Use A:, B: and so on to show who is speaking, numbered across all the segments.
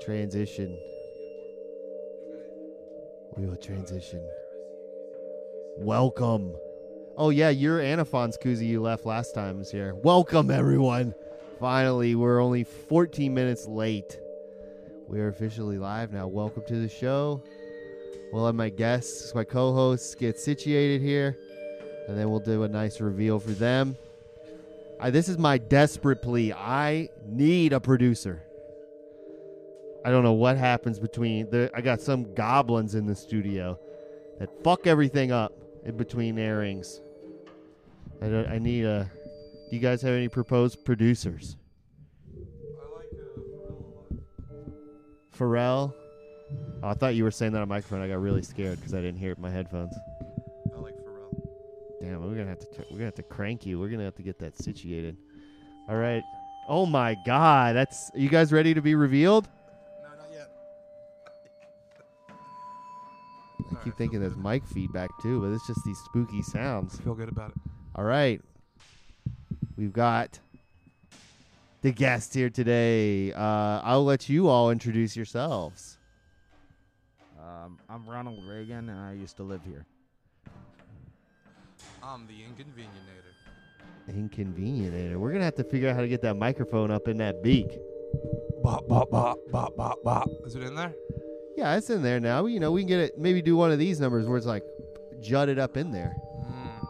A: transition. We will transition. Welcome. Oh yeah, your Anaphons koozie you left last time is here. Welcome everyone. Finally, we're only 14 minutes late. We are officially live now. Welcome to the show. We'll let my guests, my co-hosts, get situated here, and then we'll do a nice reveal for them. I, this is my desperate plea. I need a producer. I don't know what happens between the. I got some goblins in the studio that fuck everything up in between airings. I don't. I need a. Do you guys have any proposed producers? Pharrell. Oh, I thought you were saying that on microphone. I got really scared because I didn't hear it in my headphones.
B: I like Pharrell.
A: Damn, we're gonna have to we're gonna have to crank you. We're gonna have to get that situated. All right. Oh my God, that's you guys ready to be revealed?
B: No, not yet.
A: I keep thinking there's mic feedback too, but it's just these spooky sounds.
B: Feel good about it.
A: All right, we've got the guest here today. Uh, I'll let you all introduce yourselves.
C: Um, I'm Ronald Reagan, and I used to live here.
D: Um,
B: I'm the inconvenienator.
A: Inconvenient. We're gonna have to figure out how to get that microphone up in that beak.
B: Bop bop bop bop bop bop. Is it in there?
A: Yeah, it's in there now. You know, we can get it. Maybe do one of these numbers where it's like jutted up in there.
B: Mm.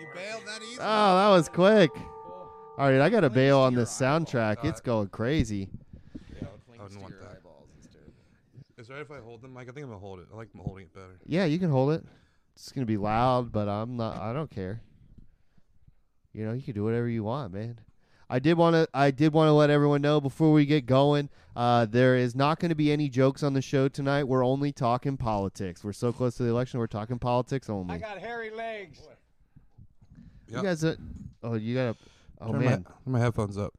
B: You bailed that easy.
A: Oh, that was quick. All right, I got to bail on this soundtrack. It's
B: Uh,
A: going crazy.
B: I wouldn't want that. Is it right if I hold the mic? I think I'm gonna hold it. I like m- holding it better.
A: Yeah, you can hold it. It's going to be loud, but I'm not I don't care. You know, you can do whatever you want, man. I did want to I did want to let everyone know before we get going, uh, there is not going to be any jokes on the show tonight. We're only talking politics. We're so close to the election, we're talking politics only.
D: got hairy legs.
A: you
B: Yep.
A: guys are, Oh, you got to Oh
B: Turn
A: man.
B: My, my headphones up.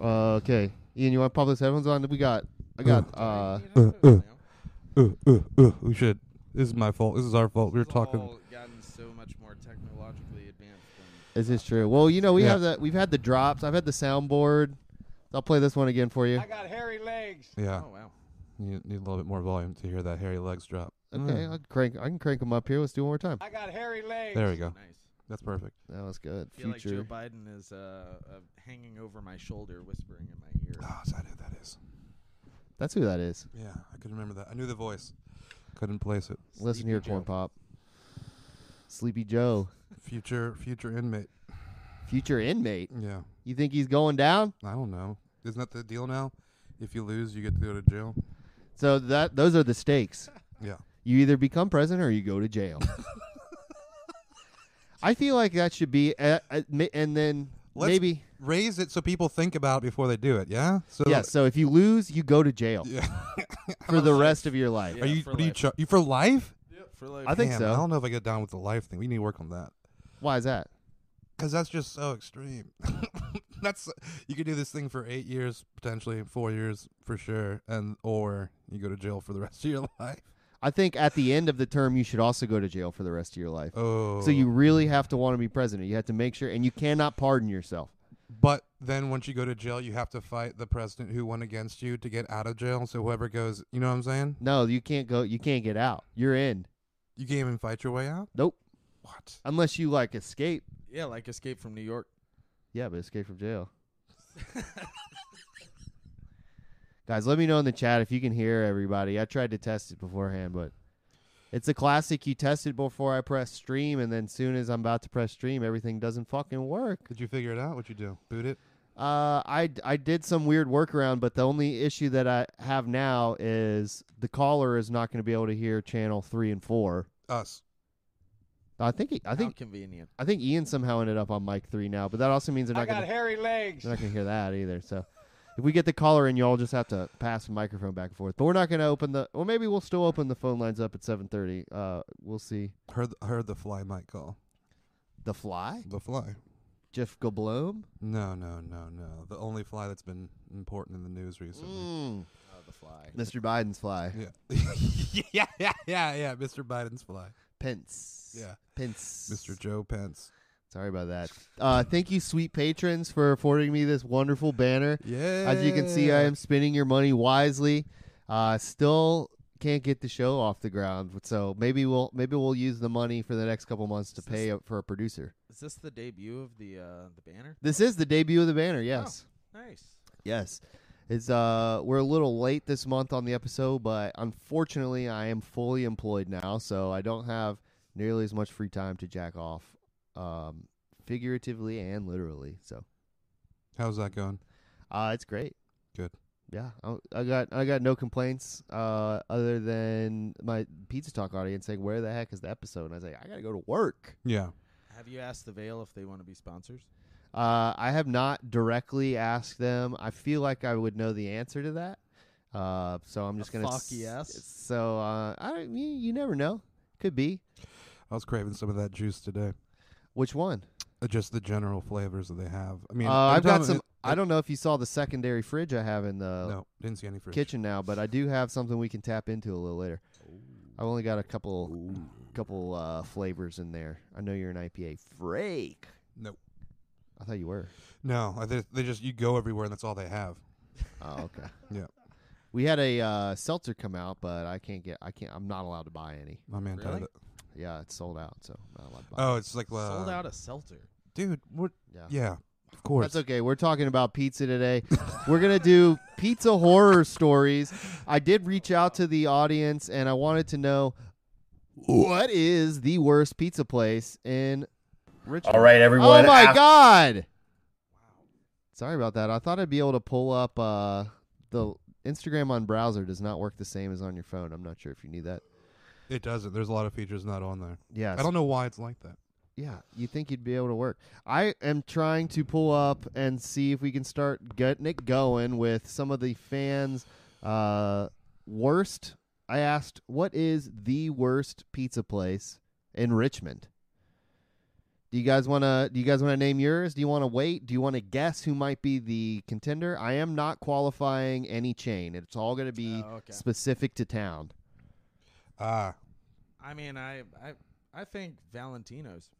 A: Uh, okay. Ian, you want to pop those headphones on? We got I got uh
B: Uh, uh, uh, uh, uh, we should. This is my fault. This is our fault. We were
D: It's
B: talking.
D: all gotten so much more technologically advanced. Than
A: This is true. Well, you know, we
B: Yeah.
A: have that. We've had the drops. I've had the soundboard. I'll play this one again for you.
D: got hairy legs.
B: Yeah.
D: Oh wow.
B: You need a little bit more volume to hear that hairy legs drop.
A: Okay,
B: Mm.
A: I'll crank. I can crank them up here. Let's do one more time.
D: I got hairy legs.
B: There we go.
D: Nice.
B: That's perfect.
A: That was good.
D: I feel
A: Future.
D: like Joe Biden is uh, uh, hanging over my shoulder, whispering in my ear.
B: Ah, is that who that is?
A: That's who that is.
B: Yeah, I could remember that. I knew the voice. Couldn't place it.
A: Listen here, corn pop. Sleepy Joe,
B: Future, future inmate.
A: future inmate.
B: Yeah.
A: You think he's going down?
B: I don't know. Isn't that the deal now? If you lose, you get to go to jail.
A: So that those are the stakes.
B: Yeah.
A: You either become president or you go to jail. I feel like that should be, uh, uh, ma- and then
B: Let's-
A: maybe
B: Raise it so people think about it before they do it. Yeah. So
A: yeah. So if you lose, you go to jail
B: Yeah.
A: for the rest of your life.
D: Yeah,
B: Are you?
D: for
B: What are you?
D: life.
B: Ch- you for life?
D: For like,
A: I think
B: Damn,
A: so.
B: I don't know if I get down with the life thing. We need to work on that
A: Why is that?
B: because that's just so extreme. that's you could do this thing for eight years, potentially four years for sure, and or you go to jail for the rest of your life.
A: I think at the end of the term, you should also go to jail for the rest of your life.
B: Oh.
A: So you really have to want to be president. You have to make sure, and you cannot pardon yourself.
B: But then once you go to jail, you have to fight the president who won against you to get out of jail. So whoever goes, you know what I'm saying?
A: No, you can't go. You can't get out. You're in.
B: You can't even fight your way out.
A: Nope.
B: What?
A: Unless you like escape.
D: yeah, like Escape from New York.
A: Yeah, but escape from jail. Guys, let me know in the chat if you can hear everybody. I tried to test it beforehand, but it's a classic. You test it before I press stream, and then soon as I'm about to press stream, everything doesn't fucking work.
B: Did you figure it out? What'd you do? Boot it?
A: Uh, I d- I did some weird workaround, but the only issue that I have now is the caller is not going to be able to hear channel three and four.
B: Us.
A: I think he, I
D: How
A: think
D: convenient.
A: I think Ian somehow ended up on mic three now, but that also means they're not going to
D: hairy legs.
A: they're not going to hear that either. So if we get the caller in, y'all just have to pass the microphone back and forth. But we're not going to open the or maybe we'll still open the phone lines up at seven thirty. Uh, we'll see.
B: Heard heard the fly might call.
A: The Fly,
B: The fly.
A: Jeff Goldblum.
B: No, no, no, no. The only fly that's been important in the news recently.
A: Mm.
D: Oh, the fly.
A: Mr. Biden's Fly,
B: Yeah. yeah, yeah, yeah, yeah. Mr. Biden's fly.
A: Pence.
B: Yeah.
A: Pence.
B: Mr. Joe Pence.
A: Sorry about that. Uh, thank you, sweet patrons, for affording me this wonderful banner.
B: Yeah.
A: As you can see, I am spending your money wisely. Uh, still can't get the show off the ground, so maybe we'll maybe we'll use the money for the next couple months to
D: Is this-
A: pay up for a producer.
D: Is this the debut of the uh, the banner?
A: This is the debut of the banner. Yes,
D: Nice.
A: yes. It's uh, we're a little late this month on the episode, but unfortunately, I am fully employed now, so I don't have nearly as much free time to jack off, um, figuratively and literally. So,
B: How's that going?
A: uh, it's great.
B: Good.
A: Yeah, I, I got I got no complaints uh, other than my pizza talk audience saying, "Where the heck is the episode?" And I was like, "I gotta go to work."
B: Yeah.
D: Have you asked the Veil if they want to be sponsors?
A: Uh, I have not directly asked them. I feel like I would know the answer to that, uh, so I'm just
D: A
A: gonna
D: fuck
A: s-
D: yes?
A: So uh, I don't- you, you never know. Could be
B: I was craving some of that juice today.
A: which one.
B: Uh, just the general flavors that they have. I mean,
A: uh,
B: every
A: I've got
B: time
A: some.
B: it-
A: I don't know if you saw the secondary fridge I have in the
B: no, didn't see any fridge.
A: kitchen now, but I do have something we can tap into a little later. I've only got a couple couple uh, flavors in there. I know you're an IPA freak.
B: No,
A: I thought you were.
B: no. I thi- they just you go everywhere and that's all they have.
A: Oh, okay.
B: Yeah.
A: We had a uh, seltzer come out, but I can't get. I can't. I'm not allowed to buy any.
B: My man
D: Really?
B: tried it.
A: Yeah, it's sold out, so I'm not allowed to buy.
B: Oh, it's like uh,
D: Sold out a seltzer.
B: dude. What?
A: it. yeah.
B: Yeah, of course.
A: That's okay. We're talking about pizza today. We're gonna do pizza horror stories. I did reach out to the audience and I wanted to know what is the worst pizza place in Richmond.
E: All right,
A: Oh
E: everyone.
A: my
E: af-
A: god! Sorry about that. I thought I'd be able to pull up uh, the Instagram on browser does not work the same as on your phone. I'm not sure if you need that.
B: It doesn't. There's a lot of features not on there.
A: Yeah,
B: I don't know why it's like that.
A: yeah. You think you'd be able to work? I am trying to pull up and see if we can start getting it going with some of the fans' uh, worst. I asked, "What is the worst pizza place in Richmond?" Do you guys want to? Do you guys want to name yours? Do you want to wait? Do you want to guess who might be the contender? I am not qualifying any chain. It's all going to be
D: Oh, okay. Uh,
A: specific to town.
B: Ah,
D: I mean, I I I think Valentino's.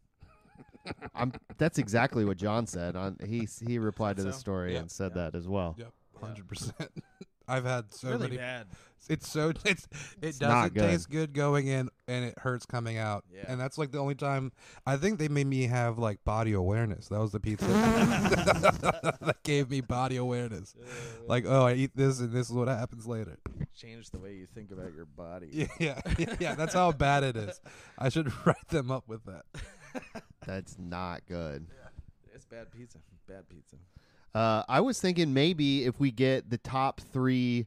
A: I'm, that's exactly what John said. On he he replied to the
D: So,
A: story
B: yeah.
A: and said
D: Yeah.
A: that as well.
B: yep, hundred percent. I've had so
D: really
B: many.
D: bad.
B: It's so it's it
A: not
B: doesn't taste good going in and it hurts coming out.
D: Yeah.
B: And that's like the only time I think they made me have like body awareness. That was the pizza that gave me body awareness. Like, oh, I eat this and this is what happens later.
D: Change the way you think about your body.
B: Yeah, yeah, yeah. That's how bad it is. I should write them up with that.
A: That's not good.
D: It's bad pizza. Bad pizza.
A: Uh, I was thinking maybe if we get the top three,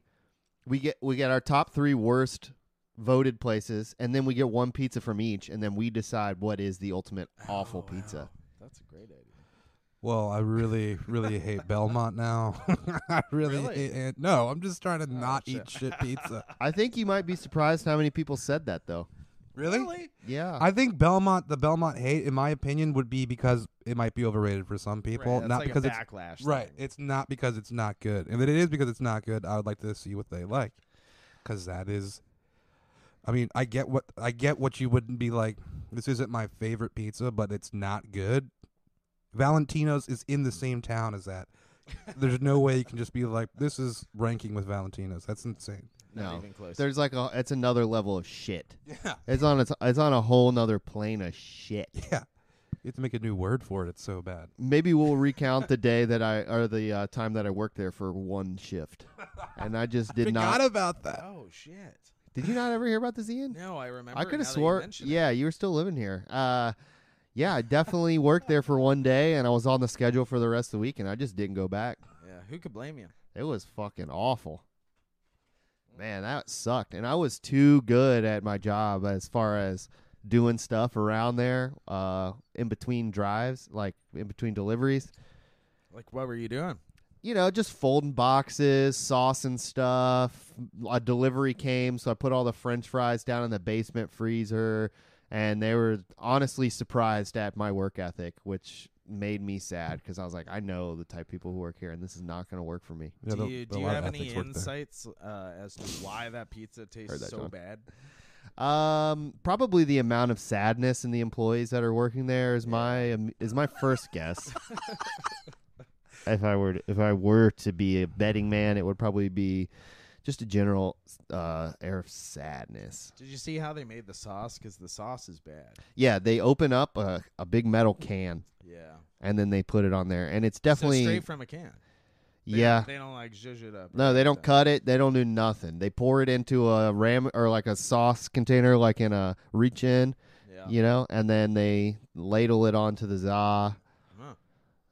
A: we get we get our top three worst voted places, and then we get one pizza from each, and then we decide what is the ultimate awful
D: Oh, wow.
A: pizza.
D: That's a great idea.
B: Well, I really, really hate Belmont now. I really,
D: Really? Oh,
B: hate it. No, I'm just trying to not
D: shit.
B: eat shit pizza.
A: I think you might be surprised how many people said that though.
D: Really?
A: Yeah,
B: I think Belmont, the Belmont hate, in my opinion, would be because it might be overrated for some people,
D: Right, that's
B: not
D: like
B: because
D: a
B: it's
D: backlash.
B: right.
D: thing.
B: It's not because it's not good. If it is because it's not good, I would like to see what they like, because that is. I mean, I get what I get. What you wouldn't be like. This isn't my favorite pizza, but it's not good. Valentino's is in the same town as that. There's no way you can just be like, this is ranking with Valentino's. That's insane.
D: Not
A: no.
D: even close.
A: there's like a it's another level of shit.
B: Yeah,
A: It's on a, it's on a whole nother plane of shit.
B: yeah. You have to make a new word for it. It's so bad.
A: Maybe we'll recount the day that I or the uh, time that I worked there for one shift, and I just did
B: Forgot
A: not.
B: about that.
D: oh shit.
A: did you not ever hear about this, Ian?
D: No, I remember.
A: I could have
D: now that you
A: swore.
D: mention it.
A: Yeah, you were still living here. Uh, yeah, I definitely worked there for one day, and I was on the schedule for the rest of the week, and I just didn't go back.
D: Yeah. Who could blame you?
A: It was fucking awful. Man, that sucked, and I was too good at my job as far as doing stuff around there, uh, in between drives, like in between deliveries.
D: Like, what were you doing?
A: you know, just folding boxes, sauce and stuff. A delivery came, so I put all the french fries down in the basement freezer, and they were honestly surprised at my work ethic, which made me sad because I was like, I know the type of people who work here, and this is not going to work for me.
B: Yeah,
D: do
B: the-
D: you,
B: the
D: do you
B: lot of
D: have any
B: ethics work there.
D: insights uh, as to why that pizza tastes
A: that,
D: so
A: John.
D: bad?
A: Um, probably the amount of sadness in the employees that are working there is my um, is my first guess. if I were to, if I were to be a betting man, it would probably be just a general uh, air of sadness.
D: Did you see how they made the sauce? Because the sauce is bad.
A: Yeah, they open up a, a big metal can
D: Yeah.
A: and then they put it on there, and it's
D: So
A: definitely
D: straight from a can. They
A: yeah.
D: Don't, they don't like zhuzh it up. or
A: No, they don't
D: anything.
A: cut it. They don't do nothing. They pour it into a ram or like a sauce container, like in a reach in,
D: Yeah.
A: you know, and then they ladle it onto the za.
D: Huh.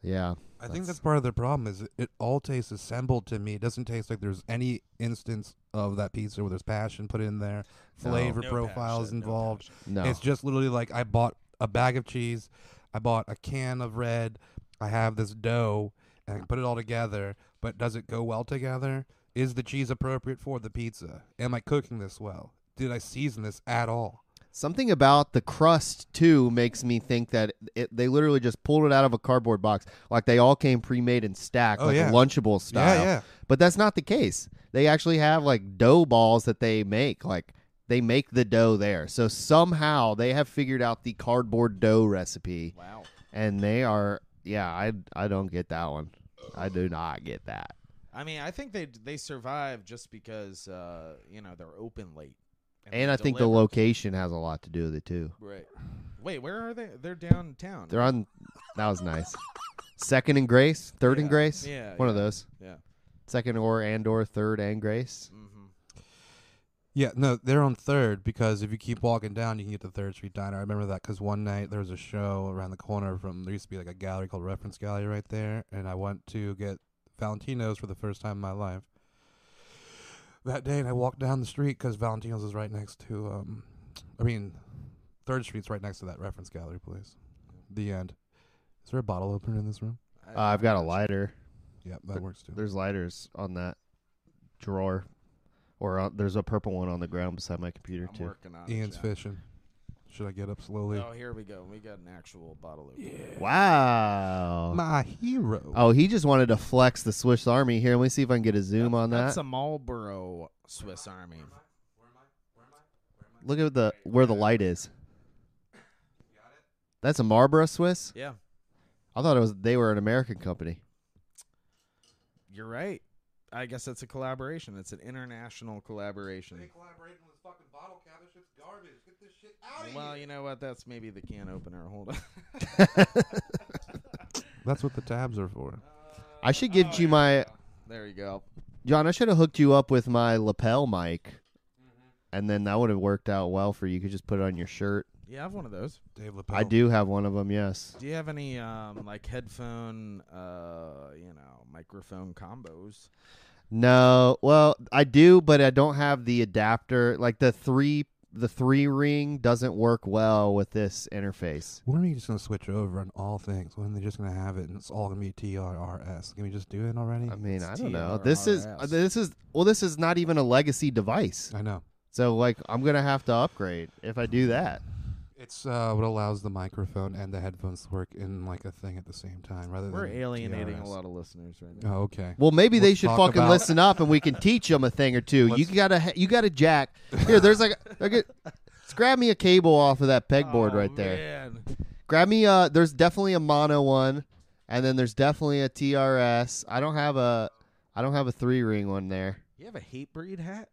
A: Yeah,
B: I think
A: That's-
B: that's part of the problem is it, it all tastes assembled to me. It doesn't taste like there's any instance of that pizza where there's passion put in there,
A: No.
B: flavor
D: No
B: profiles
D: passion, no
B: involved.
D: passion.
A: no,
B: It's just literally like I bought a bag of cheese, I bought a can of red, I have this dough, and I can put it all together. But does it go well together? Is the cheese appropriate for the pizza? Am I cooking this well? Did I season this at all?
A: something about the crust too makes me think that it, they literally just pulled it out of a cardboard box, like they all came pre-made and stacked,
B: Oh,
A: like
B: yeah.
A: lunchable style.
B: yeah.
A: But that's not the case. They actually have like dough balls that they make. Like they make the dough there. So somehow they have figured out the cardboard dough recipe.
D: Wow.
A: and they are yeah i i don't get that one i do not get that
D: I mean, I think they they survive just because uh, you know they're open late.
A: and
D: they
A: i think the
D: deliver.
A: location has a lot to do with it too
D: Right. Wait, where are they? They're downtown.
A: they're on that was nice second and grace third and
D: Yeah,
A: grace
D: yeah,
A: one of
D: yeah,
A: those
D: yeah.
A: second or and or third and grace
D: hmm
B: Yeah, no, they're on third because if you keep walking down, you can get to Third Street Diner. I remember that because one night there was a show around the corner from there used to be like a gallery called Reference Gallery right there, and I went to get Valentino's for the first time in my life that day, and I walked down the street because Valentino's is right next to, um, I mean, Third Street's right next to that Reference Gallery place. The end. Is there a bottle opener in this room?
A: uh, i've got a lighter
B: Yeah, that works too.
A: there's lighters on that drawer or uh, there's a purple one on the ground beside my computer
D: I'm
A: too
D: working on it,
B: Ian's
D: Jack.
B: fishing. Should I get up slowly?
D: Oh, here we go. We got an actual bottle opener.
A: wow
B: My hero.
A: oh he just wanted to flex the swiss army here let me see if i can get a zoom on that
D: That's a Marlboro Swiss Army.
A: Look at the where the light is. That's a Marlboro Swiss.
D: Yeah,
A: I thought it was they were an American company.
D: you're right. I guess it's a collaboration. It's an international collaboration.
B: collaborating with fucking bottle cap. This shit's garbage. Get this shit
D: Well, you know what? That's maybe the can opener. Hold on.
B: That's what the tabs are for.
A: I should get you my
D: There you go.
A: John. I should have hooked you up with my lapel mic, and then that would have worked out well for you. You could just put it on your shirt.
D: You have one of those.
B: Dave
A: I do have one of them. Yes.
D: Do you have any um, like headphone, uh, you know, microphone combos?
A: No. Well, I do, but I don't have the adapter. Like the three, the three ring doesn't work well with this interface.
B: When are you just gonna switch over on all things? When are they just gonna have it and it's all gonna be T R R S? Can we just do it already?
A: I mean,
D: It's
A: I don't know. This is uh,
D: TRRS.
A: this is well, this is not even a legacy device.
B: I know.
A: So like I'm gonna have to upgrade if I do that.
B: It's uh, what allows the microphone and the headphones to work in like a thing at the same time, rather
D: We're
B: than
D: alienating
B: TRRS.
D: a lot of listeners right now.
B: Oh, okay.
A: Well, maybe they
B: Let's
A: should
B: talk
A: fucking
B: about-
A: listen up, and we can teach them a thing or 2 you
B: Let's-
A: gotta, ha- you gotta jack. Here, there's like, like a, just grab me a cable off of that pegboard
D: Oh,
A: right there.
D: man.
A: Grab me a. There's definitely a mono one, and then there's definitely a TRS. I don't have a, I don't have a three ring one there.
D: You have a hate breed hat?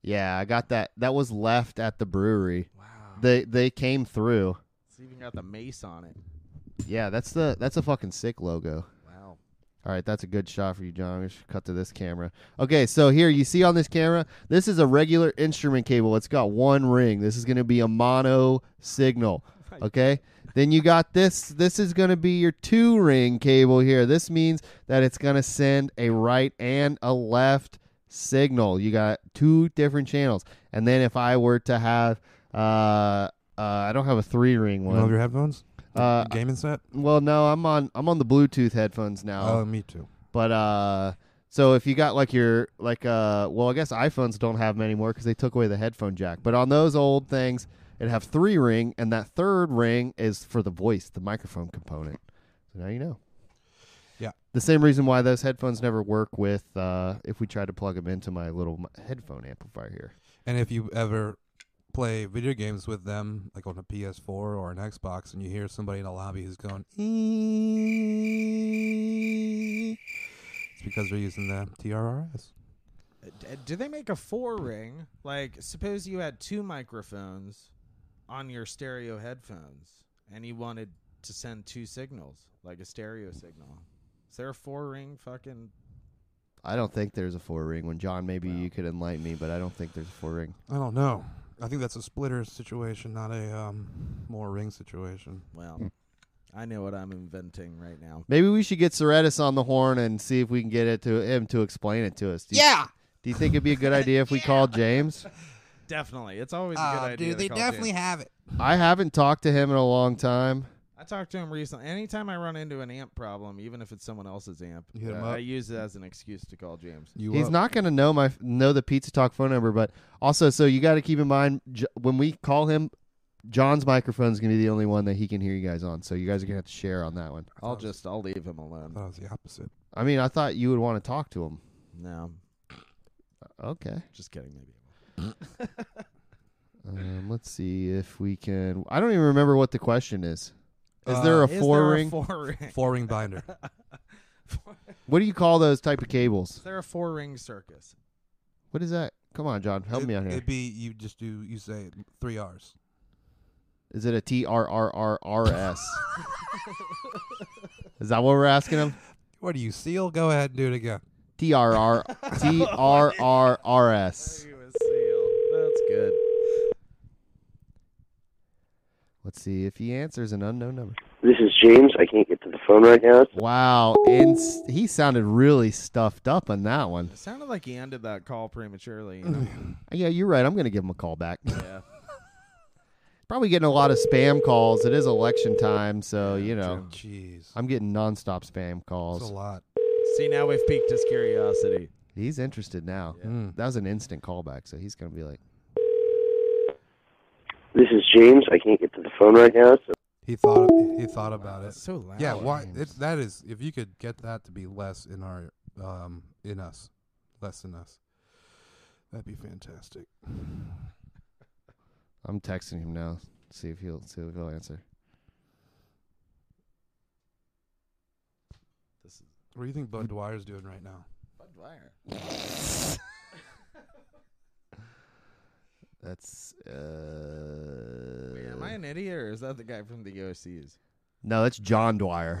A: Yeah, I got that. That was left at the brewery.
D: Wow.
A: They they came through.
D: it's even got the mace on it.
A: Yeah, that's the that's a fucking sick logo.
D: Wow.
A: All right, that's a good shot for you, John. We should cut to this camera. Okay, so here you see on this camera, this is a regular instrument cable. It's got one ring. This is going to be a mono signal. Okay, then you got this. This is going to be your two ring cable here. This means that it's going to send a right and a left signal. You got two different channels. And then if I were to have, uh, uh I don't have a three ring
B: You love
A: one.
B: your headphones?
A: Uh,
B: Gaming set?
A: well, no, I'm on I'm on the Bluetooth headphones now.
B: Oh, me too.
A: But uh, so if you got like your like uh, well, I guess iPhones don't have them anymore because they took away the headphone jack. But on those old things, it have three ring, and that third ring is for the voice, the microphone component. So now you know.
B: Yeah.
A: The same reason why those headphones never work with uh, if we try to plug them into my little mi- headphone amplifier here.
B: And if you ever play video games with them, like on a PS4 or an Xbox, and you hear somebody in the lobby who's going, "Ee." it's because they're using the TRRS.
D: Uh, d- Do they make a four ring? Like, suppose you had two microphones on your stereo headphones and you wanted to send two signals, like a stereo signal. Is there a four ring fucking.
A: I don't think there's a four ring one. John, maybe
D: Wow.
A: you could enlighten me, but I don't think there's a four ring.
B: I don't know. I think that's a splitter situation, not a um, more ring situation.
D: Well, I know what I'm inventing right now.
A: Maybe we should get Soretis on the horn and see if we can get it to him to explain it to us. Do you,
B: Yeah.
A: Do you think it'd be a good idea if we called James?
D: Definitely. It's always a
B: Ah,
D: good idea. to call James.
B: have it.
A: I haven't talked to him in a long time.
D: I talked to him recently. Anytime I run into an amp problem, even if it's someone else's amp,
B: You hit him
D: uh,
B: up.
D: I use it as an excuse to call James.
B: You
A: He's
B: up.
A: not going to know my know the Pizza Talk phone number, but also so you got to keep in mind J- when we call him, John's microphone's going to be the only one that he can hear you guys on. So you guys are going to have to share on that one.
D: I'll just, I'll leave him alone.
B: I thought it was the opposite.
A: I mean, I thought you would want to talk to him.
D: No,
A: Okay.
D: just kidding. Maybe. I will.
A: Um, let's see if we can. I don't even remember what the question is. Is
B: Uh,
A: there a
D: Is there
A: four ring?
D: four ring?
B: Four ring binder.
A: What do you call those type of
D: Is
A: cables?
D: there a four ring circus?
A: What is that? Come on, John, help
B: It-
A: me out here.
B: It'd be you just do you say three R's.
A: Is it a T R R R R S? Is that what we're asking him?
B: What are you seal? Go ahead and do it again.
A: T R R T R R R S.
D: That's good.
A: Let's see if he answers an unknown number.
E: This is James. I can't get to the phone right now.
A: Wow, and s- he sounded really stuffed up on that one.
D: It sounded like he ended that call prematurely. You know?
A: Yeah, you're right. I'm gonna give him a call back.
D: yeah.
A: Probably getting a lot of spam calls. It is election time, so you know
B: Jeez,
A: I'm getting nonstop spam
B: that's a
A: calls.
B: lot.
D: See, now we've piqued his curiosity.
A: He's interested now.
B: Mm.
A: That was an instant callback, so he's gonna be like,
E: This is James. I can't get to the phone right now. So
B: He thought he thought about it.
D: That's so loud.
B: Yeah, why?
A: James.
B: It's that is if you could get that to be less in our um in us, less in us, that'd be fantastic.
A: "I'm texting him now. See if he'll see if he'll answer."
D: This is
B: What do you think Bud Dwyer's doing right now?
D: Bud Dwyer.
A: That's uh.
D: Wait, am I an idiot or is that the guy from the OCs?
A: No, that's John Dwyer.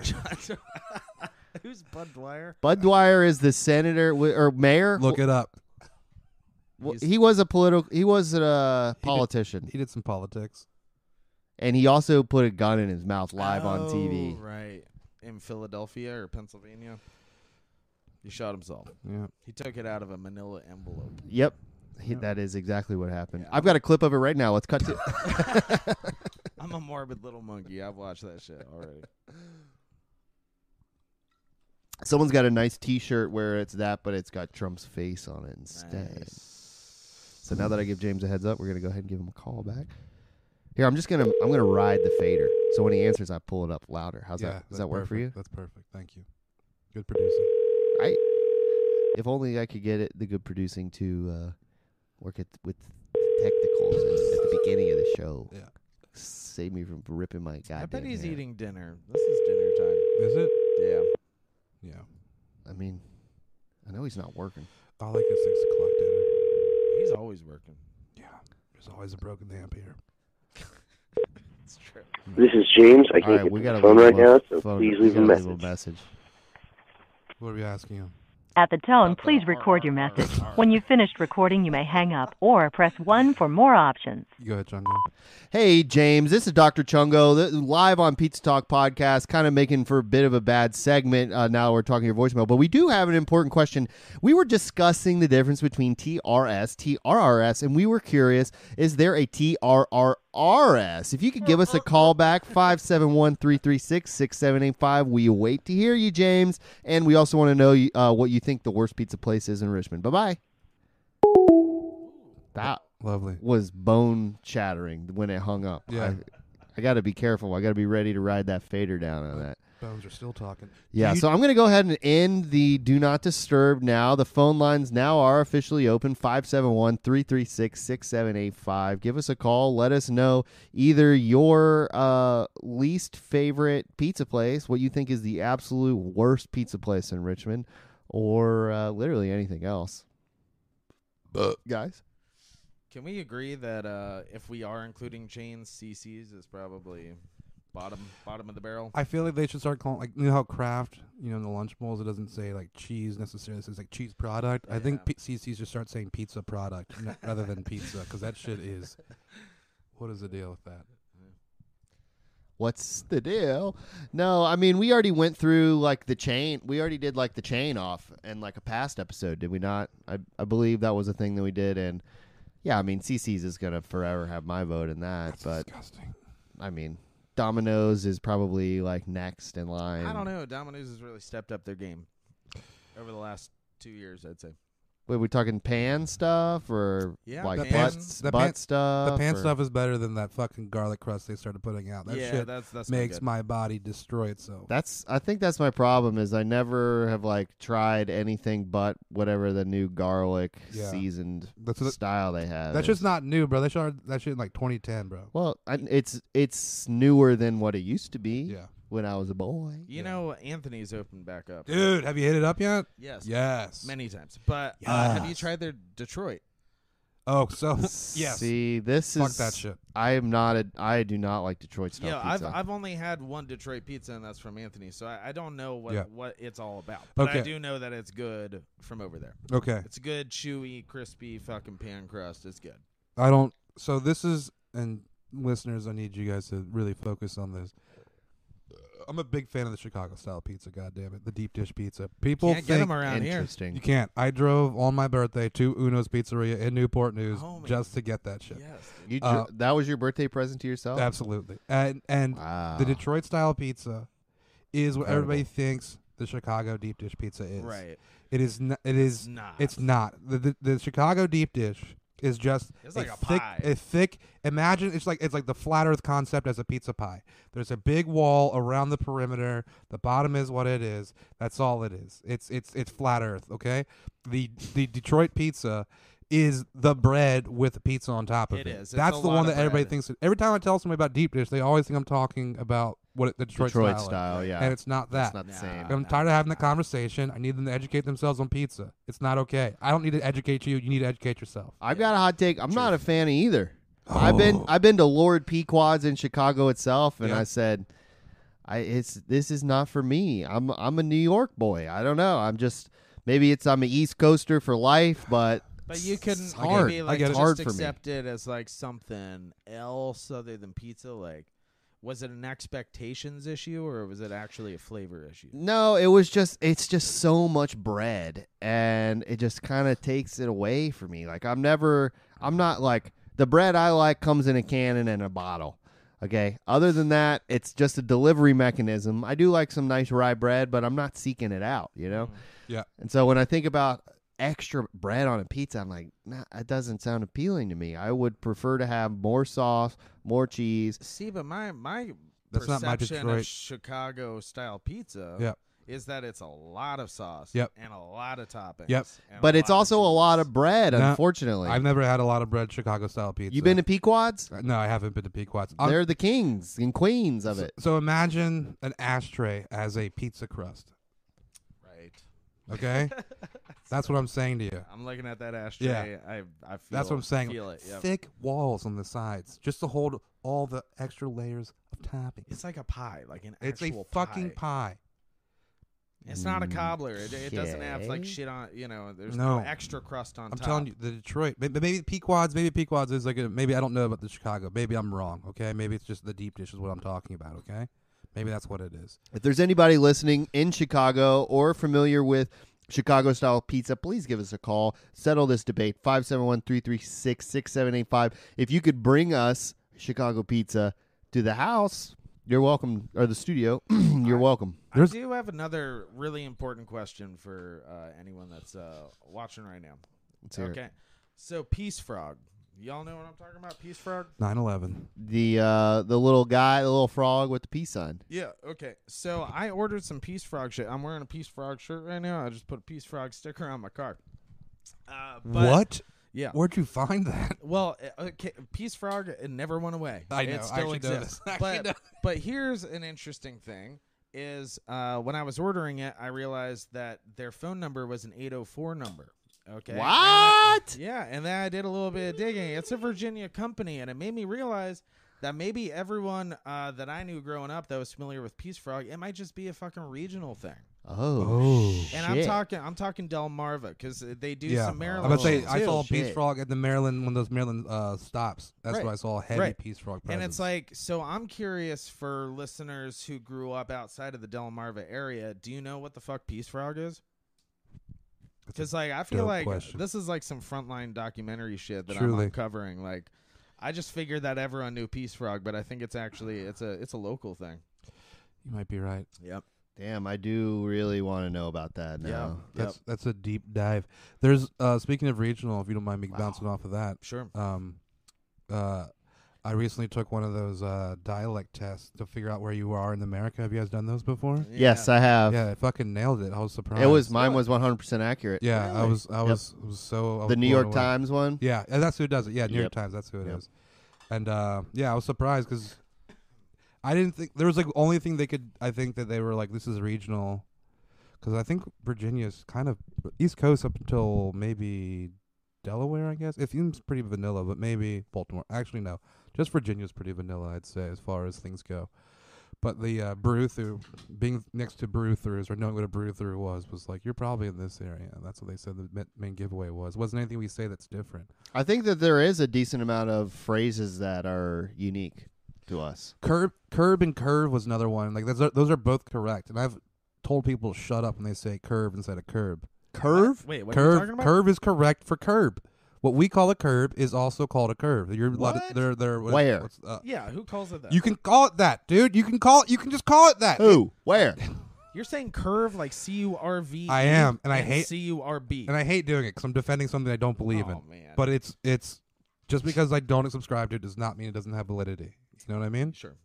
D: Who's Bud Dwyer?
A: Bud Dwyer is the senator wi- or mayor.
B: Look it up.
A: Well,
D: he's-
A: he was a political. He was a politician,
B: He did some politics.
A: and he also put a gun in his mouth live on TV.
D: Oh, Right. In Philadelphia or Pennsylvania. He shot himself.
B: Yeah,
D: He took it out of a manila envelope.
A: Yep, he, that is exactly what happened. I've got a clip of it right now. Let's cut to.
D: I'm a morbid little monkey. I've watched that shit already.
A: Someone's got a nice T-shirt where it's that, but it's got Trump's face on it instead.
D: Nice.
A: So now that I give James a heads up, we're gonna go ahead and give him a call back. Here, I'm just gonna I'm gonna ride the fader. So when he answers, I pull it up louder. How's
B: yeah.
A: that? Does
B: that's
A: that work for you?
B: perfect. That's perfect. Thank you. Good producing.
A: I, if only I could get it, the good producing to uh, work at, with technicals at, at the beginning of the show.
B: Yeah.
A: Save me from ripping my goddamn.
D: I bet he's
A: hair.
D: eating dinner. This is dinner time.
B: Is it?
D: Yeah.
B: Yeah.
A: I mean, I know he's not working.
B: I like a six o'clock dinner.
D: He's always working.
B: Yeah. There's always a broken lamp here.
D: It's true.
E: this is James. I can't
A: All right,
E: get
A: we
E: to
A: got
E: the phone right now. So
A: phone,
E: please
A: we
E: leave a
A: gotta
E: message.
A: Leave a message.
B: What are we asking him?
F: At the tone, please record your message. When you've finished recording, you may hang up or press 1 for more options.
B: You go ahead, Jungle.
A: Hey, James, this is Dr. Chungo, th- live on Pizza Talk Podcast, kind of making for a bit of a bad segment uh, now we're talking your voicemail, but we do have an important question. We were discussing the difference between TRS, TRRS, and we were curious, is there a TRRRS? If you could give us a call back, 571-336-6785, we wait to hear you, James, and we also want to know uh, what you think the worst pizza place is in Richmond. Bye-bye. That
B: Lovely.
A: was bone shattering when it hung up.
B: Yeah.
A: I, I got to be careful. I got to be ready to ride that fader down on that.
B: Bones are still talking.
A: Yeah,
B: You-
A: so I'm going to go ahead and end the do not disturb now. The phone lines now are officially open 571 336 6785. Give us a call. Let us know either your uh, least favorite pizza place, what you think is the absolute worst pizza place in Richmond, or uh, literally anything else.
B: Uh,
A: Guys?
D: Can we agree that uh, if we are including chains, CC's is probably bottom bottom of the barrel?
B: I feel like they should start calling like you know how Kraft, you know, in the lunch bowls it doesn't say like cheese necessarily. It says like cheese product. I think
D: Yeah.
B: P- CC's should start saying pizza product n- rather than pizza because that shit is. What is the deal with that?
A: What's the deal? No, I mean, we already went through like the chain. We already did like the chain off and like a past episode, did we not? I, I believe that was a thing that we did. And yeah, I mean, CC's is going to forever have my vote in that.
B: That's
A: But
B: disgusting.
A: I mean, Domino's is probably like next in line.
D: I don't know. Domino's has really stepped up their game over the last two years, I'd say.
A: Wait, we talking pan stuff or
D: Yeah,
A: like
B: The pan-
A: butts,
B: the
A: butt
B: pan-
A: stuff?
B: the pan
A: or-
B: stuff is better than that fucking garlic crust they started putting out. That
D: yeah,
B: shit
D: that's that's not
B: makes
D: good.
B: my body destroy itself.
A: That's I think that's my problem is I never have like tried anything but whatever the new garlic
B: Yeah.
A: seasoned
B: That's what-
A: style they have.
B: That's
A: is.
B: just not new, bro. That shit are- that shit in like 2010, bro.
A: Well, I, it's it's newer than what it used to be
B: Yeah,
A: when I was a boy.
D: You know, Anthony's opened back up.
B: dude, have you hit it up yet?
D: Yes.
B: Yes.
D: Many times. But uh, have you
B: Yes.
D: tried their Detroit?
B: Oh, so yes.
A: See, this
B: Fuck
A: is
B: that shit.
A: I am not a. I do not like Detroit style
D: yeah,
A: pizza.
D: I've I've only had one Detroit pizza, and that's from Anthony. So I, I don't know what
B: Yeah.
D: what it's all about, but I
B: Okay.
D: do know that it's good from over there.
B: Okay.
D: It's good, chewy, crispy, fucking pan crust. It's good.
B: I don't. So this is, and listeners, I need you guys to really focus on this. I'm a big fan of the Chicago style pizza. God damn it, the deep dish pizza. People
D: Can't get
B: think
D: them around here.
A: Interesting.
B: you can't. I drove on my birthday to Uno's Pizzeria in Newport News
D: Oh my-
B: just to get that shit.
D: Yes.
A: You dr-
B: Uh,
A: that was your birthday present to yourself.
B: Absolutely, and and
A: wow.
B: the Detroit style pizza is what
A: Incredible.
B: everybody thinks the Chicago deep dish pizza is.
D: Right.
B: It is. N- it is.
D: It's not.
B: It's not the, the the Chicago deep dish is just
D: It's like a
B: thick,
D: pie.
B: a thick. Imagine it's like it's like the flat Earth concept as a pizza pie. There's a big wall around the perimeter. The bottom is what it is. That's all it is. It's it's it's flat Earth. Okay, the the Detroit pizza is the bread with pizza on top of it.
D: It is. It's
B: That's
D: a
B: the
D: lot
B: one
D: of
B: that everybody
D: bread.
B: thinks. Every time I tell somebody about deep dish, they always think I'm talking about what it- the Detroit,
A: Detroit
B: style, is.
A: style, yeah.
B: and it's not that.
A: It's not the
D: Nah.
A: same.
B: I'm tired of having the conversation. I need them to educate themselves on pizza. It's not okay. I don't need to educate you. You need to educate yourself.
A: I've got a hot take. I'm not a fan of either. I've been I've been to Lord Pequod's in Chicago itself, and
B: Yeah.
A: I said, I it's this is not for me. I'm I'm a New York boy. I don't know. I'm just maybe it's I'm an East Coaster for life, but
D: But you couldn't
A: it's hard.
D: maybe
B: I
D: like
B: get it.
D: just
A: Hard for me.
D: accept it as like something else other than pizza. Like, was it an expectations issue or was it actually a flavor issue?
A: No, it was just it's just so much bread and it just kind of takes it away from me. Like I'm never I'm not like the bread I like comes in a can and in a bottle. Okay. Other than that, it's just a delivery mechanism. I do like some nice rye bread, but I'm not seeking it out, you know?
B: Mm-hmm. Yeah.
A: And so when I think about extra bread on a pizza, I'm like, nah, that doesn't sound appealing to me. I would prefer to have more sauce, more cheese.
D: See, but my my
B: That's not my
D: perception
B: Detroit.
D: of Chicago style pizza
B: Yep.
D: is that it's a lot of sauce
B: Yep.
D: and a lot of toppings.
B: Yep.
D: and a
A: But it's
D: lot of
A: also a
D: cheese.
A: lot of bread,
B: No,
A: unfortunately.
B: I've never had a lot of bread Chicago style pizza.
A: you been to Pequod's?
B: Uh, No, I haven't been to Pequot's. Um,
A: They're the kings and queens of
B: so,
A: it.
B: so imagine an ashtray as a pizza crust.
D: right.
B: Okay, that's what I'm saying to you.
D: I'm looking at that ashtray. I I feel
B: That's what I'm saying.
D: Feel it. Yep.
B: Thick walls on the sides just to hold all the extra layers of toppings.
D: It's like a pie, like an
B: It's a
D: actual
B: fucking pie.
D: It's not a cobbler. It, it doesn't have like
A: Mm, Okay.
D: shit on. You know, there's no,
B: No.
D: extra crust on
B: I'm
D: top.
B: telling you, the Detroit, maybe, maybe Pequod's, maybe Pequod's is like, a, maybe I don't know about the Chicago. Maybe I'm wrong. Okay, maybe it's just the deep dish is what I'm talking about. Okay, maybe that's what it is.
A: If there's anybody listening in Chicago or familiar with Chicago style pizza, please give us a call. Settle this debate 571 336 6785. If you could bring us Chicago pizza to the house, you're welcome, or the studio, you're welcome.
D: I do have another really important question for uh, anyone that's uh, watching right now.
A: hear it.
D: okay, so Peace Frog, Y'all know what I'm talking about? Peace frog.
B: 9/11.
A: The uh, the little guy, the little frog with the peace sign.
D: Yeah. Okay. So I ordered some Peace Frog shit. I'm wearing a Peace Frog shirt right now. I just put a Peace Frog sticker on my car. Uh, but
B: what?
D: Yeah.
B: Where'd you find that?
D: Well, uh, okay, Peace Frog it never went away.
B: I know, I
D: It still
B: actually know
D: exists.
B: this. I actually know.
D: But but here's an interesting thing is uh, when I was ordering it, I realized that their phone number was an 804 number. Okay.
A: What?
D: Yeah, and then I did a little bit of digging. It's a Virginia company, and it made me realize that maybe everyone uh, that I knew growing up that was familiar with Peace Frog, it might just be a fucking regional thing.
A: Oh, shit.
D: And I'm talking, I'm talking Del Marva because they do
B: yeah,
D: some Maryland.
B: I'm about to say
D: shit,
B: I
D: too.
B: saw a peace
A: Shit.
B: frog at the Maryland one of those Maryland uh, stops. That's
D: Right.
B: where I saw a heavy
D: Right.
B: peace frog.
D: And it's
B: presence.
D: like, so I'm curious for listeners who grew up outside of the Delamarva area. Do you know what the fuck Peace Frog is?
B: That's a
D: Because like I feel
B: dope
D: like
B: question.
D: this is like some frontline documentary shit that I'm
B: Truly.
D: uncovering. Like, I just figured that everyone knew Peace Frog, but I think it's actually it's a it's a local thing.
B: you might be right.
D: Yep.
A: Damn, I do really want to know about that
D: Yeah.
A: now.
B: That's that's a deep dive. There's uh, speaking of regional, if you don't mind me
A: Wow.
B: bouncing off of that.
D: Sure.
B: Um, uh, I recently took one of those uh, dialect tests to figure out where you are in America. Have you guys done those before?
A: Yes, I have.
B: Yeah, I fucking nailed it. I was surprised.
A: it was mine was 100 percent accurate.
B: Yeah, I
D: Really?
B: was. I
A: Yep.
B: was. was so. I was
A: the New
B: blown
A: York
B: away.
A: Times one.
B: Yeah, and that's who does it. Yeah, New
A: Yep.
B: York Times. That's who it is.
A: Yep.
B: And uh, yeah, I was surprised because I didn't think there was like only thing they could. I think that they were like this is regional, because I think Virginia's kind of East Coast up until maybe Delaware. I guess it seems pretty vanilla, but maybe Baltimore. Actually, no, just Virginia's pretty vanilla. I'd say as far as things go. But the uh, brew through, being next to brew throughs or knowing what a brew through was, was like you're probably in this area. That's what they said the ma- main giveaway was. Wasn't anything we say that's different.
A: I think that there is a decent amount of phrases that are unique to us.
B: curb curb and curve was another one like those are, those are both correct and i've told people to shut up when they say curve instead of curb
A: Curve.
D: Wait, what are you
B: curve
D: talking about?
B: curve is correct for curb what we call a curb is also called a curve you're allowed to-
D: What?
B: they're, they're, what-
A: Where?
B: what's, uh,
D: Yeah, who calls it that?
B: you can call it that dude you can call it you can just call it that
A: Who? Where?
D: You're saying curve like C U R V. E
B: I am, and I hate-
D: C U R B.
B: and i hate doing it because i'm defending something i don't believe in
D: Oh, man.
B: but it's it's just because i don't subscribe to it does not mean it doesn't have validity you know what i mean
D: sure.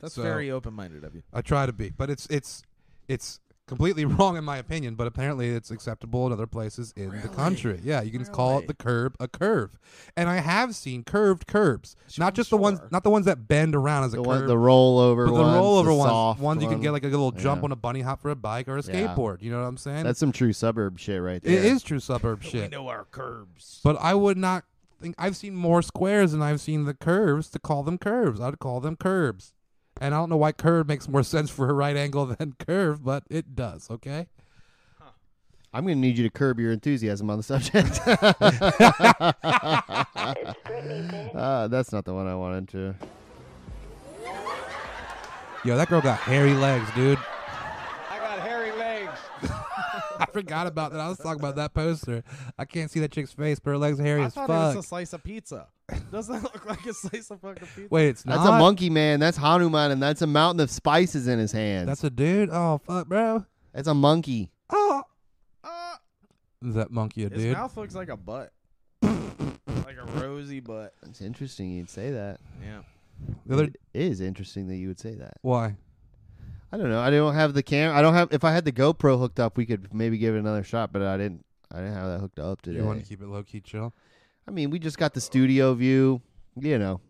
D: That's
B: So-
D: very open minded of you.
B: I try to be, but it's it's it's completely wrong in my opinion. But apparently, it's acceptable in other places in the country. Yeah, you can just call it
D: Really?
B: the curb a curve, and I have seen curved curbs, not just the ones
D: Sure.
B: not the ones that bend around as a
A: The
B: curve,
A: one, the rollover
B: but the
A: ones,
B: rollover
A: the
B: ones,
A: soft
B: ones you can
A: one.
B: get like a little jump
A: Yeah.
B: on a bunny hop for a bike or a
A: Yeah.
B: skateboard. You know what I'm saying?
A: That's some true suburb shit right there.
B: it is true suburb
D: We
B: shit.
D: know our curbs.
B: But I would not think I've seen more squares than I've seen the curves to call them curves. I'd call them curbs. And I don't know why curve makes more sense for a right angle than curve, but it does, okay?
A: I'm going to need you to curb your enthusiasm on the subject. uh, that's not the one I wanted to.
B: Yo, that girl got hairy legs, dude.
D: I got hairy legs.
B: I forgot about that. I was talking about that poster. I can't see that chick's face, but her legs are hairy
D: I
B: as
D: thought
B: fuck.
D: it was a slice of pizza. Doesn't that look like a slice of fucking pizza?
B: Wait, it's
A: That's
B: not?
A: a monkey man. That's Hanuman, and that's a mountain of spices in his hand. That's,
B: That's a dude? Oh, fuck, bro.
A: a monkey.
B: Oh.
D: Uh,
B: Is that monkey a
D: his
B: dude?
D: mouth looks like a butt, like a rosy butt.
A: It's interesting you'd say that.
D: Yeah.
B: The other,
A: It is interesting that you would say that.
B: why?
A: I don't know. I don't have the camera. I don't have. If I had the GoPro hooked up, we could maybe give it another shot. But I didn't. I didn't have that hooked up today.
B: You want to keep it low key chill?
A: I mean, we just got the studio view. You know,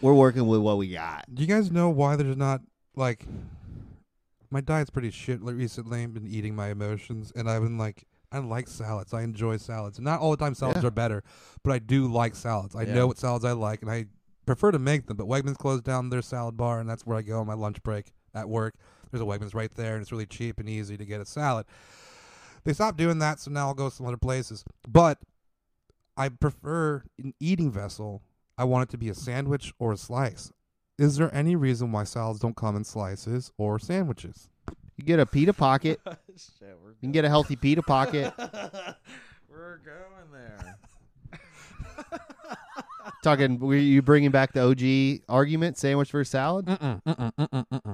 A: we're working with what we got.
B: Do you guys know why there's not like my diet's pretty shit li- recently. I've been eating my emotions, and I've been like, I like salads. I enjoy salads. Not all the time salads
A: Yeah.
B: are better, but I do like salads. I
A: Yeah.
B: know what salads I like, and I prefer to make them. But Wegmans closed down their salad bar, and that's where I go on my lunch break at work. There's a Wegmans right there, and it's really cheap and easy to get a salad. They stopped doing that, so now I'll go some other places. But I prefer an eating vessel. I want it to be a sandwich or a slice. Is there any reason why salads don't come in slices or sandwiches?
A: You get a pita pocket. You
D: Shit, we're
A: can get a healthy pita pocket.
D: we're going there.
A: Talking, were you bringing back the OG argument, sandwich versus salad?
B: Mm-mm, mm-mm, mm-mm, mm-mm.
D: Uh,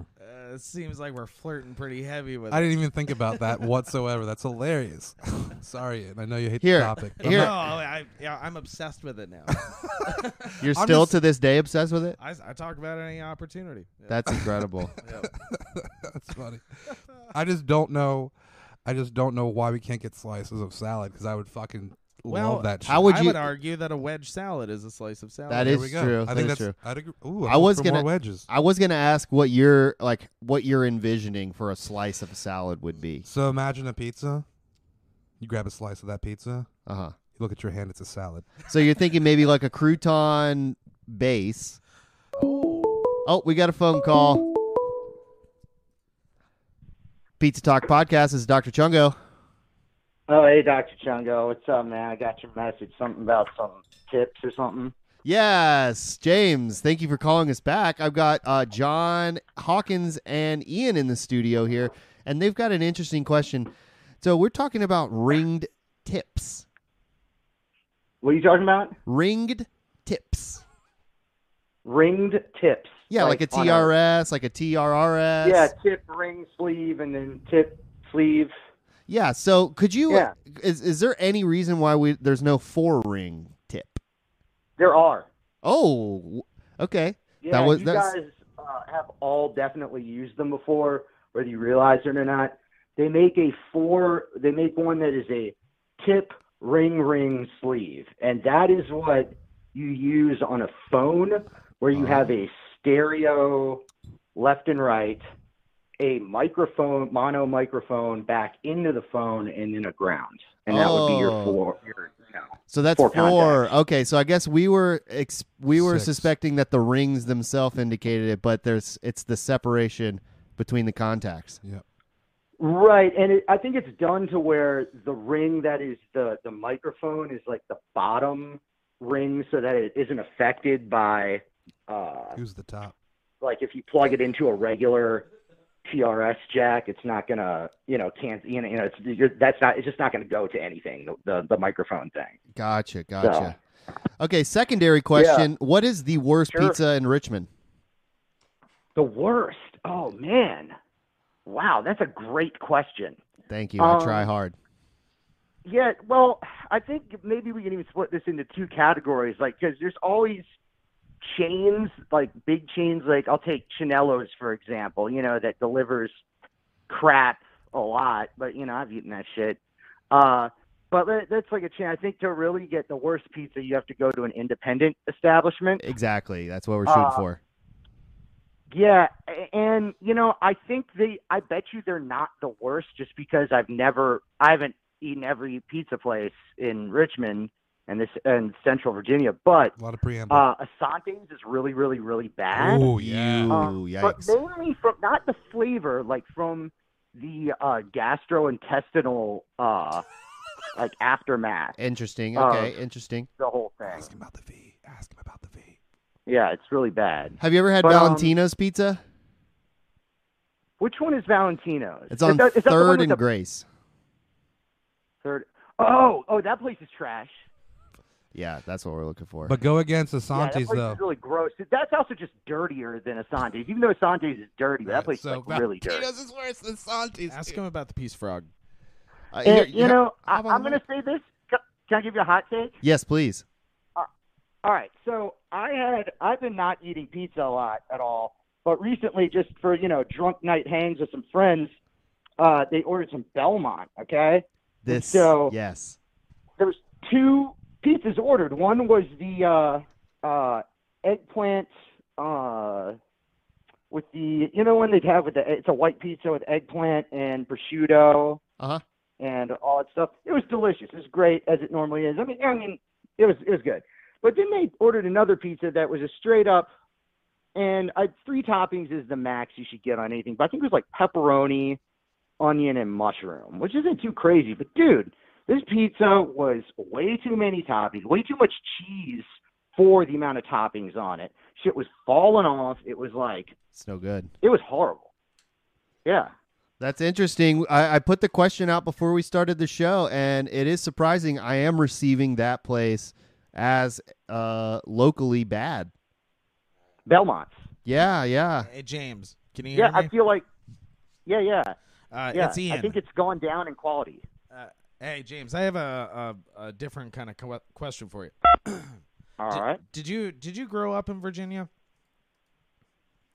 D: Uh, it seems like we're flirting pretty heavy with.
B: I didn't even think about that whatsoever. That's hilarious. Sorry, and I know you hate
A: Here,
B: the topic. but I'm
A: here.
D: No,
B: not-
D: I, yeah, I'm obsessed with it now.
A: You're
B: I'm
A: still
B: just-
A: to this day obsessed with it.
D: I, s- I talk about it any opportunity. Yeah.
A: That's incredible.
B: That's funny. I just don't know. I just don't know why we can't get slices of salad because I would fucking
D: Well,
B: love that.
A: How
B: shit.
A: would
D: I
A: you?
D: would argue that a wedge salad is a slice of salad.
A: That
B: Here
A: is
B: we go.
A: true.
B: I
A: That is
B: think that's.
A: true.
B: I'd agree. Ooh,
A: I
B: I'm
A: was
B: for
A: gonna-
B: more wedges.
A: I was gonna ask what you're like, what you're envisioning for a slice of salad would be.
B: So imagine a pizza. You grab a slice of that pizza.
A: Uh huh.
B: You look at your hand. It's a salad.
A: So you're thinking maybe like a crouton base. Oh, we got a phone call. Pizza Talk Podcast this is Dr. Chungo.
G: Oh, hey, Dr. Chungo. What's up, man? I got your message. Something about some tips or something.
A: Yes, James, thank you for calling us back. I've got uh, John Hawkins and Ian in the studio here, and they've got an interesting question. So we're talking about ringed tips.
G: What are you talking about?
A: Ringed tips.
G: Ringed tips.
A: Yeah, like, a
G: on
A: TRS, like a TRRS.
G: yeah, tip ring sleeve and then tip sleeve.
A: Yeah. So could you?
G: Yeah.
A: Is is there any reason why we there's no four ring tip?
G: There are.
A: Oh, w- okay.
G: Yeah,
A: That was-
G: you
A: that's-
G: guys uh, have all definitely used them before, whether you realize it or not. They make a four. They make one that is a tip ring ring sleeve, and that is what you use on a phone where
A: Uh-huh.
G: you have a stereo left and right, a microphone, mono microphone back into the phone, and then a ground, and that would be
A: Oh.
G: your four. Your, you know,
A: So that's four.
G: Four contacts.
A: Okay. So I guess we were ex- we were
B: Six.
A: suspecting that the rings themselves indicated it, but there's it's the separation between the contacts.
G: Right, and it, I think it's done to where the ring that is the the microphone is like the bottom ring, so that it isn't affected by uh,
B: Who's the top?
G: like if you plug it into a regular TRS jack, it's not gonna you know can't you know, you know it's you're, that's not it's just not gonna go to anything the the, the microphone thing.
A: Gotcha. Gotcha. Okay. Secondary question: What is the worst
G: Sure.
A: pizza in Richmond?
G: The worst. Oh man, wow, that's a great question.
A: Thank you. I try
G: Um,
A: hard.
G: Yeah, well, I think maybe we can even split this into two categories, like because there's always chains, like big chains. Like I'll take Chanelos for example, you know, that delivers crap a lot, but you know I've eaten that shit. Uh, but that- that's like a chain. I think to really get the worst pizza, you have to go to an independent establishment.
A: Exactly. That's what we're shooting
G: uh,
A: for.
G: Yeah, a- and you know, I think they I bet you they're not the worst just because I've never I haven't eaten every pizza place in Richmond and this and Central Virginia, but
B: A lot of preamble.
G: uh Asante's is really really really bad.
B: Ooh, yeah.
A: Ooh,
G: Um, But
A: yikes.
G: mainly from not the flavor, like from the uh gastrointestinal uh like aftermath,
A: Eh. Interesting.
G: uh,
A: Okay. interesting.
G: the whole thing.
B: Ask him about the V. Ask him about the V.
G: Yeah, it's really bad.
A: Have you ever had
G: But, um,
A: Valentino's pizza?
G: Which one is Valentino's?
A: It's on
G: is that, is that the one
A: Third
G: with
A: and
G: the
A: Grace.
G: Third. Oh, oh, that place is trash.
A: Yeah, that's what we're looking for.
B: But go against
G: yeah,
B: Asante's
G: that place
B: though.
G: is really gross. That's also just dirtier than Asante's. Even though Asante's is dirty, but that place
B: so
G: is like really dirty.
B: Valentino's is worse than Asante's.
D: Ask
B: dude.
D: him about the peace frog.
A: Uh,
G: And,
A: here-
G: you know, I,
A: hop on
G: I'm
A: the
G: going to say this. Can, can I give you a hot take?
A: yes, please.
G: All right. So I had I've been not eating pizza a lot at all, but recently, just for you know drunk night hangs with some friends, uh, they ordered some Belmont. Okay.
A: This.
G: so-
A: yes.
G: there was two pizzas ordered. One was the uh, uh, eggplant uh, with the you know one they'd have with the it's a white pizza with eggplant and prosciutto
A: Uh-huh.
G: and all that stuff. It was delicious. It was great as it normally is. I mean, I mean, it was it was good. But then they ordered another pizza that was a straight up, and I, three toppings is the max you should get on anything. But I think it was like pepperoni, onion, and mushroom, which isn't too crazy. But dude, this pizza was way too many toppings, way too much cheese for the amount of toppings on it. Shit was falling off. It was like
A: It's no good.
G: it was horrible. Yeah.
A: That's interesting. I, I put the question out before we started the show, and it is surprising. I am receiving that place as uh, locally bad.
G: Belmont's.
A: Yeah, yeah.
D: Hey James, Can you hear
G: Yeah,
D: me?
G: I feel like. Yeah, yeah,
D: uh,
G: yeah.
D: It's Ian. Uh,
G: I think it's gone down in quality.
D: hey, James, I have a, a, a different kind of que- question for you.
G: All right.
D: Did- Did you did you grow up in Virginia?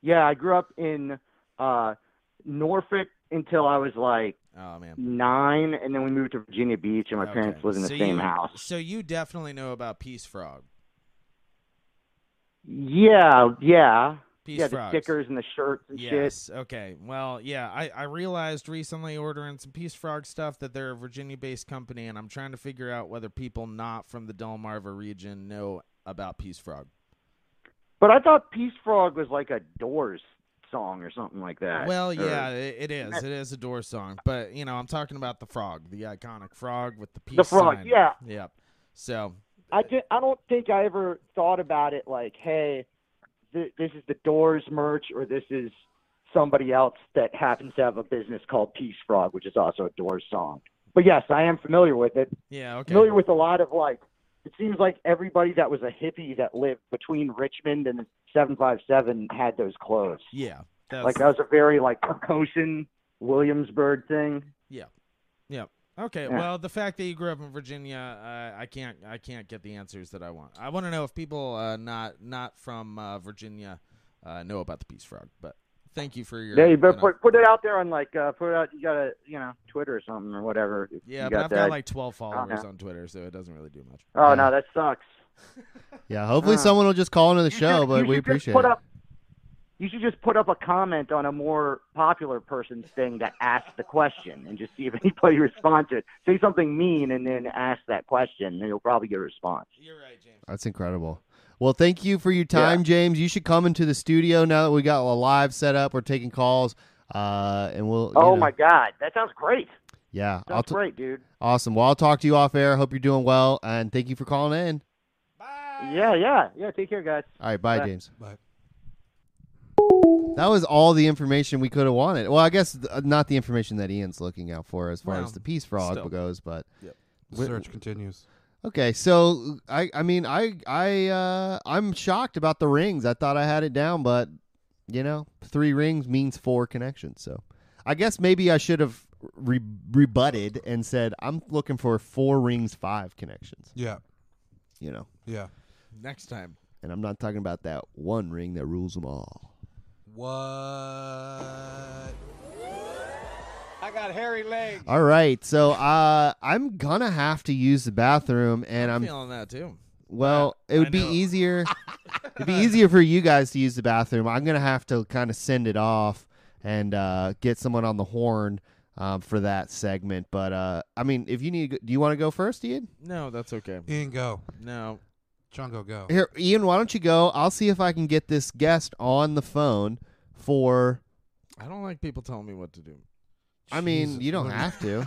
G: Yeah, I grew up in uh, Norfolk until I was like
D: Oh man.
G: nine, and then we moved to Virginia Beach, and my
D: Okay.
G: parents lived in the
D: So
G: same
D: you-
G: house.
D: So you definitely know about Peace Frog.
G: Yeah, yeah,
D: Peace
G: yeah. The
D: Frogs.
G: stickers and the shirts and shit.
D: Yes. Okay. Well, yeah. I, I realized recently ordering some Peace Frog stuff that they're a Virginia based company, and I'm trying to figure out whether people not from the Delmarva region know about Peace Frog.
G: But I thought Peace Frog was like a Doors song or something like that.
D: Well,
G: or-
D: yeah, it, it is. It is a door song, but you know, I'm talking about the frog, the iconic frog with the peace
G: The frog,
D: sign.
G: yeah.
D: Yep. So
G: I, di- I don't think I ever thought about it like, hey, th- this is the Doors merch, or this is somebody else that happens to have a business called Peace Frog, which is also a Doors song. But yes, I am familiar with it.
D: yeah. Okay.
G: Familiar with a lot of like, it seems like everybody that was a hippie that lived between Richmond and the 757 had those clothes.
D: Yeah. That's,
G: Like that was a very like Percocin Williamsburg thing.
D: okay.
G: yeah.
D: Well, the fact that you grew up in Virginia, uh, I can't. I can't get the answers that I want. I want to know if people uh, not not from uh, Virginia uh, know about the peace frog. But thank you for your.
G: Yeah, you better
D: know-
G: put put it out there on like uh, put it out. You got to you know Twitter or something or whatever. if
D: Yeah,
G: you
D: but
G: got
D: I've
G: that.
D: got like 12 followers
G: know.
D: on Twitter, so it doesn't really do much.
G: Oh
A: Yeah.
G: no, that sucks.
A: Yeah, hopefully
G: Uh,
A: someone will just call into the
G: You
A: show,
G: should-
A: but
G: you
A: we
G: should just
A: appreciate
G: put
A: it.
G: Up, you should just put up a comment on a more popular person's thing that asks the question, and just see if anybody responds to it. Say something mean, and then ask that question, and you'll probably get a response.
D: You're right, James.
A: That's incredible. Well, thank you for your time, James. You should come into the studio now that we got a live set up. We're taking calls, uh, and we'll. you
G: Oh
A: know,
G: my God, that sounds great.
A: Yeah, I'll
G: Sounds
A: t-
G: great, dude.
A: awesome. Well, I'll talk to you off air. Hope you're doing well, and thank you for calling in.
G: Yeah, yeah, yeah. Take care, guys.
A: All right, bye,
G: Bye.
A: James.
B: Bye.
A: That was all the information we could have wanted. Well, I guess th- uh, not the information that Ian's looking out for as far
D: Well,
A: as the peace frog
D: still.
A: goes, but
B: The
A: Wh-
B: search continues.
A: okay. So I, I mean, I, I, uh, I'm shocked about the rings. I thought I had it down, but you know, three rings means four connections. So I guess maybe I should have re- rebutted and said I'm looking for four rings, five connections.
B: Yeah,
A: You know,
B: yeah.
D: Next time.
A: and I'm not talking about that one ring that rules them all.
B: What?
A: All right, so uh, I'm gonna have to use the bathroom, and I'm
D: feeling that too.
A: well. It would
D: I
A: be
D: know.
A: easier. it'd be easier for you guys to use the bathroom. I'm gonna have to kind of send it off and uh, get someone on the horn um, for that segment. But uh, I mean, if you need, to go- do you want to go first, Ian?
D: No, that's okay.
B: Ian, go.
D: No.
B: Chungo,
D: Oh.
B: go.
A: Here, Ian, why don't you go? I'll see if I can get this guest on the phone for.
D: I don't like people telling me what to do.
A: I mean,
B: Jesus,
A: you don't
B: what a-
A: have to.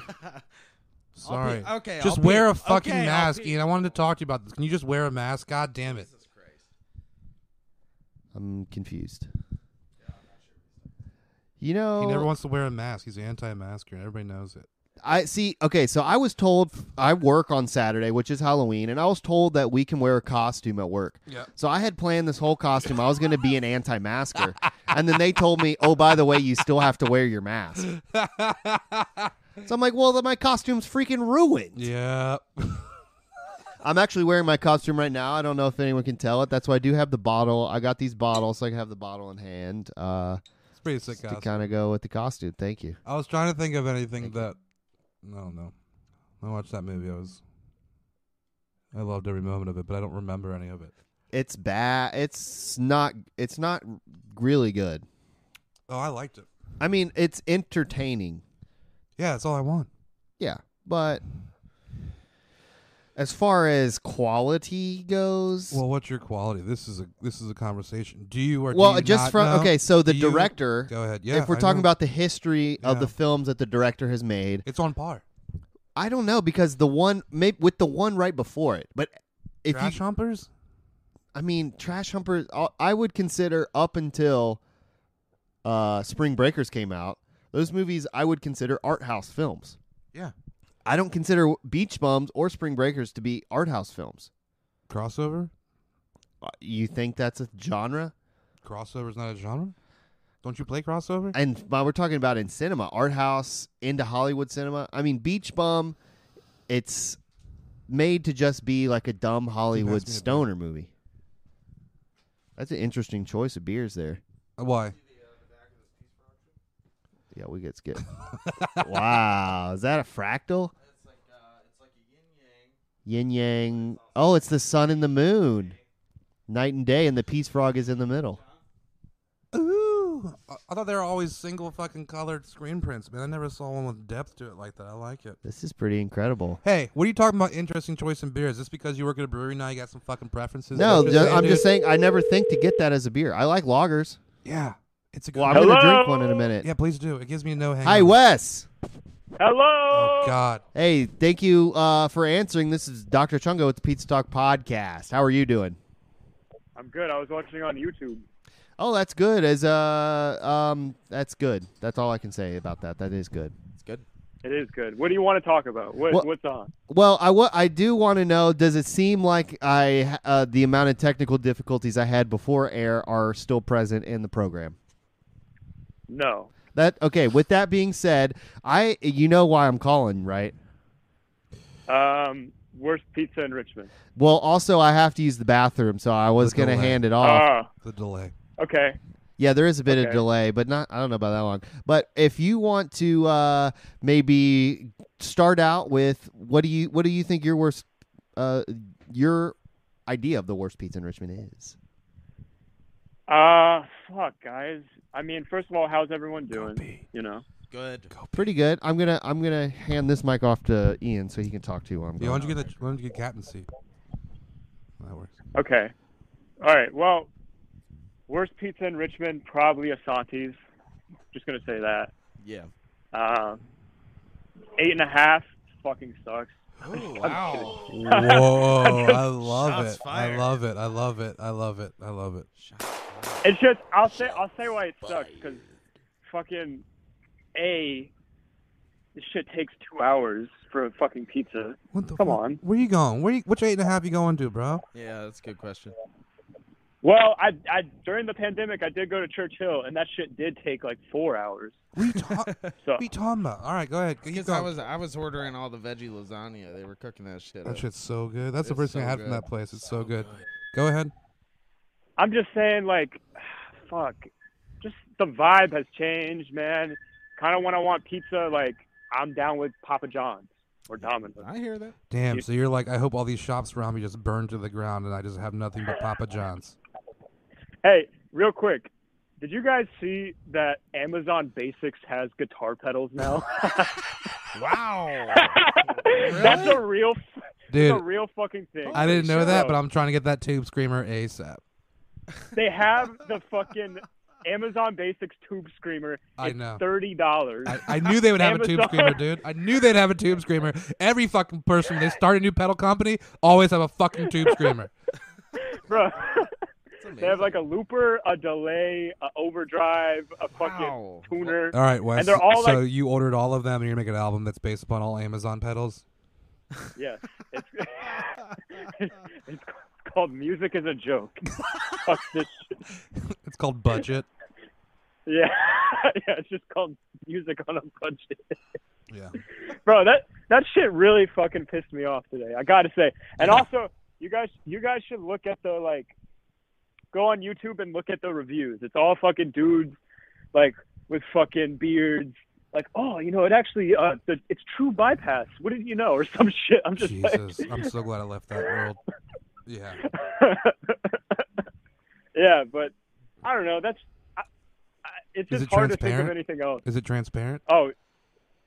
B: Sorry.
D: I'll pee- okay,
B: Just
D: I'll
B: wear
D: pee.
B: a fucking
D: Okay, I'll
B: mask,
D: pee.
B: Ian. I wanted to talk to you about this. Can you just wear a mask? God damn it.
A: I'm confused. You know,
B: He never wants to wear a mask. He's anti-masker, and everybody knows it.
A: I see. Okay, so I was told I work on Saturday, which is Halloween, and I was told that we can wear a costume at work.
B: Yeah.
A: So I had planned this whole costume. I was going to be an anti-masker, and then they told me, "Oh, by the way, you still have to wear your mask." So I'm like, "Well, then my costume's freaking ruined."
B: Yeah.
A: I'm actually wearing my costume right now. I don't know if anyone can tell it. That's why I do have the bottle. I got these bottles, so I can have the bottle in hand uh,
B: It's pretty sick,
A: to
B: guys.
A: kind of go with the costume. Thank you.
B: I was trying to think of anything that. I don't know. I watched that movie. I was. I loved every moment of it, but I don't remember any of it.
A: It's bad. It's not. It's not really good.
B: Oh, I liked it.
A: I mean, it's entertaining.
B: Yeah, that's all I want.
A: Yeah, but as far as quality goes,
B: Well, what's your quality? This is a this is a conversation. Do you or do
A: Well,
B: you
A: just
B: not
A: from
B: know?
A: okay, so the
B: Do you-
A: director.
B: Go ahead. Yeah,
A: if we're
B: I
A: talking
B: know.
A: about the history of the
B: Yeah.
A: films that the director has made,
B: it's on par.
A: I don't know because the one maybe with the one right before it, but if
B: Trash
A: you,
B: humpers.
A: I mean, Trash Humpers, I- I would consider up until uh, Spring Breakers came out, those movies I would consider art house films.
B: Yeah.
A: I don't consider Beach Bums or Spring Breakers to be art house films.
B: Crossover.
A: Uh, You think that's a genre?
B: Crossover is not a genre. Don't you play crossover?
A: and but we're talking about in cinema, art house into Hollywood cinema. I mean, Beach Bum, it's made to just be like a dumb Hollywood
B: me a beer.
A: stoner movie. That's an interesting choice of beers there.
B: Uh, Why?
A: Yeah, we get skipped. wow, is that a fractal? Yin yang. Oh, it's the sun and the moon, night and day, and the peace frog is in the middle.
B: Ooh, I, I thought they were always single fucking colored screen prints, man. I never saw one with depth to it like that. I like it.
A: This is pretty incredible.
B: Hey, what are you talking about? Interesting choice in beer. Is this because you work at a brewery now? You got some fucking preferences?
A: No,
B: Is that what you're
A: ju- I'm
B: dude?
A: just saying. I never think to get that as a beer. I like lagers.
B: Yeah, it's a good.
A: Well, I'm
B: one.
A: gonna drink one in a minute.
B: yeah, please do. It gives me no hangover.
A: Hi, Wes.
B: Oh God,
A: Hey, thank you uh, for answering. This is Dr. Chungo with the Pizza Talk Podcast. How are you doing?
H: I'm good. I was watching on YouTube.
A: Oh, that's good. As uh, um, that's good. That's all I can say about that. That is good.
D: It's good.
H: It is good. What do you want to talk about? What,
A: Well-
H: what's on?
A: Well, I wa- I do want to know. Does it seem like I uh, the amount of technical difficulties I had before air are still present in the program?
H: No.
A: That okay. With that being said, I you know why I'm calling, right?
H: Um, worst pizza in Richmond.
A: Well, also I have to use the bathroom, so I was
B: The
A: gonna
B: delay.
A: hand it off.
H: Ah,
B: the delay.
H: okay.
A: Yeah, there is a bit of
H: Okay.
A: delay, but not I don't know about that long. But if you want to uh, maybe start out with what do you what do you think your worst uh, your idea of the worst pizza in Richmond is?
H: Uh, fuck, guys. I mean, first of all, how's everyone doing? You know.
D: Good.
A: Pretty good. I'm gonna I'm gonna hand this mic off to Ian so he can talk to you. While I'm
B: Yeah, why
A: gone.
B: don't you get the? Why don't you get captaincy? That works.
H: Okay. All right. Well, worst pizza in Richmond, probably Asante's. Just gonna say that.
D: Yeah.
H: Um, eight and a half fucking sucks.
D: Oh wow.
B: Whoa, I love
D: Shots
B: it. I
D: fired.
B: love it. I love it. I love it. I love it.
H: It's just I'll say I'll say why it sucks because fucking a this shit takes two hours for a fucking pizza.
B: What the
H: Come
B: fuck?
H: on.
B: Where you going? Where you, which eight and a half you going to, bro?
D: Yeah, that's a good question.
H: Well, I, I during the pandemic I did go to Church Hill and that shit did take like four hours.
B: What are you, ta- what
H: So
B: are you talking about? All right, go ahead. Keep
D: Because I
B: going.
D: was I was ordering all the veggie lasagna. They were cooking that shit.
B: that
D: up.
B: shit's so good. That's the
D: It's
B: first thing I
D: so
B: had from
D: good.
B: that place. It's so, good. Go ahead.
H: I'm just saying like, fuck, just the vibe has changed, man. Kind of when I want pizza, like I'm down with Papa John's or Domino's.
D: I hear that.
B: Damn. So you're like, I hope all these shops around me just burn to the ground, and I just have nothing but Papa John's.
H: Hey, real quick. Did you guys see that Amazon Basics has guitar pedals now?
D: Wow.
H: That's a real,
B: Dude,
H: a real fucking thing.
B: I didn't know that,
H: So,
B: but I'm trying to get that tube screamer ASAP.
H: They have the fucking Amazon Basics Tube Screamer.
B: I
H: It's
B: know.
H: Thirty dollars.
B: I, I knew they would have a tube
H: Amazon.
B: screamer, dude. I knew they'd have a tube screamer. Every fucking person when they start a new pedal company always have a fucking tube screamer.
H: Bro, they have like a looper, a delay, a overdrive, a fucking
D: Wow.
H: tuner.
B: All right, Wes.
H: And they're all
B: so
H: like-
B: you ordered all of them, and you're making an album that's based upon all Amazon pedals.
H: Yes. It's, it's called Music is a Joke. Fuck this shit.
B: It's called Budget.
H: Yeah. yeah, it's just called Music on a Budget.
B: Yeah.
H: bro that that shit really fucking pissed me off today i gotta say and also you guys you guys should look at the like go on youtube and look at the reviews it's all fucking dudes like with fucking beards like oh you know it actually uh the, it's true bypass what did you know or some shit i'm just
B: Jesus, I'm so glad I left that world. Yeah.
H: like yeah but i don't know that's I, I, it's
B: Is
H: just
B: it
H: hard to think of
B: transparent?
H: anything else
B: Is it transparent?
H: oh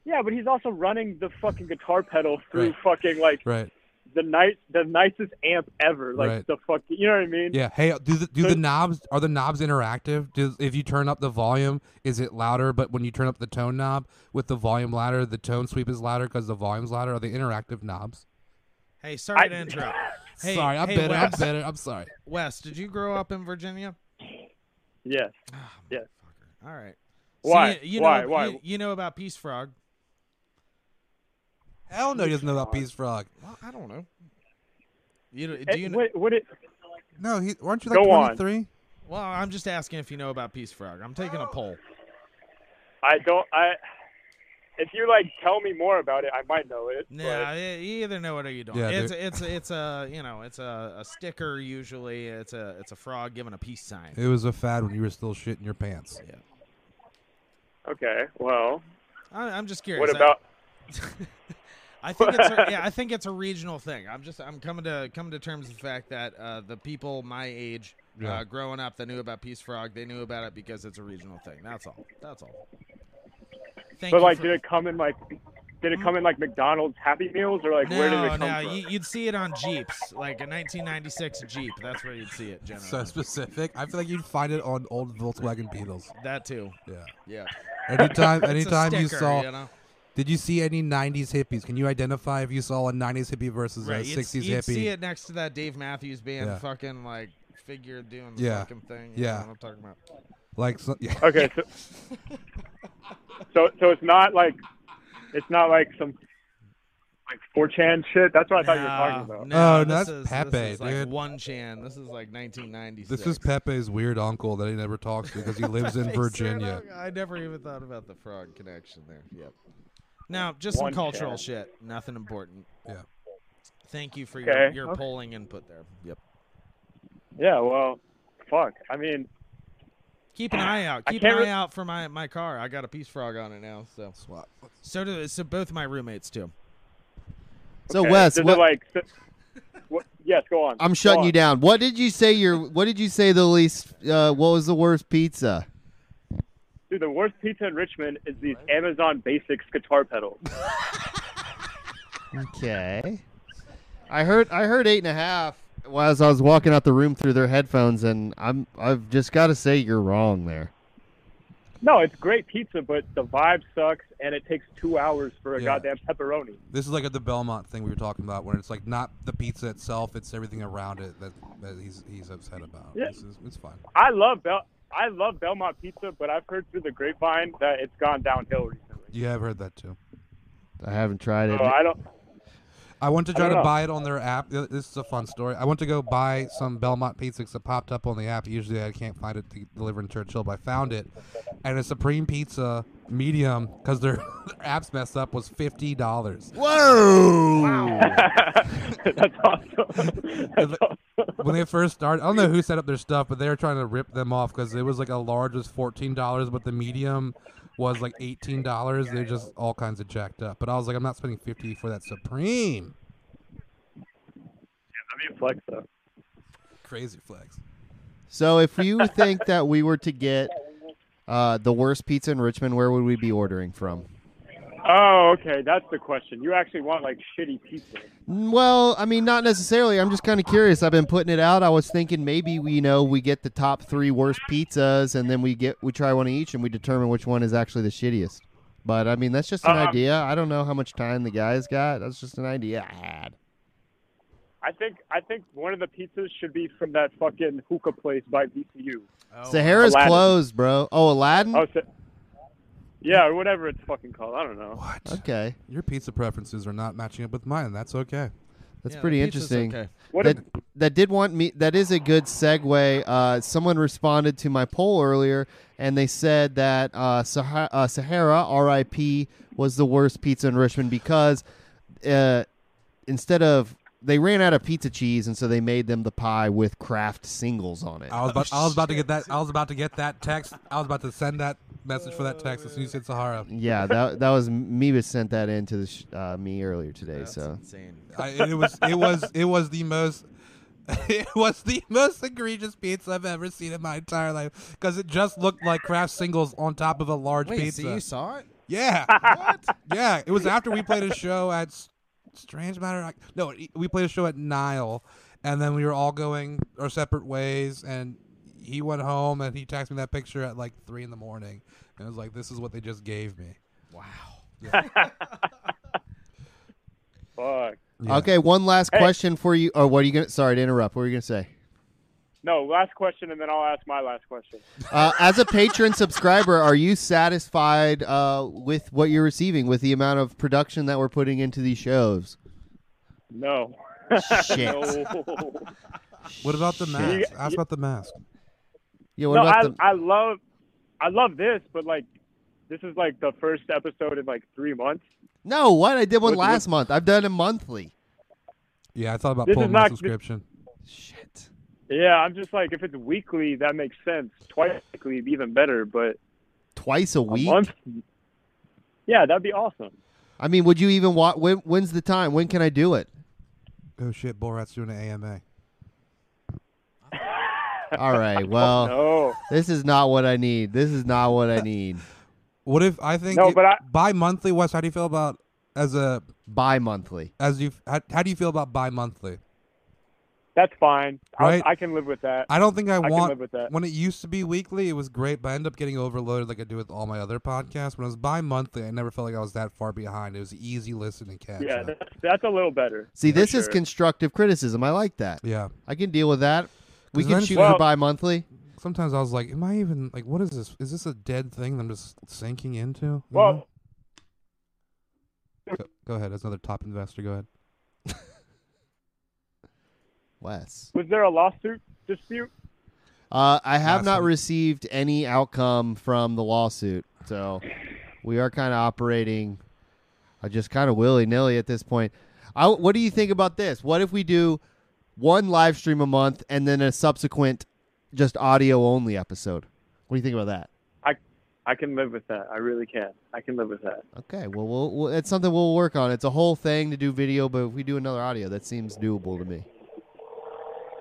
H: yeah but he's also running the fucking guitar pedal through
B: Right.
H: fucking like
B: Right.
H: the nice, the nicest amp ever. Like
B: Right.
H: the fuck, you know what I mean?
B: Yeah. Hey, do the do the
H: Good.
B: knobs are the knobs interactive? Do if you turn up the volume, is it louder? But when you turn up the tone knob with the volume louder, the tone sweep is louder because the volume's louder. Are they interactive knobs?
D: Hey, sorry
H: I-
D: to interrupt. Hey,
B: sorry, I'm
D: hey,
B: better.
D: Wes,
B: I'm better. I'm sorry.
D: Wes, did you grow up in Virginia?
H: Yes.
D: Ah,
H: Yeah.
D: motherfucker. All right.
H: Why?
D: So you, you
H: Why?
D: Know,
H: Why?
D: You, you know about Peace Frog?
B: Hell Oh, no, he doesn't know about Peace Frog.
D: Well, I don't know. You do,
H: Eh,
D: do you know?
H: what, what it,
B: No, he, aren't you like
H: Go on.
B: 23?
D: Well, I'm just asking if you know about Peace Frog. I'm taking a poll.
H: Oh, I don't. I. If you like tell me more about it, I might know it. but-
D: Yeah, you either know it or you don't.
B: Yeah,
D: it's it's it's a you know it's a, a sticker usually. It's a it's a frog giving a peace sign.
B: It was a fad when you were still shitting your pants.
H: Okay. Well,
D: I, I'm just curious.
H: what about?
D: I, I think it's a, yeah, I think it's a regional thing. I'm just I'm coming to coming to terms with the fact that uh, the people my age.
B: Yeah.
D: Uh, growing up, that knew about Peace Frog. They knew about it because it's a regional thing. That's all. That's all. Thank
H: But
D: you
H: like,
D: for-
H: did it come in like? Did it come in like McDonald's Happy Meals or like
D: no,
H: where did it come
D: no,
H: from?
D: you, you'd see it on Jeeps, like a 1996 Jeep. That's where you'd see it generally.
B: So specific. I feel like you'd find it on old Volkswagen Beetles.
D: that too.
B: Yeah.
D: Yeah.
B: Anytime,
D: It's a
B: anytime you
D: sticker,
B: saw.
D: you know?
B: Did you see any '90s hippies? Can you identify if you saw a '90s hippie versus
D: right,
B: a
D: you'd,
B: '60s
D: you'd
B: hippie?
D: see it next to that Dave Matthews Band
B: Yeah.
D: fucking like figure doing the
B: Yeah.
D: fucking thing. you
B: Yeah.
D: know what I'm talking about.
B: Like, so, yeah.
H: Okay. So, so so it's not like it's not like some like 4chan shit. That's what I thought you were talking
D: Nah,
H: about.
D: nah,
B: Oh,
D: this
B: that's
D: is, This
B: Pepe,
D: is like
B: dude.
D: one chan. This is like 1996.
B: this is Pepe's weird uncle that he never talks to because he lives in
D: Pepe
B: Virginia.
D: Serrano. I never even thought about the frog connection there. Yep. Now, just
H: One
D: some cultural
H: chan.
D: shit. Nothing important.
B: Yeah.
D: Thank you for your,
H: Okay,
D: your
H: okay.
D: polling input there. Yep.
H: Yeah. Well, fuck. I mean,
D: Keep an eye out.
H: I
D: Keep an eye
H: can't re-
D: out for my, my car. I got a peace frog on it now. So
B: Swap.
D: so do so both my roommates too.
A: So
H: okay,
A: Wes,
H: does it,
A: what,
H: like, s- what- yes, go on.
A: I'm shutting
H: Go
A: you
H: on.
A: down. What did you say? Your what did you say? The least? Uh, what was the worst pizza?
H: Dude, the worst pizza in Richmond is these Amazon Basics guitar pedals.
A: Okay. I heard I heard eight and a half while as I was walking out the room through their headphones, and I'm I've just got to say you're wrong there.
H: No, it's great pizza, but the vibe sucks, and it takes two hours for a
B: Yeah.
H: goddamn pepperoni.
B: This is like at the Belmont thing we were talking about, where it's like not the pizza itself; it's everything around it that, that he's he's upset about.
H: Yeah.
B: This is, it's fine.
H: I love Bel, I love Belmont pizza, but I've heard through the grapevine that it's gone downhill recently.
B: You have heard that too.
A: I haven't tried it.
H: So Oh, I don't.
B: I went to try
H: don't
B: to
H: know.
B: buy it on their app. Th- This is a fun story. I went to go buy some Belmont pizza 'cause it popped up on the app. Usually I can't find it to deliver in Churchill, but I found it. And a Supreme Pizza medium, because their, their app's messed up, was $50.
A: Whoa!
H: That's awesome. That's awesome.
B: When they first started, I don't know who set up their stuff, but they were trying to rip them off because it was like a large was $14, but the medium was like $18. They're just all kinds of jacked up. But I was like, I'm not spending 50 for that Supreme.
H: I mean, flex though.
B: Crazy flex.
A: So if you think that we were to get uh, the worst pizza in Richmond, where would we be ordering from?
H: Oh, okay. That's the question. You actually want like shitty pizza?
A: Mm, Well, I mean, not necessarily. I'm just kind of curious. I've been putting it out. I was thinking maybe we you know we get the top three worst pizzas, and then we get we try one each, and we determine which one is actually the shittiest. But I mean, that's just an
H: Uh,
A: idea. I don't know how much time the guys got. That's just an idea I had.
H: I think I think one of the pizzas should be from that fucking hookah place by VCU.
D: Oh,
A: Sahara's
H: Aladdin.
A: closed, bro. Oh, Aladdin.
H: Oh, so, yeah, or whatever it's fucking called. I don't know.
B: What?
A: Okay,
B: Your pizza preferences are not matching up with mine. That's okay.
A: that's
D: Yeah, the
A: pretty
D: pizza's
A: interesting.
D: okay.
H: What
A: that,
H: if,
A: that did want me that is a good segue uh, someone responded to my poll earlier and they said that uh, Sahara, uh, Sahara RIP was the worst pizza in Richmond because uh, instead of they ran out of pizza cheese and so they made them the pie with Kraft singles on it
B: I was about, I
A: Oh,
B: was about to get that. I was about to get that text. I was about to send that message for that text as soon as you said Sahara.
A: yeah that that was Meebus sent that in to the sh- uh, me earlier today
D: That's
A: so
D: insane.
B: I, it was it was it was the most it was the most egregious pizza I've ever seen in my entire life because it just looked like Kraft singles on top of a large
D: Wait,
B: pizza.
D: so you saw it?
B: Yeah,
D: What?
B: yeah. It was after we played a show at S- Strange Matter. I- No, e, we played a show at Nile, and then we were all going our separate ways. And he went home, and he texted me that picture at like three in the morning, and I was like, "This is what they just gave me."
D: wow.
H: fuck.
B: Yeah.
A: okay one last
H: Hey.
A: question for you or what are you gonna sorry to interrupt what were you gonna say
H: No, last question, and then I'll ask my last question.
A: Uh, as a patron subscriber, are you satisfied uh, with what you're receiving, with the amount of production that we're putting into these shows?
H: No.
A: Shit.
H: no.
B: What about the mask? Ask about the mask.
A: Yeah, what
H: No,
A: about
H: I,
A: the
H: I love, I love this, but like, this is like the first episode in like three months.
A: No, what? I did one
H: What- what-
A: last month. I've done it monthly.
B: Yeah, I thought about
H: This is
B: pulling my
H: not-
B: subscription.
A: Shit.
H: Yeah, I'm just like, if it's weekly, that makes sense. Twice weekly, would be even better. But
A: Twice a
H: a
A: week?
H: month, yeah, that'd be awesome.
A: I mean, would you even watch when when's the time? When can I do it?
B: Oh shit, Borat's doing an AMA.
A: All right. Well,
H: No,
A: this is not what I need. This is not what I need.
B: What if I think
H: No,
B: it-
H: but I-
B: bi-monthly? Wes, how do you feel about as a
A: Bi-monthly.
B: as you how, how do you feel about bi-monthly?
H: that's fine.
B: Right.
H: I, I can live with that.
B: I don't think I,
H: can
B: want
H: live with that.
B: when it used to be weekly. It was great, but I ended up getting overloaded like I do with all my other podcasts. When it was bi-monthly, I never felt like I was that far behind. It was easy listen and catch
H: yeah,
B: up.
H: that's, that's a little better.
A: See,
H: for
A: this is
H: sure.
A: constructive criticism. I like that.
B: yeah.
A: I can deal with that. We
B: 'Cause
A: can
B: then-
A: shoot
H: Well-
A: for bi-monthly.
B: Sometimes I was like, "Am I even like what is this? Is this a dead thing that I'm just sinking into?" You know?
H: well.
B: go, go ahead. That's another top investor. Go ahead.
A: Wes.
H: Was there a lawsuit dispute?
A: Uh, I have not
B: Awesome.
A: received any outcome from the lawsuit, so we are kind of operating, uh, just kind of willy nilly at this point. I, what do you think about this? What if we do one live stream a month and then a subsequent, just audio only episode? What do you think about that?
H: I I can live with that. I really can. I can live with that.
A: Okay, well, we'll, we'll it's something we'll work on. It's a whole thing to do video, but if we do another audio, that seems doable to me.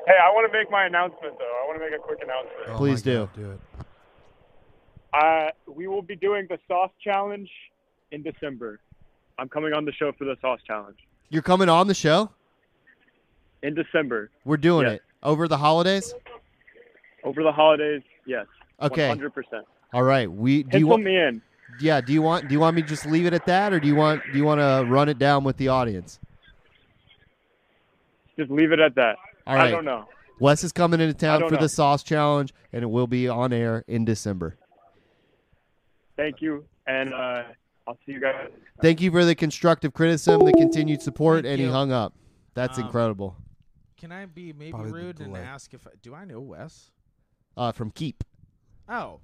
H: Hey, I want to make my announcement though. I want to make a quick announcement.
B: Oh my
A: Please do.
B: God, do it.
H: Uh, we will be doing the sauce challenge in December. I'm coming on the show for the sauce challenge
A: You're coming on the show.
H: in December
A: We're doing
H: Yes.
A: it over the holidays.
H: over the holidays. Yes.
A: Okay.
H: 100%.
A: All right. We do
H: Pencil
A: you want?
H: me in.
A: Yeah. Do you want? Do you want me to just leave it at that, or do you want? Do you want to run it down with the audience?
H: Just leave it at that.
A: All
H: I
A: right.
H: don't know.
A: Wes is coming into
H: I
A: town
H: don't
A: for
H: know.
A: the sauce challenge, and it will be on air in December.
H: Thank you, and uh, I'll see you guys.
A: Thank you for the constructive criticism, the continued support,
D: Thank
A: and he
D: you.
A: hung up. That's
D: Um,
A: incredible.
D: Can I be maybe
B: Probably the
D: rude and
B: delay.
D: ask if I, do I know Wes?
A: Uh, from Keep.
D: Oh,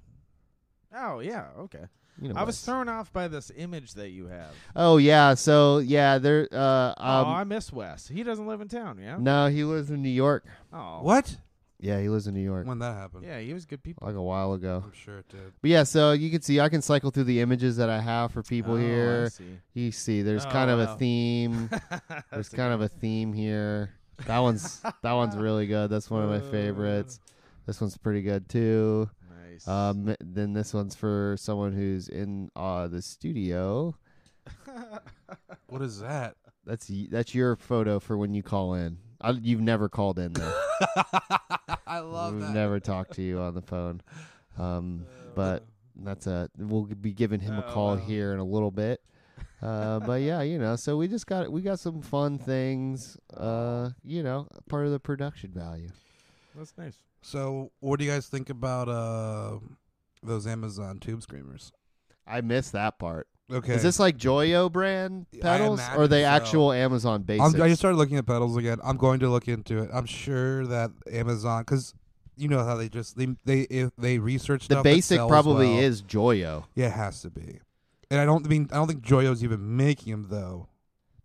D: oh yeah, okay.
A: You know
D: I was
A: Wes.
D: thrown off by this image that you have.
A: Oh yeah. So yeah, there. Uh,
D: oh,
A: um,
D: I miss Wes. He doesn't live in town, yeah.
A: no, he lives in New York.
D: Oh,
B: What?
A: Yeah, he lives in New York.
B: When that happened?
D: Yeah, he was good people.
A: Like a while ago.
B: I'm sure it did.
A: But yeah, so you can see I can cycle through the images that I have for people
D: Oh, I
A: here.
D: see.
A: You see, there's
D: Oh,
A: kind of a
D: wow.
A: theme. There's
D: That's a-
A: kind of a theme here. That one's that one's really good. That's one of my favorites. This one's pretty good too.
D: nice.
A: Um, then this one's for someone who's in uh, the studio.
B: What is that?
A: That's y- that's your photo for when you call in. I, you've never called in though.
B: I love
A: We've
B: that. Oh.
A: never talked to you on the phone. Um, but that's a we'll be giving him a
D: Oh,
A: call
D: wow.
A: here in a little bit. Uh, but yeah, you know, so we just got we got some fun things. Uh, you know, part of the production value.
D: That's nice.
B: So, what do you guys think about uh, those Amazon tube screamers?
A: I miss that part.
B: Okay,
A: Is this like Joyo brand
B: I
A: pedals, or are
B: imagine
A: they
B: so.
A: actual Amazon
B: I'm,
A: basics?
B: I just started looking at pedals again. I'm going to look into it. I'm sure that Amazon, because you know how they just they they if they research
A: the
B: stuff that
A: basic
B: sells
A: probably
B: well.
A: is Joyo.
B: Yeah, it has to be. And I don't mean I don't think Joyo's even making them though.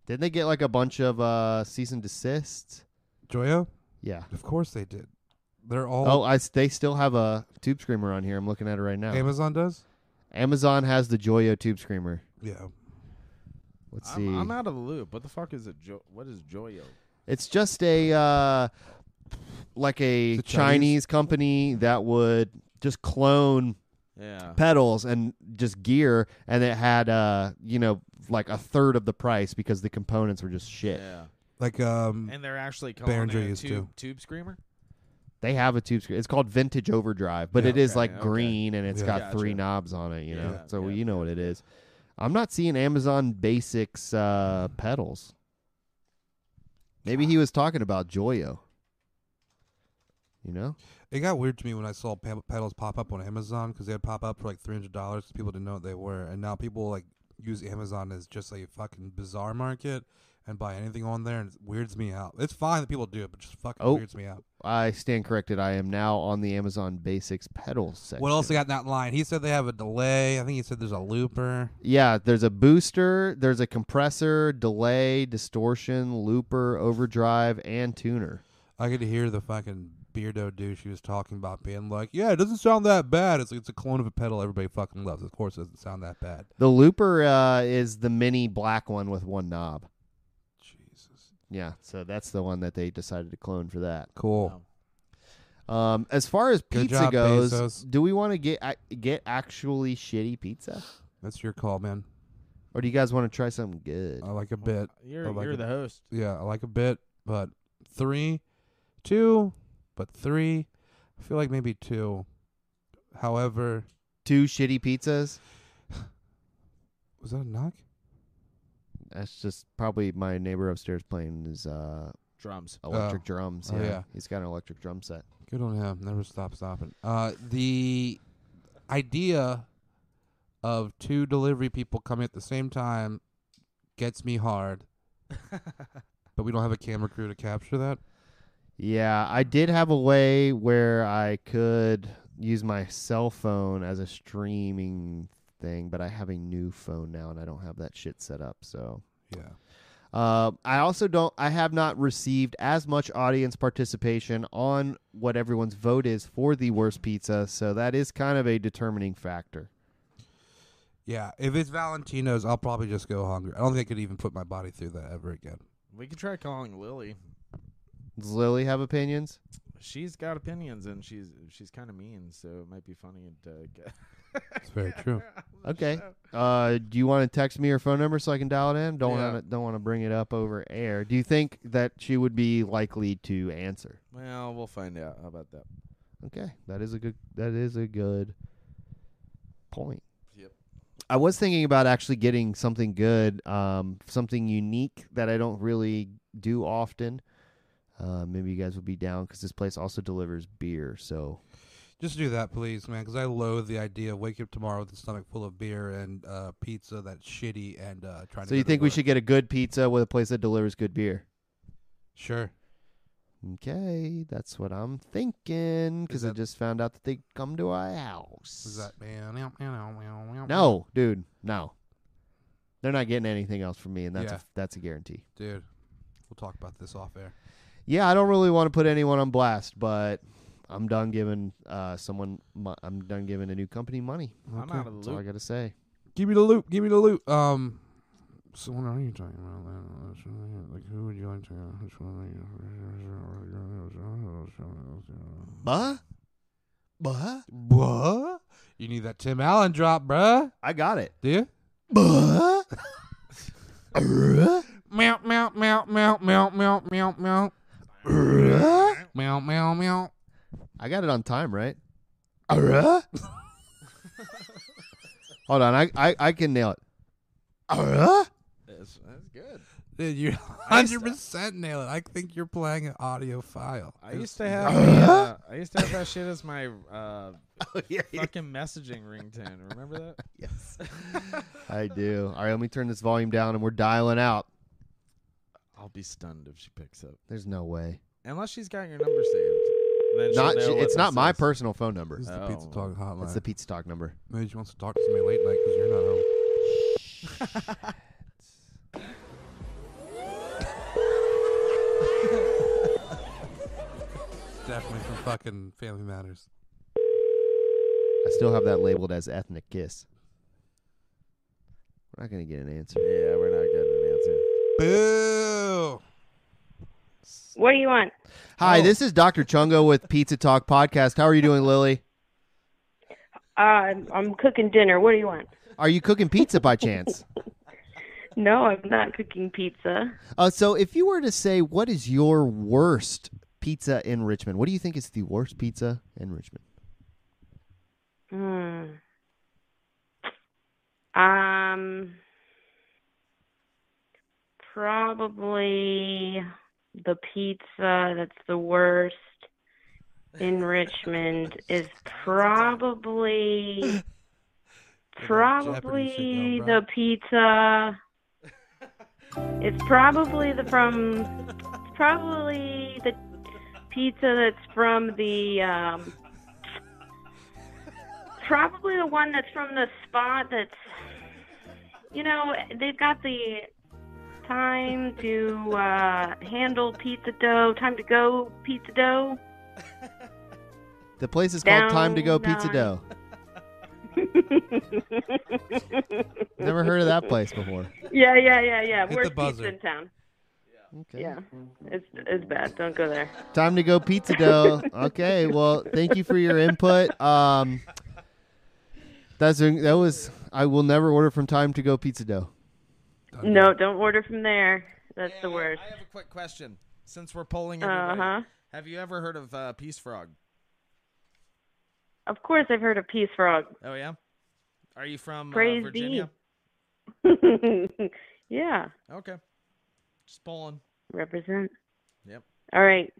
A: Didn't they get like a bunch of uh, cease and desist?
B: Joyo,
A: Yeah.
B: of course they did. They're
A: Oh,
B: all
A: I s- they still have a tube screamer on here. I'm looking at it right now.
B: Amazon does.
A: Amazon has the Joyo tube screamer.
B: Yeah,
A: Let's see.
D: I'm, I'm out of the loop. What the fuck is a jo- what is Joyo?
A: It's just a uh, like a
B: Is
A: Chinese?
B: it Chinese?
A: company that would just clone
D: Yeah.
A: pedals and just gear, and it had uh, you know like a third of the price because the components were just shit.
D: Yeah.
B: like um,
D: And they're actually calling it
B: Behringer
D: a
B: used to.
D: tube, tube screamer.
A: They have a tube screen. It's called Vintage Overdrive, but
B: Yeah.
A: it is
D: Okay,
A: like
D: okay.
A: green and it's
B: Yeah.
A: got
D: Gotcha.
A: three knobs on it. You know,
D: Yeah,
A: so
D: yeah.
A: you know what it is. I'm not seeing Amazon Basics uh,
D: Mm-hmm.
A: pedals. Maybe he was talking about Joyo. You know.
B: It got weird to me when I saw pe- pedals pop up on Amazon because they'd pop up for like three hundred dollars. People didn't know what they were, and now people like use Amazon as just a fucking bizarre market, and buy anything on there, and it weirds me out. It's fine that people do it, but just fucking
A: Oh.
B: weirds me out.
A: I stand corrected. I am now on the Amazon Basics pedals section.
B: What else they got in that line? He said they have a delay. I think he said there's a looper.
A: Yeah, there's a booster, there's a compressor, delay, distortion, looper, overdrive, and tuner.
B: I could hear the fucking beardo douche he was talking about being like, "Yeah, it doesn't sound that bad. It's like it's a clone of a pedal everybody fucking loves. Of course, it doesn't sound that bad."
A: The looper uh, is the mini black one with one knob.
B: Jesus,
A: Yeah, so that's the one that they decided to clone for that.
B: cool.
D: Wow.
A: Um, as far as
B: Good
A: pizza
B: job,
A: goes,
B: Bezos.
A: do we want to get ac- get actually shitty pizza,
B: That's your call, man.
A: or do you guys want to try something good?
B: I like a bit. I
D: You're
B: like
D: you're
B: it.
D: the host.
B: Yeah, I like a bit, but three, two, but three. I feel like maybe two. However,
A: Two shitty pizzas.
B: was that a knock?
A: That's just probably my neighbor upstairs playing his uh,
D: Drums.
A: electric drums.
B: Oh,
A: yeah.
B: yeah.
A: he's got an electric drum set.
B: Good on him. Never stop stopping. Uh, the idea of two delivery people coming at the same time gets me hard. but we don't have a camera crew to capture that.
A: Yeah, I did have a way where I could use my cell phone as a streaming thing, but I have a new phone now and I don't have that shit set up. So
B: Yeah.
A: Uh, I also don't. I have not received as much audience participation on what everyone's vote is for the worst pizza, so that is kind of a determining factor.
B: Yeah. If it's Valentino's, I'll probably just go hungry. I don't think I could even put my body through that ever again.
D: We could try calling Lily.
A: Does Lily have opinions?
D: She's got opinions and she's she's kind of mean, so it might be funny to get.
B: It's very true.
A: Okay. Uh, do you want to text me her phone number so I can dial it in? Don't
B: Yeah.
A: want to don't want to bring it up over air. Do you think that she would be likely to answer?
D: Well, we'll find out. How about that?
A: Okay, that is a good that is a good point.
D: Yep.
A: I was thinking about actually getting something good, um, something unique that I don't really do often. Uh, maybe you guys would be down because this place also delivers beer. So
B: Just do that, please, man, because I loathe the idea of waking up tomorrow with a stomach full of beer and uh, pizza that's shitty and uh, trying to.
A: so you
B: go to
A: think we
B: work.
A: should get a good pizza with a place that delivers good beer?
B: Sure.
A: Okay, that's what I'm thinking because I
B: that-
A: just found out that they come to our house.
B: Is that man?
A: No, dude, no. They're not getting anything else from me, and that's
B: Yeah.
A: a, that's a guarantee.
B: Dude, we'll talk about this off air.
A: Yeah, I don't really want to put anyone on blast, but I'm done giving uh, someone. Mo- I'm done giving a new company money.
D: I'm out of
A: That's
D: the
A: all I
D: loop.
A: gotta say.
B: Give me the loot. Give me the loot. Um, so what are you talking about? then? Which one are you- Like, who would you like to? uh, Which one? Are you?
A: Buh, buh.
B: What? You need that Tim Allen drop, bruh.
A: I got it.
B: Do you?
A: Buh.
B: Meow, meow, meow, meow, meow, meow, meow, meow, meow, meow, meow.
A: I got it on time, right? Hold on, I, I I can nail it.
D: That's, that's good.
B: Dude, you 100% nail it. I think you're playing an audio file.
D: I used to have the, uh, I used to have that shit as my
A: Oh,
D: uh, fucking messaging ringtone. Remember that?
A: I do. All right, let me turn this volume down, and we're dialing out.
D: I'll be stunned if she picks up.
A: There's no way.
D: Unless she's got your number saved. Then she'll
A: Not.
D: know what
A: It's
D: this
A: not my
D: is.
A: personal phone number.
B: This is the
D: Oh.
B: Pizza Talk Hotline.
A: It's the pizza talk number.
B: Maybe she wants to talk to somebody late night because you're not home. It's Definitely from fucking Family Matters.
A: I still have that labeled as ethnic kiss. We're not gonna get an answer.
D: Yeah, we're not getting an answer.
B: Boo! Oh.
I: What do you want? Oh,
A: Hi, this is Dr. Chungo with Pizza Talk Podcast. How are you doing, Lily?
I: Uh, I'm- I'm cooking dinner. What do you want?
A: Are you cooking pizza by chance?
I: No, I'm not cooking pizza.
A: Uh, so, if you were to say, what is your worst pizza in Richmond? What do you think is the worst pizza in Richmond?
I: Hmm. Um, probably the pizza that's the worst in Richmond is probably
B: Jeopardy shit going,
I: probably
B: bro.
I: the pizza It's probably the from. It's probably the pizza that's from the. Um, probably the one that's from the spot that's. You know, they've got the time to uh, handle pizza dough, time to go pizza dough.
A: The place is called Time to Go
I: Down
A: Pizza
I: nine.
A: Dough. Never heard of that place before.
I: Yeah, yeah, yeah, yeah.
B: Hit the
I: Worst
B: buzzer.
I: pizza in town.
A: Okay.
I: Yeah, it's it's bad. Don't go there.
A: Time to go pizza dough. okay. Well, thank you for your input. Um, that's that was. I will never order from Time to Go Pizza Dough.
I: No, don't order from there. That's the
D: Hey,
I: worst.
D: I have a quick question. Since we're polling
I: Uh
D: everybody,
I: huh.
D: have you ever heard of uh, Peace Frog?
I: Of course, I've heard of Peace Frog.
D: Oh yeah. Are you from uh,
I: Praise
D: Virginia?
I: thee. yeah,
D: Okay. Just polling.
I: represent.
D: Yep.
I: All right.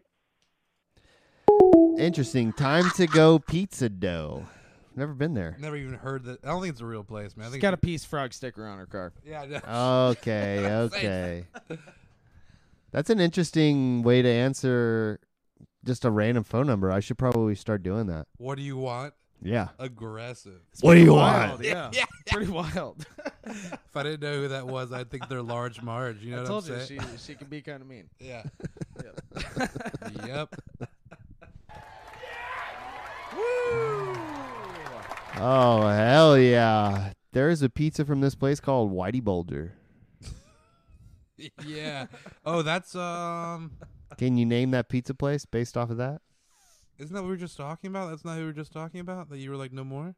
A: Interesting. Time to Go Pizza Dough. Never been there.
B: Never even heard that. I don't think it's a real place, man. I
D: She's
B: think
D: got a Peace Frog sticker on her car.
B: yeah. I know.
A: Okay. Okay. That's an interesting way to answer just a random phone number. I should probably start doing that.
B: What do you want?
A: Yeah.
B: Aggressive.
A: What do you
D: Wild, yeah. Pretty wild.
B: If I didn't know who that was, I'd think they're large Marge. You know
D: I
B: what
D: told
B: I'm
D: you she
B: saying?
D: she can be kind of mean.
B: Yeah.
D: Yep.
B: yep.
A: Oh hell yeah! There is a pizza from this place called Whitey Boulder.
B: Yeah. Oh, that's um.
A: Can you name that pizza place based off of that?
B: Isn't that what we were just talking about? That's not who we were just talking about. That you were like, no more.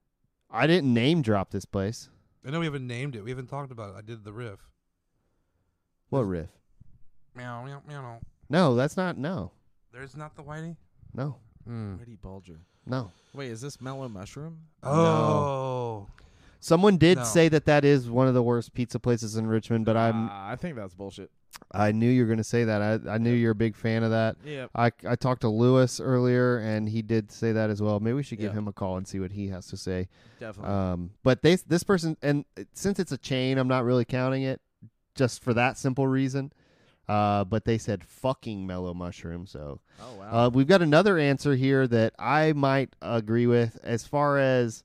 A: I didn't name drop this place.
B: I know we haven't named it. We haven't talked about it. I did the riff.
A: What riff?
B: Meow meow meow.
A: No, that's not. No,
B: There's not the whitey.
A: no,
D: Pretty Bulger.
A: Hmm. no.
D: Wait, is this Mellow Mushroom?
B: Oh.
A: Someone did
B: No.
A: say that that is one of the worst pizza places in Richmond, but I'm.
D: Ah, I think that's bullshit.
A: I knew you were gonna say that. I I knew you're a big fan of that.
D: Yeah.
A: I, I talked to Lewis earlier, and he did say that as well. Maybe we should give
D: Yeah.
A: him a call and see what he has to say.
D: Definitely.
A: Um, but they this person and it- since it's a chain, I'm not really counting it just for that simple reason. Uh, but they said fucking mellow mushroom. So
D: oh wow.
A: uh, we've got another answer here that I might agree with as far as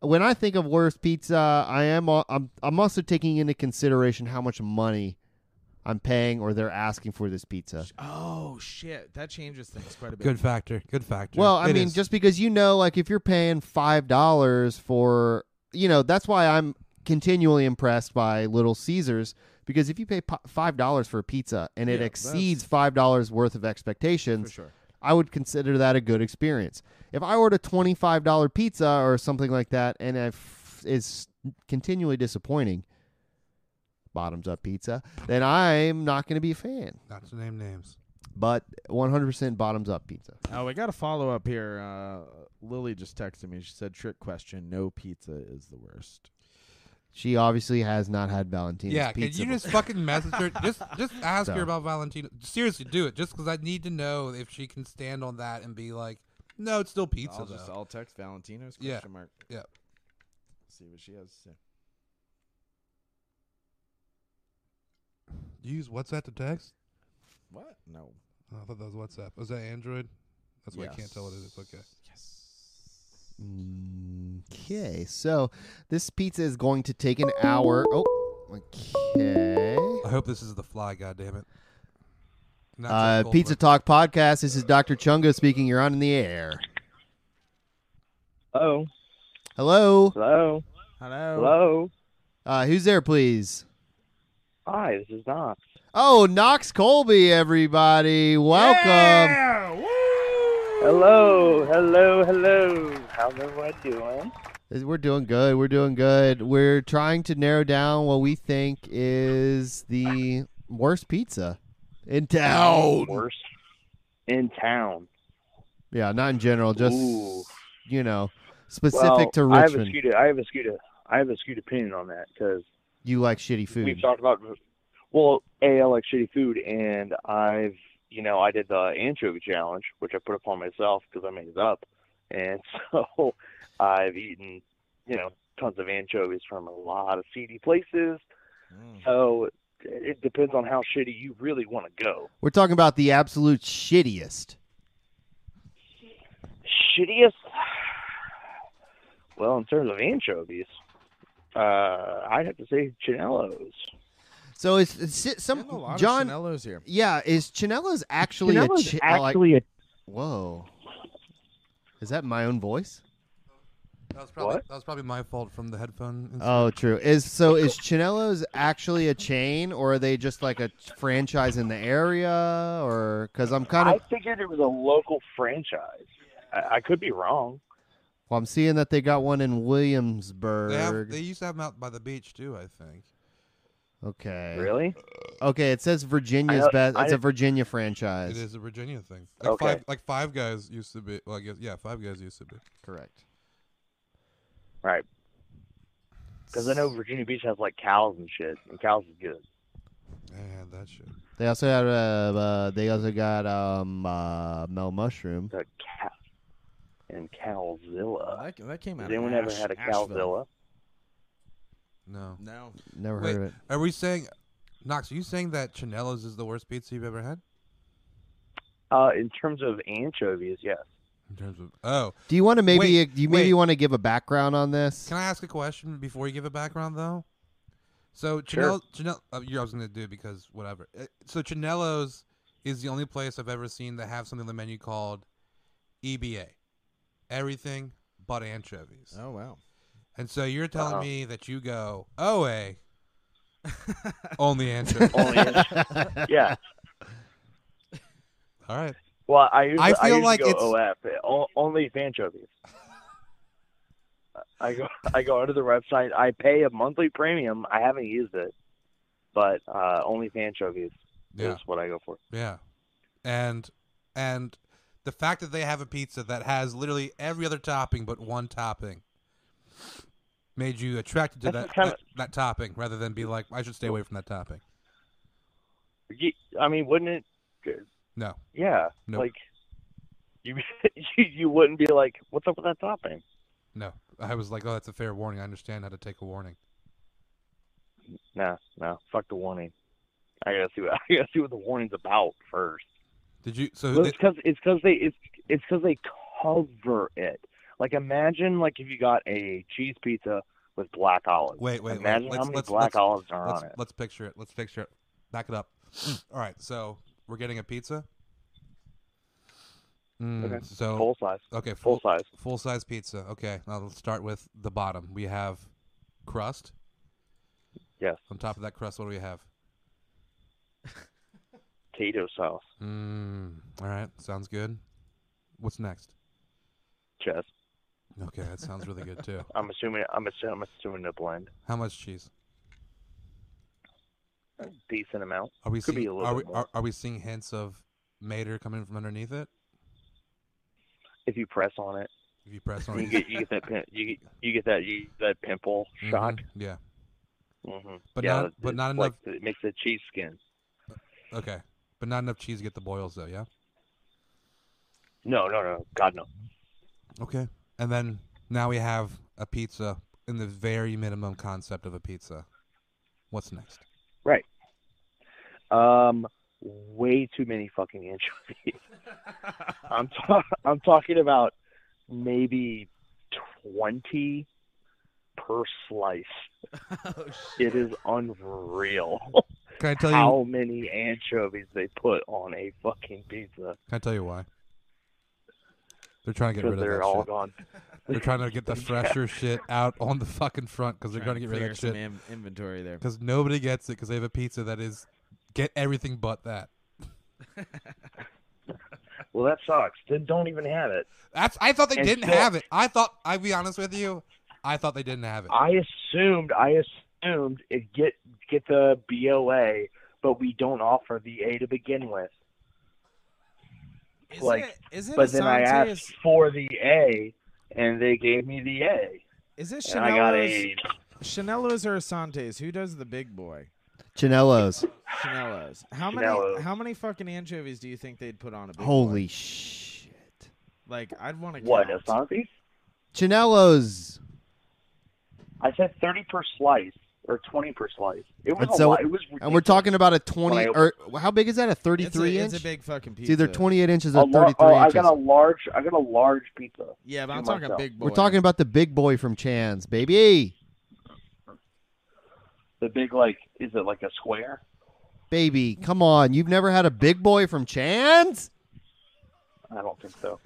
A: when I think of worst pizza, I am al- I'm I'm also taking into consideration how much money I'm paying or they're asking for this pizza.
D: oh shit, that changes things quite a bit.
B: Good factor. Good factor.
A: Well, I
B: It
A: mean,
B: is.
A: just because you know, like if you're paying five dollars for, you know, that's why I'm continually impressed by Little Caesars because if you pay po- five dollars for a pizza and it
D: Yeah,
A: exceeds
D: that's-
A: five dollars worth of expectations,
D: For sure.
A: I would consider that a good experience. If I ordered a twenty-five dollar pizza or something like that, and it f- is continually disappointing, bottoms up pizza, then I'm not going to be a fan.
B: not to name names.
A: But 100% bottoms up pizza.
D: Oh, we got a follow up here. Uh, Lily just texted me. She said, "Trick question: No pizza is the worst."
A: She obviously has not had Valentina's
B: yeah,
A: pizza.
B: could you
A: before.
B: just fucking message her? Just just ask
A: So.
B: her about Valentina. Seriously, do it. Just because I need to know if she can stand on that and be like, no, it's still pizza
D: I'll
B: though.
D: just I'll text Valentino's
B: Yeah.
D: question mark.
B: Yeah.
D: See what she has to say.
B: You use WhatsApp to text?
D: What? No.
B: Oh, I thought that was WhatsApp. Was that Android? That's why I can't tell what it is. Okay.
D: Yes.
A: Okay, so this pizza is going to take an hour. Oh, okay.
B: I hope this is the fly. God damn it. Not
A: Uh,
B: Jeff Goldblum.
A: pizza Talk Podcast. This is Dr. Chungo speaking. You're on in the air.
H: Hello.
A: Hello.
H: Hello.
D: Hello.
H: Hello.
A: Uh, who's there, please?
H: Hi, this is Knox.
A: Oh, Knox Colby, everybody. Welcome.
H: Hello. Hello. Hello. How's everyone doing?
A: Is- We're doing good. We're doing good. We're trying to narrow down what we think is the worst pizza in town.
H: Worst in town.
A: Yeah, not in general, just
H: Ooh.
A: you know, specific
H: well,
A: to
H: I have a
A: Richmond.
H: skewed. I have a skewed. I have a skewed opinion on that because
A: You like shitty food.
H: we've talked about. Well, a I like shitty food, and I've you know I did the anchovy challenge, which I put upon myself because I made it up, and so I've eaten you know tons of anchovies from a lot of seedy places.
D: Mm.
H: So
J: it depends on how shitty you really want to go.
A: We're talking about the absolute shittiest.
J: Shittiest. Well, in terms of anchovies, uh, I'd have to say Chinellos.
A: So is, is it some
D: lot of
A: John?
D: Chinellos here.
A: yeah, is Chinella's actually
J: Chinella's
A: a chi- uh, like-
J: actually
A: Whoa, is that my own voice?
B: That was probably that was probably my fault from the headphone. incident.
A: Oh, true. Is so is Chinella's actually a chain, or are they just like a franchise in the area, or because I'm kind
J: I
A: of
J: figured it was a local franchise. I, I could be wrong.
A: well, I'm seeing that they got one in Williamsburg.
B: They, have, they used to have them out by the beach too. I think.
A: Okay.
J: Really?
A: Okay, it says Virginia's
J: I-
A: best. It's
J: I-
A: a Virginia franchise.
B: It is a Virginia thing. Like
J: Okay.
B: five like five guys used to be well, I guess yeah, five guys used to be.
A: Correct.
J: Right. Because I know Virginia Beach has like cows and shit, and cows is good.
B: I had that shit.
A: They also got uh, uh they also got um uh Mel Mushroom.
J: The cow and cowzilla.
D: That, that came out.
J: Has
D: of
J: anyone ever
D: Ash-
J: had a
D: Asheville.
J: cowzilla?
B: No.
D: No.
A: Never
B: Wait,
A: heard of it.
B: are we saying Knox, are you saying that Chanelos is the worst pizza you've ever had?
J: Uh, in terms of anchovies, yes.
B: In terms of Oh.
A: Do you want to maybe
B: Wait,
A: you maybe
B: wait.
A: want to give a background on this?
B: Can I ask a question before you give a background though? So
J: Sure.
B: Chanel Chanel uh, you're I was gonna do it because whatever. Uh, So Chanelos is the only place I've ever seen that have something on the menu called EBA. Everything but anchovies.
D: Oh wow.
B: And so you're telling
J: Uh-huh.
B: me that you go, oh, a only anchovies.
J: Only yeah.
B: All right.
J: Well, I usually,
B: I
J: I
B: feel
J: usually
B: like
J: go
B: it's-
J: OF. o- Only with anchovies. I go I go onto the website. I pay a monthly premium. I haven't used it, but uh, only with anchovies
B: Yeah.
J: is what I go for.
B: Yeah. And and the fact that they have a pizza that has literally every other topping but one topping made you attracted to
J: That's
B: that,
J: the kind
B: that, that topping rather than be like, I should stay away from that topping.
J: Ye- I mean, wouldn't it?
B: No.
J: Yeah,
B: No.
J: like you, you you wouldn't be like, what's up with that topping?
B: No. I was like, oh, that's a fair warning. I understand how to take a warning.
J: No, no, fuck the warning. I gotta see what I gotta see what the warning's about first.
B: Did you? So
J: Well,
B: they-
J: it's because it's because they it's it's because they cover it. Like imagine like if you got a cheese pizza with black olives.
B: Wait, wait, wait.
J: Imagine
B: Let's-
J: how many
B: let's-
J: black
B: let's-
J: olives are
B: let's,
J: on it.
B: let's picture it. Let's picture it. Back it up. All right. So we're getting a pizza.
A: Hmm.
B: Mm,
J: Okay.
B: So
J: full size,
B: okay,
J: full
B: full
J: size.
B: full size pizza. Okay, now let's start with the bottom. We have crust.
J: Yes,
B: On top of that crust, what do we have?
J: tato sauce,
B: Mm, all right, sounds good. What's next?
J: chest.
B: Okay, that sounds really good too.
J: I'm assuming I'm assuming I'm assuming a blend,
B: How much cheese?
J: decent amount.
B: Are we
J: Could be
B: seeing?
J: a little
B: are we
J: bit
B: are,
J: more.
B: are we seeing hints of Mater coming from underneath it?
J: If you press on it,
B: If you press on
J: you
B: it,
J: get you get that pim- you get, you get that you get that pimple
B: Mhm,
J: shock.
B: Yeah.
J: hmm
B: But
J: yeah,
B: not-
J: it-
B: but
J: it's
B: not
J: like- It makes the cheese skin.
B: Okay, but not enough cheese to get the boils though. Yeah.
J: No, no, no, God no.
B: Okay. And then now we have a pizza in the very minimum concept of a pizza. What's next?
J: Um, way too many fucking anchovies. I'm ta- I'm talking about maybe twenty per slice.
D: Oh,
J: It is unreal
B: Can I tell you?
J: how many anchovies they put on a fucking pizza.
B: Can I tell you why? They're trying to get rid of
J: Because they're
B: that
J: all
B: shit.
J: gone.
B: They're trying to get the fresher shit out on the fucking front because they're
D: Trying
B: trying to get rid of
D: clear
B: that
D: some
B: shit.
D: in- inventory there.
B: Because nobody gets it because they have a pizza that is get everything but that.
J: Well, that sucks. Then don't even have it.
B: That's I thought they
J: And
B: didn't
J: still-
B: have it. Oh, I thought I'll be honest with you, I thought they didn't have it.
J: I assumed I assumed it get get the BOA, but we don't offer the A to begin with.
D: Is
J: like,
D: it, is it
J: But then I
D: Asante's-
J: asked for the A, and they gave me the A,
D: Is it
J: and I got
D: Chanelos?
J: A.
D: Chanelos or Asante's? Who does the big boy?
A: Chinella's.
D: Chanelos. How
J: Chanelos.
D: many? How many fucking anchovies do you think they'd put on a big
A: Holy
D: boy?
A: shit.
D: Like I'd want to.
J: What
D: Count.
J: Asante?
A: Chinella's.
J: I said thirty per slice. or twenty per slice. It was
A: And
J: a
A: so,
J: lot. It was
A: and we're talking about a
J: When
A: twenty.
J: I-
A: Or how big is that? A thirty-three
D: it's
A: inch.
D: a big fucking
A: It's either
D: pizza.
A: twenty-eight inches
J: a
A: or
J: lar-
A: thirty-three
J: oh, I
A: inches.
J: got a large. I got a large pizza.
D: Yeah, but
J: to
D: I'm talking
J: myself.
D: big boy.
A: We're talking about the big boy from Chan's, baby,
J: the big like. Is it like a square?
A: baby. Come on, you've never had a big boy from Chan's?
J: I don't think so.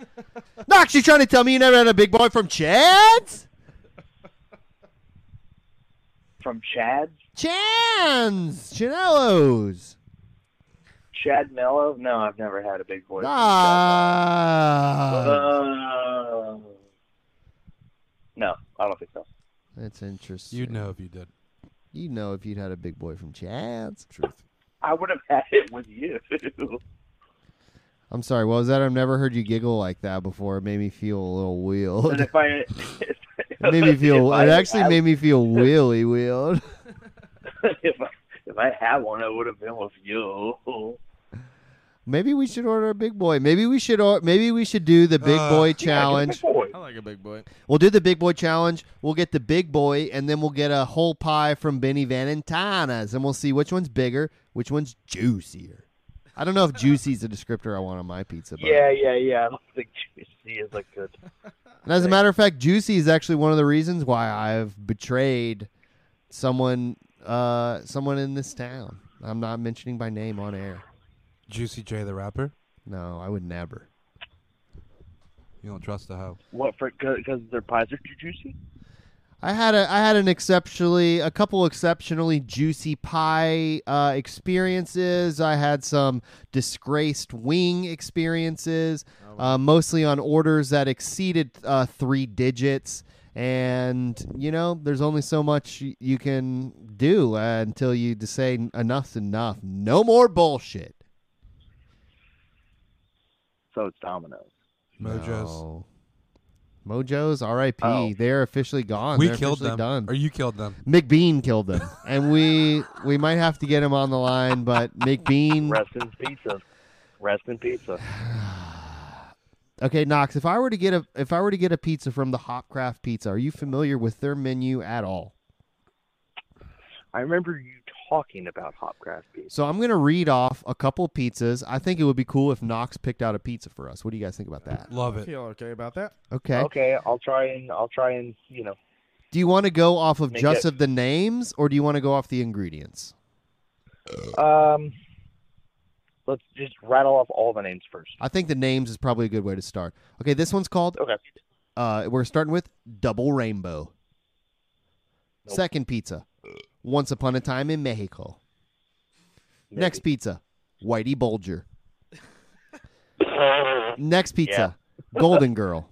A: Knox, you trying to tell me you never had a big boy from Chan's?
J: From Chad,
A: Chan's, Chinellos.
J: Chad Mello. No, I've never had a big boy. from Chad
A: Ah,
J: Mello. Uh, no, I don't think so.
A: that's interesting.
B: You'd know if you did.
A: You know if you'd had a big boy from Chan's.
B: Truth.
J: I would have had it with you.
A: I'm sorry. What was that? I've never heard you giggle like that before. It made me feel a little
J: but
A: wheeled.
J: if I,
A: It made me feel.
J: if I
A: It actually
J: had-
A: made me feel wheelie wheeled.
J: if I, if I had one, I would have been with you.
A: Maybe we should order a big boy. Maybe we should. Or, ig we should do the big
B: Uh,
A: boy challenge.
D: I like a big boy.
A: We'll do the big boy challenge. We'll get the big boy, and then we'll get a whole pie from Benny Valentina's, and we'll see which one's bigger, which one's juicier. I don't know if juicy's the descriptor I want on my pizza. But
J: Yeah, yeah, yeah. I don't think juicy is like good.
A: And as a matter of fact, Juicy is actually one of the reasons why I've betrayed someone, uh, someone in this town. I'm not mentioning by name on air.
B: Juicy J the rapper.
A: No, I would never.
B: You don't trust the hoe.
J: What for? Because their pies are too juicy.
A: I had a I had an exceptionally a couple exceptionally juicy pie uh, experiences. I had some disgraced wing experiences, uh, mostly on orders that exceeded uh, three digits. And you know, there's only so much y- you can do uh, until you just say enough's enough. No more bullshit.
J: So it's Domino's.
B: Mojos.
A: No. Mojos, R.I.P.
J: Oh.
A: They're officially gone.
B: We
A: They're
B: killed
A: officially
B: them.
A: Done.
B: Or you killed them.
A: McBean killed them, and we we might have to get him on the line. But McBean,
J: Rest in pizza. Rest in pizza.
A: okay, Knox. If I were to get a if I were to get a pizza from the Hopcraft Pizza, are you familiar with their menu at all?
J: I remember you talking about Hopcraft pizza.
A: So I'm gonna read off a couple pizzas. I think it would be cool if Knox picked out a pizza for us. What do you guys think about that?
B: Love
D: I
B: it.
D: feel okay about that.
A: Okay.
J: Okay, I'll try and I'll try and you know.
A: Do you want to go off of
J: Make
A: just
J: it-
A: of the names, or do you want to go off the ingredients?
J: Um, let's just rattle off all the names first.
A: I think the names is probably a good way to start. Okay, this one's called.
J: Okay.
A: Uh, we're starting with Double Rainbow.
J: Nope.
A: Second pizza, Once Upon a Time in Mexico.
J: Maybe.
A: Next pizza, Whitey Bulger. Next pizza, Golden Girl.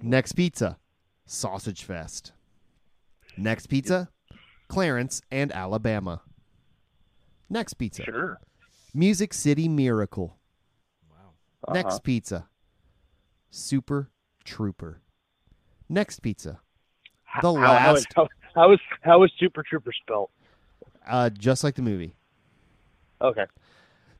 A: Next pizza, Sausage Fest. Next pizza, Clarence and Alabama. Next pizza,
J: Sure.
A: Music City Miracle.
J: Uh-huh.
A: Next pizza, Super Trooper. Next pizza, the
J: How- how
A: last,
J: is- How, how is how is Super Trooper spelled?
A: uh, just like the movie,
J: Okay.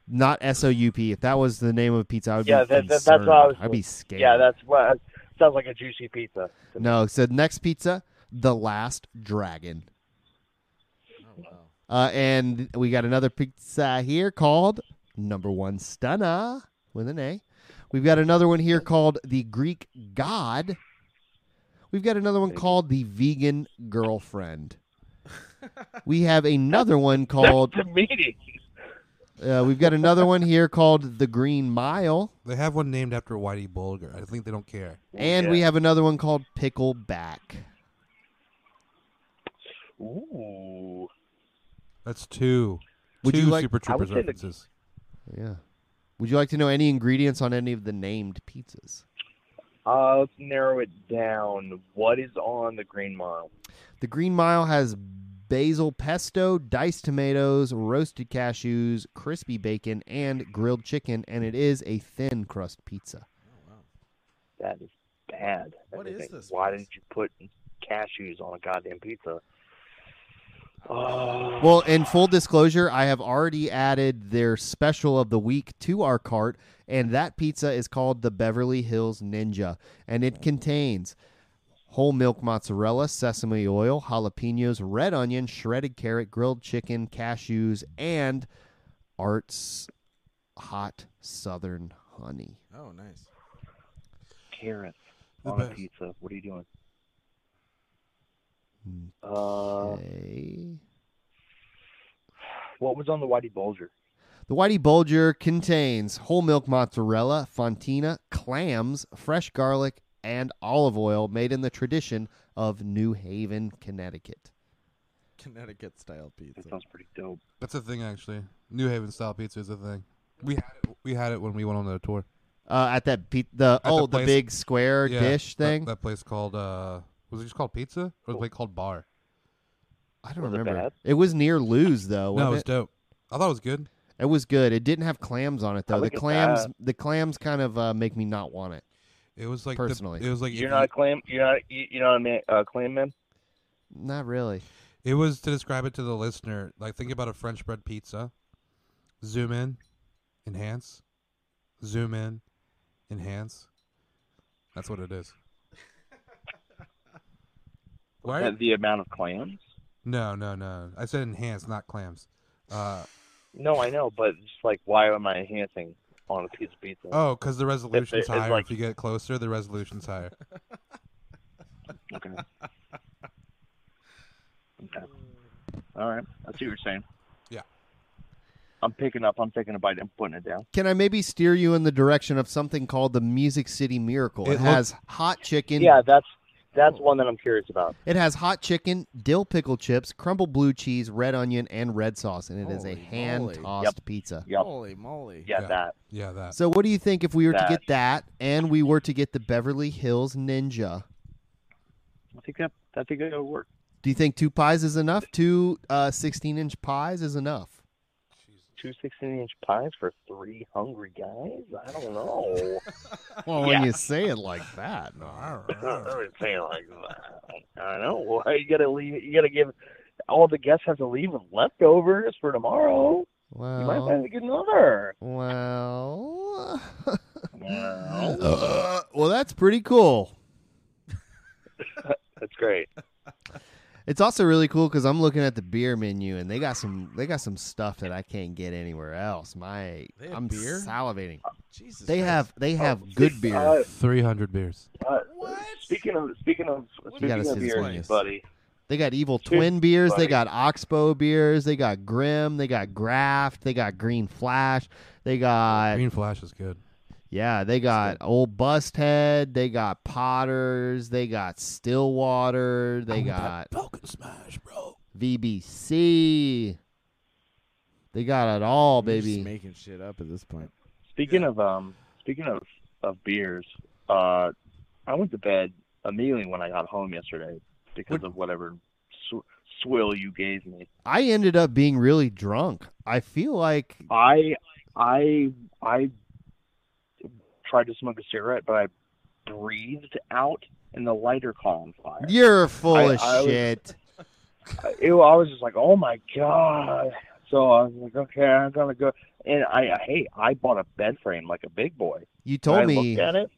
A: not S O U P. If that was the name of a pizza, I would
J: Yeah,
A: be
J: that- that- that's
A: concerned.
J: what I was
A: I'd be
J: thinking.
A: scared.
J: Yeah, that's what sounds like a juicy pizza. to me.
A: no. So next pizza, the last dragon. Uh, and we got another pizza here called Number One Stunna with an A. We've got another one here called the Greek God. We've got another one called the Vegan Girlfriend. We have another one called.
J: That's the meeting.
A: Uh, we've got another one here called the Green Mile,
B: They have one named after Whitey Bulger. I think they don't care.
A: and
J: Yeah.
A: we have another one called Pickleback.
J: Ooh.
B: That's two.
A: Would
B: two
A: you like-
B: Super
J: I would
B: Troopers
J: say the-
B: references.
A: Yeah. Would you like to know any ingredients on any of the named pizzas?
J: Uh, let's narrow it down. What is on the Green Mile?
A: The Green Mile has basil pesto, diced tomatoes, roasted cashews, crispy bacon, and grilled chicken, and it is a thin crust pizza.
J: That is bad.
D: What is
J: Everything.
D: this
J: Why
D: place?
J: didn't you put cashews on a goddamn pizza? Oh,
A: Well, in full disclosure, I have already added their special of the week to our cart, and that pizza is called the Beverly Hills Ninja, and it contains whole milk mozzarella, sesame oil, jalapenos, red onion, shredded carrot, grilled chicken, cashews, and Art's hot southern honey.
D: Oh, nice.
J: Carrots
B: The
J: on a
B: best.
J: pizza. What are you doing? Uh, what was on the Whitey Bulger?
A: The Whitey Bulger contains whole milk mozzarella, fontina, clams, fresh garlic, and olive oil made in the tradition of New Haven, Connecticut.
D: Connecticut style pizza. That
J: sounds pretty dope.
B: That's a thing, actually. New Haven style pizza is a thing. We had it, we had it when we went on the tour.
A: Uh, at that pe- the
B: At
A: oh the,
B: place-
A: big square
B: yeah,
A: dish
B: that-
A: thing.
B: That, place called uh, was it just called pizza or was it called bar?
A: I don't remember. It, was near Lou's though.
B: No, it
A: wasn't
B: was dope. I thought it was good.
A: It was good. It didn't have clams on it though. The
J: like it
A: clams,
J: bad.
A: the clams, kind of uh, make me not want it.
B: It was like the-
A: personally,
B: it was like if
J: You're not a claim. You're not. you- You're not a man, uh, claim man.
A: not really.
B: It was to describe it to the listener. Like think about a French bread pizza. Zoom in, enhance, zoom in, enhance. That's what it is. Why?
J: Uh, The amount of clams.
B: No, no, no. I said enhance, not clams. Uh,
J: No, I know, but just like, why am I enhancing on a piece of pizza?
B: oh, because the
J: If
B: resolution's
J: it- it's
B: higher.
J: like-
B: if you get closer, the resolution's higher.
J: okay. okay. All right. I see what you're saying.
B: Yeah.
J: I'm picking up. I'm taking a bite. I'm putting it down.
A: Can I maybe steer you in the direction of something called the Music City Miracle? It,
J: It
A: has
J: looked-
A: hot chicken.
J: Yeah, that's that's one that I'm curious about.
A: It has hot chicken, dill pickle chips, crumbled blue cheese, red onion, and red sauce, and it is a hand tossed
J: Yep.
A: pizza.
J: Yep.
D: Holy moly.
J: Yeah, that.
B: Yeah, that.
A: So, what do you think if we were
J: That.
A: to get that, and we were to get the Beverly Hills Ninja?
J: I think that I think that'll work.
A: Do you think two pies is enough? Two uh, 16 inch pies is enough.
J: Two 16 inch pies for three hungry guys? I don't know.
A: Well,
J: Yeah.
A: when you say it like that, no.
J: I don't know, it's saying like that. I don't know. Why you gotta leave? You gotta give all the guests have to leave with leftovers for tomorrow. You might have
A: well,
J: to get another.
A: well, Uh,
J: Wow.
A: well, that's pretty cool.
J: That's great.
A: It's also really cool because I'm looking at the beer menu and they got some they got some stuff that I can't get anywhere else. My
D: They have
A: I'm
D: beer?
A: salivating.
D: Jesus.
A: They have they have
J: Oh,
A: good beer.
J: uh,
B: Three hundred beers.
J: uh, Speaking of speaking of
A: gotta
J: speaking of
A: see this menu.
J: beers, buddy.
A: They got evil
J: Dude,
A: twin beers. They
J: buddy.
A: got oxbow beers. They got grim. They got graft. They got green flash. They got
B: Green Flash is good.
A: yeah. They got old busthead. They got potters. They got stillwater. They got
B: Falcon Smash, bro.
A: VBC. They got it all,
D: You're just
A: baby.
D: making shit up at this point.
J: Speaking of um, speaking of of beers, uh, I went to bed immediately when I got home yesterday because of whatever sw- swill you gave me.
A: I ended up being really drunk. I feel like
J: I I I tried to smoke a cigarette, but I breathed out, and the lighter caught on fire.
A: You're full
J: I-
A: of
J: I was-
A: shit.
J: It, I was just like, oh my god. So I was like, okay, I'm gonna go. And I hey, I bought a bed frame like a big boy.
A: You
J: And
A: told
J: I
A: me
J: looked at it,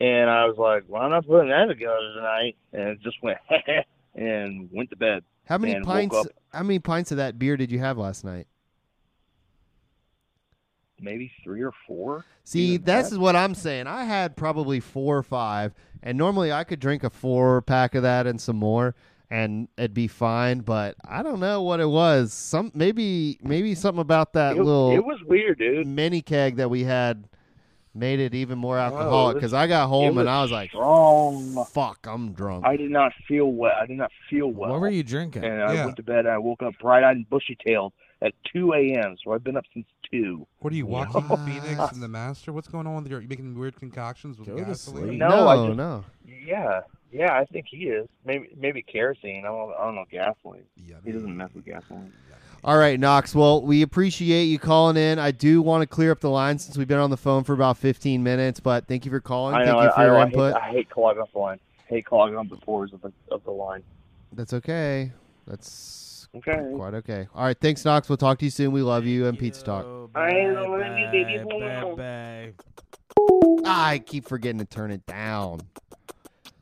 J: and I was like, "Well, I'm not putting that together tonight," and it just went and went to bed.
A: how many
J: and woke
A: pints
J: up.
A: how many pints of that beer did you have last night?
J: Maybe three or four.
A: See,
J: Even
A: this
J: that.
A: is what I'm saying. I had probably four or five, and normally I could drink a four pack of that and some more, and it'd be fine. But I don't know what it was. Some maybe maybe something about that
J: it,
A: little
J: it was weird, dude.
A: mini keg that we had made it even more alcoholic.
J: was-
A: Because I got
J: Oh, it
A: home
J: was
A: and I was like,
J: strong.
A: "Fuck, I'm drunk."
J: I did not feel well. I did not feel well.
D: What were you drinking?
J: And I
B: Yeah.
J: went to bed. and I woke up bright-eyed and bushy-tailed at 2 a.m. So I've been up since two.
B: What are you, Joaquin
A: What?
B: Phoenix and the Master? What's going on with your? You making weird concoctions with
D: Go to
B: gasoline?
D: sleep.
J: No, I just-
A: no.
J: Yeah, yeah, I think he is. Maybe maybe kerosene. I don't, I don't know gasoline. He doesn't mess with gasoline.
A: All right, Knox. Well, we appreciate you calling in. I do want to clear up the line since we've been on the phone for about 15 minutes, but thank you for calling.
J: I
A: thank
J: know.
A: you for
J: I,
A: your
J: I,
A: input.
J: Hate, I hate clogging up the line. Hate clogging up the pores of the of the line.
A: That's okay. That's
J: Okay.
A: quite okay. All right, thanks, Knox. We'll talk to you soon. We love you and Pete's Talk.
D: Oh,
J: I
D: bye,
J: love you, baby
D: bye,
J: boy.
D: bye, bye.
A: Ah, I keep forgetting to turn it down.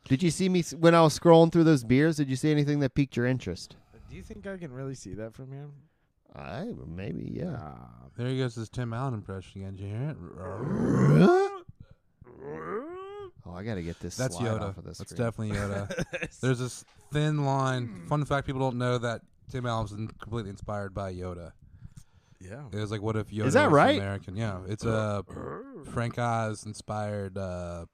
A: Did you see me s- when I was scrolling through those beers? Did you see anything that piqued your interest?
D: Do you think I can really see that from here?
A: I maybe yeah.
B: Oh, There he goes, his Tim Allen impression again. Did you hear
A: Oh, I gotta get this.
B: That's
A: slide
B: Yoda.
A: Off of this
B: That's definitely Yoda. There's this thin line. Fun fact: people don't know that Tim Allen was in- completely inspired by Yoda.
D: Yeah.
B: It was like, what if Yoda
A: Is that
B: was
A: right?
B: American? Yeah, it's a Frank Oz inspired uh,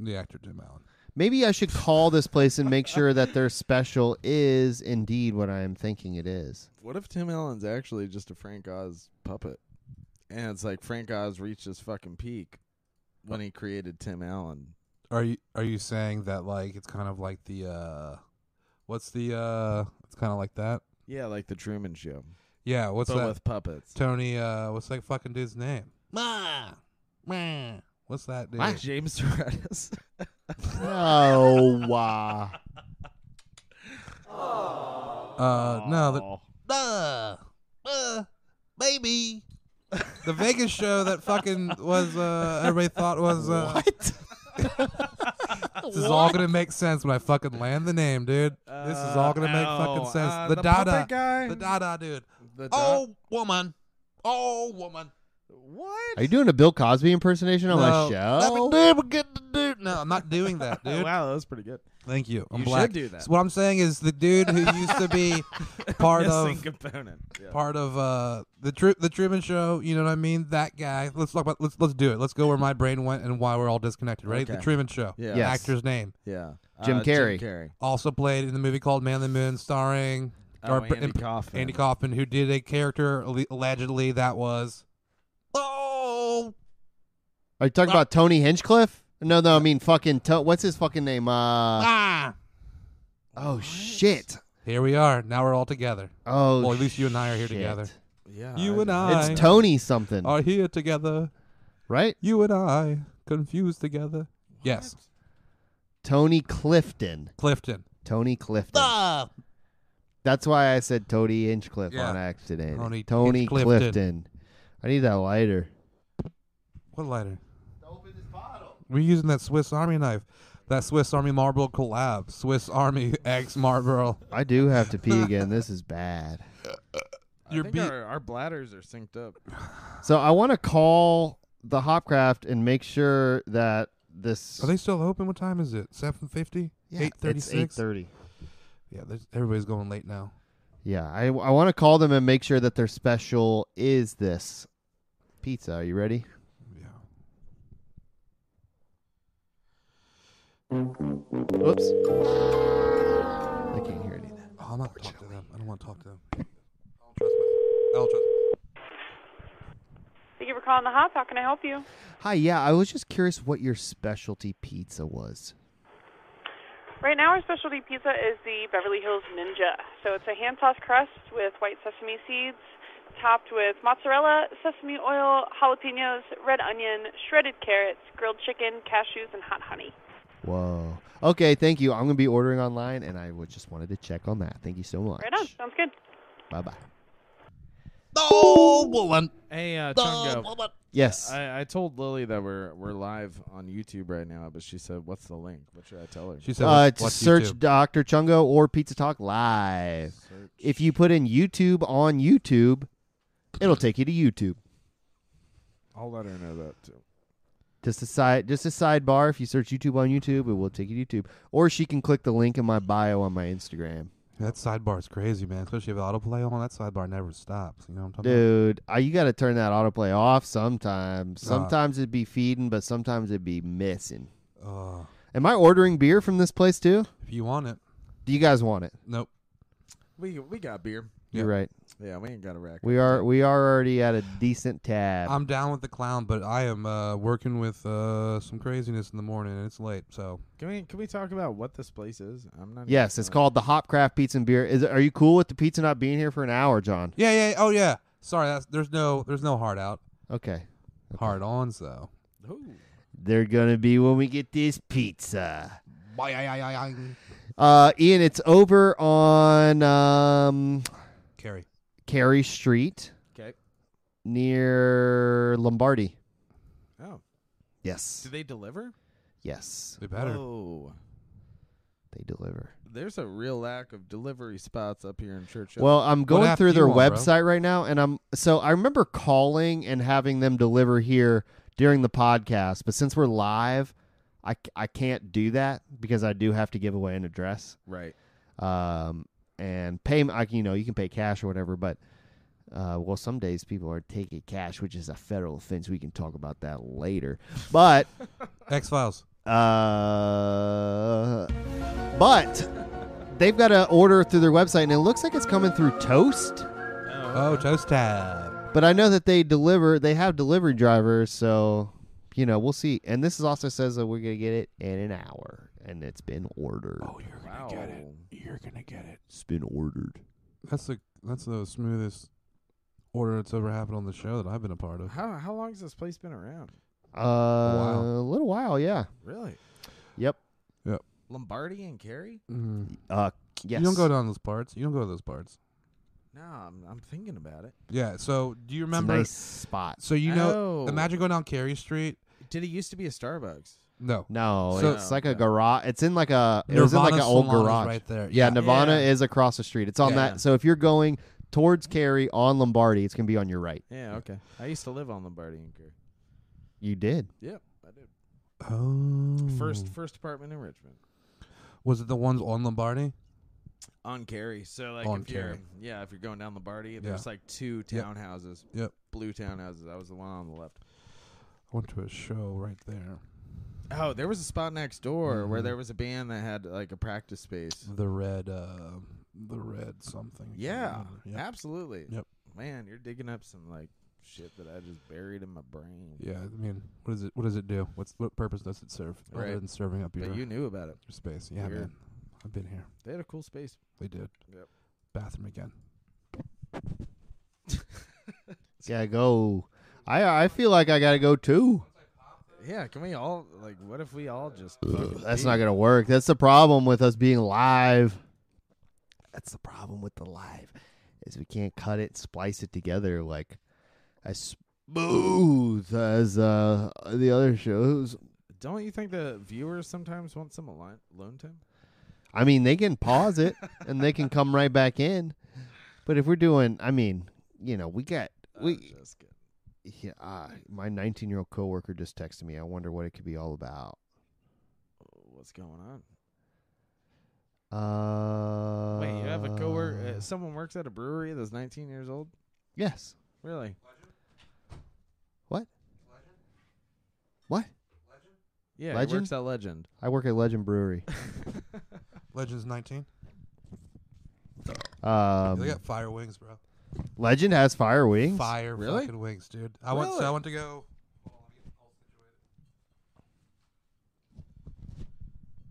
B: the actor Tim Allen.
A: Maybe I should call this place and make sure that their special is indeed what I am thinking it is.
D: What if Tim Allen's actually just a Frank Oz puppet? And it's like Frank Oz reached his fucking peak when he created Tim Allen.
B: Are you are you saying that like it's kind of like the uh, what's the uh, it's kind of like that?
D: Yeah, like the Truman Show.
B: Yeah, what's
D: but
B: that?
D: with puppets?
B: Tony, uh, what's that fucking dude's name? What's that dude?
D: What? James Suarez.
A: Oh, wow.
B: Uh, no, the, Uh.
A: baby.
B: the Vegas show that fucking was uh, everybody thought was uh, this is all gonna make sense when I fucking land the name, dude. this is all gonna
D: Oh,
B: make fucking sense.
D: uh,
B: the, Dada, the Dada dude. oh woman, oh woman.
D: What?
A: Are you doing a Bill Cosby impersonation on my
B: No. Let me
A: show?
B: do what good to do. No, I'm not doing that, dude.
D: wow, that was pretty good.
B: Thank you. I'm
D: You should
B: black.
D: do that.
B: So what I'm saying is the dude who used to be part
D: Missing
B: of
D: component. Yeah.
B: part of uh the Tru- the Truman Show. You know what I mean? That guy. Let's talk about. Let's let's do it. Let's go where my brain went and why we're all disconnected. Right? The
D: Okay.
B: Truman Show.
D: Yeah.
B: The
D: Yes.
B: Actor's name.
D: Yeah.
A: Jim
D: Uh,
A: Carrey.
D: Jim Carrey.
B: Also played in the movie called Man on the Moon, starring
D: Oh,
B: or-
D: Andy Kaufman.
B: Andy Kaufman, who did a character alle- allegedly that was. Oh.
A: Are you talking about Tony Hinchcliffe? No, no, I mean fucking. To- what's his fucking name? Uh,
B: Ah.
A: oh shit.
B: Here we are. Now we're all together.
A: Oh,
B: Well, at least you and I are here
A: shit.
B: together.
D: Yeah.
B: You and I.
A: It's Tony something,
B: Are here together.
A: right?
B: You and I confused together. Yes,
A: Tony Clifton.
B: Clifton.
A: Tony Clifton. That's why I said Tony Hinchcliffe
B: Yeah.
A: on accident.
B: Tony
A: Tony
B: Hinchclifton.
A: Clifton. I need that lighter.
B: What lighter? We're using that Swiss Army knife. That Swiss Army Marlboro collab. Swiss Army X Marlboro.
A: I do have to pee again. This is bad.
D: I
B: Your
D: think
B: beat-
D: our, our bladders are synced up.
A: So I want to call the Hopcraft and make sure that this.
B: Are they still open? What time is it? Seven fifty?
A: yeah,
B: Eight thirty
A: Eight
B: six?
A: thirty.
B: Yeah, there's, everybody's going late now.
A: Yeah, I, I want to call them and make sure that their special is this pizza. Are you ready?
B: Yeah.
A: Whoops. I can't hear any of that.
B: Oh, I'm not talking to them. I don't want to talk to them. I don't trust my. I don't trust.
K: Thank you for calling the Hop. How can I help you?
A: Hi, yeah, I was just curious what your specialty pizza was.
K: Right now, our specialty pizza is the Beverly Hills Ninja. So it's a hand tossed crust with white sesame seeds, topped with mozzarella, sesame oil, jalapenos, red onion, shredded carrots, grilled chicken, cashews, and hot honey.
A: Whoa. Okay, thank you. I'm going to be ordering online, and I wa- just wanted to check on that. Thank you so much.
K: Right on. Sounds good.
A: Bye bye.
B: Oh, woman.
D: Hey, uh, Chungo.
A: Yes.
D: I, I told Lily that we're we're live on YouTube right now, but she said, "What's the link?" What should I tell her?
B: She said,
A: Uh,
B: "What's-
A: to
B: what's
A: search
B: YouTube?"
A: Dr. Chungo or Pizza Talk Live. If you put in YouTube on YouTube, it'll take you to YouTube.
D: I'll let her know that too.
A: Just a side, just a sidebar. If you search YouTube on YouTube, it will take you to YouTube, or she can click the link in my bio on my Instagram.
B: That sidebar is crazy, man. Especially with autoplay on. That sidebar never stops. You know what I'm talking about?
A: Dude, I, you got to turn that autoplay off sometimes.
B: Ah.
A: Sometimes it'd be feeding, but sometimes it'd be missing.
B: Uh,
A: Am I ordering beer from this place too?
B: if you want it,
A: Do you guys want it?
B: nope.
D: We we got beer.
A: You're right.
D: Yeah, we ain't got a rack.
A: We are we are already at a decent tab.
B: I'm down with the clown, but I am uh, working with uh, some craziness in the morning, and it's late. So
D: Can we can we talk about what this place is? I'm not.
A: yes,
B: uh,
A: it's called the Hopcraft Pizza and Beer. Is are you cool with the pizza not being here for an hour, John?
B: yeah, yeah. Oh yeah. Sorry, that's, there's no there's no hard out.
A: Okay.
B: Hard ons though.
A: They're gonna be when we get this pizza.
B: Carrie.
A: Uh, Ian, it's over on um, Carey Street
D: Okay.
A: near Lombardi.
D: Oh,
A: Yes.
D: do they deliver?
A: Yes.
B: They better.
D: Oh,
A: They deliver.
D: There's a real lack of delivery spots up here in Churchill.
A: Well, I'm going through their website right now, and I'm so I remember calling and having them deliver here during the podcast, but since we're live, I, c- I can't do that because I do have to give away an address,
D: Right.
A: Um, and pay I you know you can pay cash or whatever, but uh, well, some days people are taking cash, which is a federal offense. We can talk about that later, but
B: X Files.
A: Uh, but they've got an order through their website, and it looks like it's coming through Toast.
B: Oh, Toast Tab.
A: But I know that they deliver. They have delivery drivers, so you know we'll see. And this is also says that we're gonna get it in an hour, and it's been ordered. Oh, you're
D: Wow.
B: You're gonna get it.
A: It's been ordered.
B: That's the that's the smoothest order that's ever happened on the show that I've been a part of.
D: How how long has this place been around?
A: Uh, a little while, yeah.
D: Really?
A: Yep.
B: Yep. Mm-hmm.
D: Lombardi and Carey?
A: Uh,
B: You don't
A: yes.
B: go down those parts. You don't go to those parts.
D: No, I'm I'm thinking about it.
B: Yeah. So do you remember?
A: nice spot.
B: So you know,
D: Oh.
B: imagine going down Carey Street.
D: Did it used to be a Starbucks?
B: No.
A: No,
B: So-
A: it's like a garage. It's in like a. It was in like an
B: Nirvana
A: old
B: salon is
A: garage
B: right there.
A: Yeah,
B: Yeah.
A: Nirvana
D: Yeah.
A: is across the street. It's on
D: Yeah.
A: that. So if you're going towards Cary on Lombardi, it's gonna be on your right.
D: Yeah, okay. I used to live on Lombardi and Carey.
A: You did.
D: Yep, I did.
B: Oh.
D: First first apartment in Richmond.
B: Was it the ones on Lombardi?
D: On Carey. So like
B: On
D: if you're
B: Carey.
D: yeah, if you're going down Lombardi, there's like two
B: Yep.
D: townhouses.
B: Yep.
D: Blue townhouses. That was the one on the left.
B: I went to a show right there.
D: Oh, there was a spot next door where
B: Mhm.
D: there was a band that had like a practice space.
B: The red, uh, the red something. I can't
D: Yeah,
B: remember. Yep.
D: absolutely.
B: Yep.
D: Man, you're digging up some like shit that I just buried in my brain.
B: Yeah, I mean, what does it? What does it do? What's what purpose does it serve? Other
D: Right.
B: than serving up
D: But
B: your,
D: you knew about it.
B: your space. Yeah,
D: Weird.
B: man, I've been here.
D: They had a cool space.
B: They did.
D: Yep.
B: Bathroom again.
A: Yeah, go. I I feel like I gotta go too.
D: Yeah, can we all like? What if we all just? fucking
A: That's
D: leave?
A: not gonna work. That's the problem with us being live. That's the problem with the live, is we can't cut it, splice it together like as smooth as uh the other shows.
D: Don't you think the viewers sometimes want some alone, alone time?
A: I mean, they can pause it and they can come right back in. But if we're doing, I mean, you know, we got we.
D: Just kidding.
A: Yeah, uh, my 19 year old coworker just texted me. I wonder what it could be all about.
D: Oh, What's going on?
A: Uh,
D: Wait, you have a coworker? Uh, someone works at a brewery that's 19 years old.
A: Yes.
D: Really?
A: What? What?
D: Yeah, he
A: Legend?
D: works at Legend.
A: I work at Legend Brewery.
B: Legends 19. they
A: Um,
B: got fire wings, bro.
A: Legend has fire wings.
B: Fire
D: Really?
B: fucking wings, dude. I went. So I
D: Really?
B: went to go.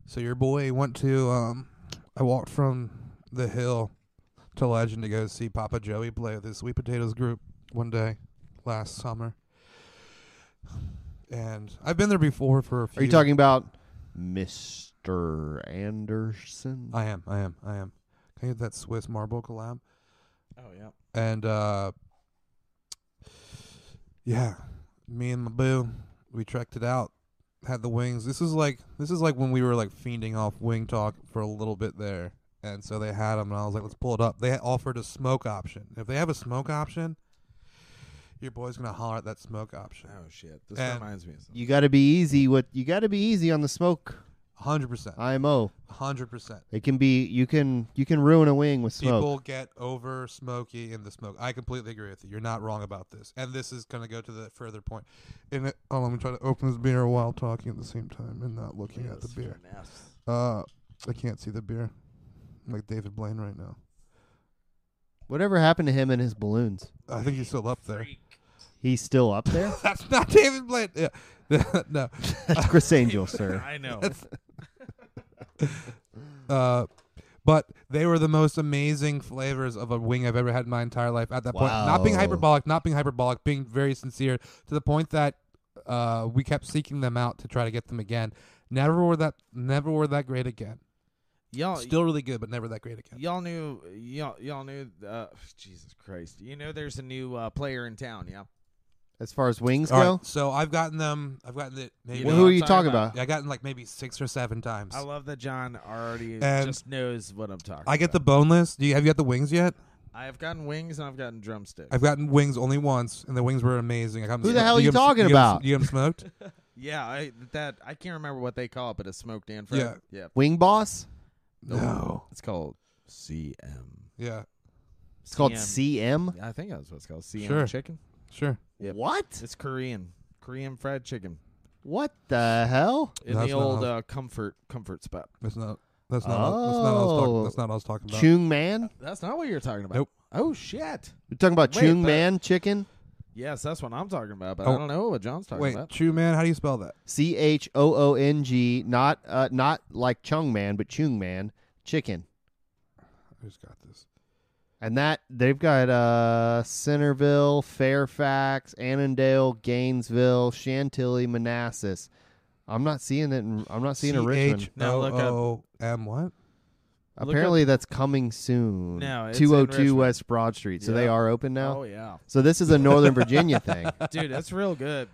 B: So your boy went to. Um, I walked from the hill to Legend to go see Papa Joey play with his Sweet Potatoes group one day last summer. And I've been there before for a few.
A: Are you talking about Mr. Anderson?
B: I am. I am. I am. Can I get that Swiss marble collab?
D: Oh yeah.
B: and uh yeah me and my boo we trekked it out had the wings this is like this is like when we were like fiending off wing talk for a little bit there and so they had them and i was like let's pull it up they offered a smoke option if they have a smoke option your boy's gonna holler at that smoke option
D: Oh shit. This
B: And-
D: reminds me of something.
A: You got to be easy with. You got to be easy on the smoke.
B: 100%
A: IMO.
B: 100%
A: It can be. You can. You can ruin a wing with smoke.
B: People get over smoky in the smoke. I completely agree with you. You're not wrong about this. And this is going to go to the further point. And it, oh, let me try to open this beer while talking at the same time and not looking at the beer. Uh, I can't see the beer. I'm like David Blaine right now.
A: Whatever happened to him and his balloons?
B: I think he's still up there.
A: He's still up there.
B: That's not David Blaine. Yeah. no.
A: That's Chris Angel, sir.
D: I know.
B: Uh, but they were the most amazing flavors of a wing I've ever had in my entire life. At that point, not being
A: Wow.
B: hyperbolic, not being hyperbolic, being very sincere to the point that uh, we kept seeking them out to try to get them again. Never were that, never were that great again.
D: Y'all
B: Still really good, but never that great again.
D: Y'all knew, y'all, y'all knew. Uh, Jesus Christ! You know, there's a new uh, player in town. Yeah,
A: as far as wings
B: All right,
A: go?
B: so I've gotten them. I've gotten it. Maybe
A: Well, who are you talking about?
B: I gotten like maybe six or seven times.
D: I love that John already
B: And
D: just knows what I'm talking.
B: I get the boneless. Do you have you got the wings yet?
D: I have gotten wings and I've gotten drumsticks.
B: I've gotten wings only once, and the wings were amazing. I got 'em
D: Who the
B: smoked.
D: hell are
B: Do
D: you
B: have 'em-
D: talking
B: you have 'em-
A: about?
B: do you have 'em smoked?
D: yeah, I that I can't remember what they call it, but it's smoked and fried.
B: Yeah.
D: yeah.
A: Wing boss?
B: No.
D: it's called CM.
B: Yeah,
A: It's called CM.
D: I think that's what it's called. CM
A: Sure.
D: chicken.
B: Sure.
A: What?
D: It's Korean. Korean fried chicken.
A: What the hell?
D: In the old uh, comfort comfort spot.
B: That's not. That's not. That's not. What I was talking, that's not what I was talking about.
A: Oh, Chung Man?
D: That's not what you're talking about.
B: Nope.
D: Oh shit.
A: You're talking about
D: Wait,
A: Chung
D: but-
A: Man chicken?
D: Yes, that's what I'm talking about, but
A: Oh.
D: I don't know what John's talking
B: Wait,
D: about.
B: Chew Man. How do you spell that?
A: C H O O N G, not uh, not like Chung Man, but Chung Man chicken.
B: Who's got this?
A: And that they've got uh, Centerville, Fairfax, Annandale, Gainesville, Chantilly, Manassas. I'm not seeing it. In, I'm not seeing it in Richmond.
B: M what?
D: Look
A: Apparently that's coming soon.
D: No, it's in
A: 202
D: Richmond.
A: West Broad Street. So they
D: Yep.
A: are open now.
D: Oh, yeah.
A: So this is a Northern Virginia thing.
D: Dude, that's real good.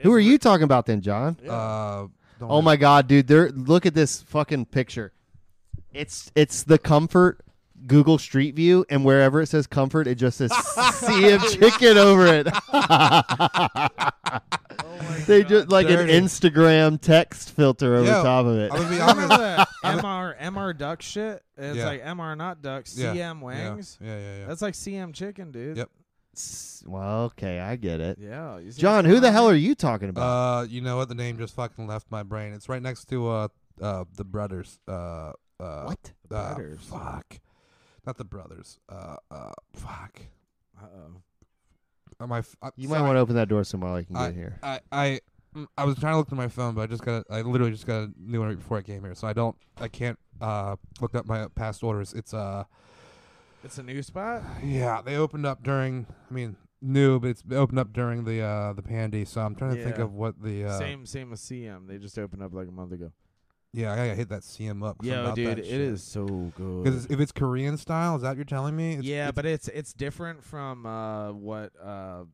A: Who are you talking about then, John?
B: Uh, don't
A: oh my God, dude! There, look at this fucking picture. It's it's the comfort Google Street View, and wherever it says comfort, it just says sea of chicken over it.
D: Oh
A: they just like
B: Dirty.
A: an Instagram text filter over
B: Yo,
A: top of it.
B: I'm gonna be
D: Remember
B: honest.
D: the
B: I'm-
D: MR MR duck shit? It's
B: Yeah.
D: like MR not duck,
B: Yeah.
D: CM
B: Yeah.
D: wings.
B: Yeah, yeah, yeah.
D: That's like CM chicken, dude.
B: Yep.
A: well, okay, I get it.
D: Yeah, you see
A: John,
D: what's
A: who the
D: going
A: hell
D: on?
A: are you talking about?
B: Uh, you know what? The name just fucking left my brain. It's right next to uh, uh, the brothers. Uh, uh,
A: what?
B: The
D: Brothers.
B: Fuck. Not the brothers. Uh, uh, fuck.
D: Uh oh.
B: Uh, Am I? F- I'm
A: you might
B: sorry.
A: want to open that door some while I can get
B: I,
A: here.
B: I, I, mm, I was trying to look through my phone, but I just got. A, I literally just got a new one right before I came here, so I don't. I can't uh look up my past orders. It's uh,
D: It's a new spot?
B: yeah, they opened up during. I mean, new, but it's opened up during the uh the pandy. So I'm trying to think
D: Yeah.
B: of what the uh,
D: Same same with CM. They just opened up like a month ago.
B: Yeah, I gotta hit that CM up. 'cause I'm
D: Yo,
B: about
D: dude,
B: that
D: it
B: shit.
D: is so
B: 'Cause it's-
D: good.
B: if it's Korean style, is that what you're telling me? It's-
D: yeah,
B: it's-
D: but it's it's different from uh what uh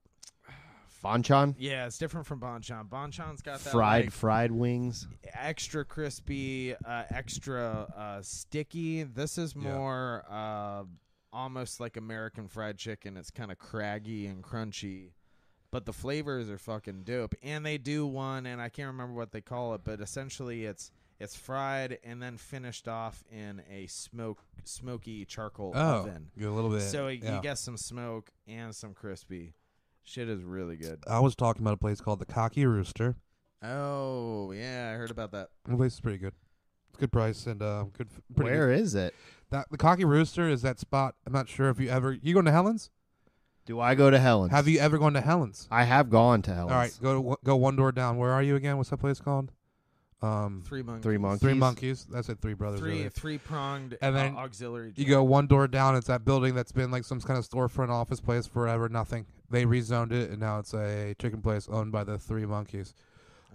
A: Bonchon,
D: yeah, it's different from Bonchon. Bonchon's got that
A: fried
D: like,
A: fried wings.
D: extra crispy, uh, extra uh, sticky. This is more uh, almost like American fried chicken. It's kind of craggy and crunchy, but the flavors are fucking dope. And they do one, and I can't remember what they call it, but essentially it's it's fried and then finished off in a smoke smoky charcoal
B: Oh,
D: oven.
B: good, a little bit,
D: So
B: yeah.
D: you get some smoke and some crispy. Shit is really good.
B: I was talking about a place called the Cocky Rooster.
D: Oh yeah, I heard about that.
B: The place is pretty good. It's good price and uh, good. f- Pretty
A: Where
B: good.
A: is it?
B: That the Cocky Rooster is that spot. I'm not sure if you ever you going to Helen's.
A: Do I go to Helen's?
B: Have you ever gone to Helen's?
A: I have gone to Helen's.
B: All right, go to one- go one door down. Where are you again? What's that place called? Um,
D: Three monkeys.
A: Three monkeys.
B: Three monkeys. That's it. Three brothers.
D: Three-
B: earlier.
D: three-pronged,
B: and
D: uh,
B: then
D: auxiliary
B: You go one door down. It's that building that's been like some kind of storefront office place forever. Nothing. They rezoned it, and now it's a chicken place owned by the Three Monkeys.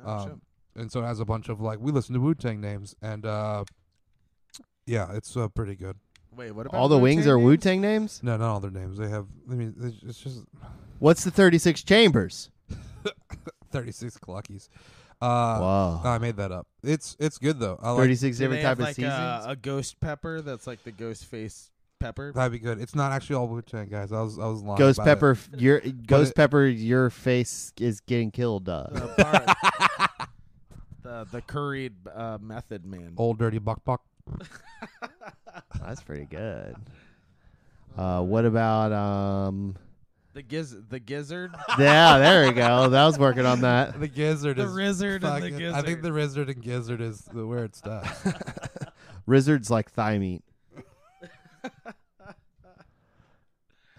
D: Oh, shit.
B: um, and so it has a bunch of like we listen to Wu Tang names, and uh, yeah, it's uh, pretty good.
D: Wait, what about
A: All the wings are Wu Tang names.
B: No, not all their names. They have. I mean, it's it's just
A: What's the 36 chambers?
B: thirty six cluckies. Uh,
A: Wow.
B: I made that up. It's it's good though. I like-
A: 36 different
D: they have
A: type of
D: like uh,
A: seasons.
D: A, a ghost pepper that's like the ghost face pepper.
B: That'd be good. It's not actually all Wu Tang guys. I was I was lying.
A: Ghost
B: about it.
A: pepper, f- your
B: But
A: ghost
B: it-
A: pepper, your face is getting killed. Uh.
D: the the curried uh, method man.
B: Old dirty buck buck.
A: That's pretty good. Uh, what about um?
D: The giz the gizzard.
A: Yeah, there we go. That was working on that.
B: The gizzard
D: The
B: is
D: rizzard and the
B: fucking- I think the rizzard and gizzard is the where it stops.
A: Rizzard's like thigh meat.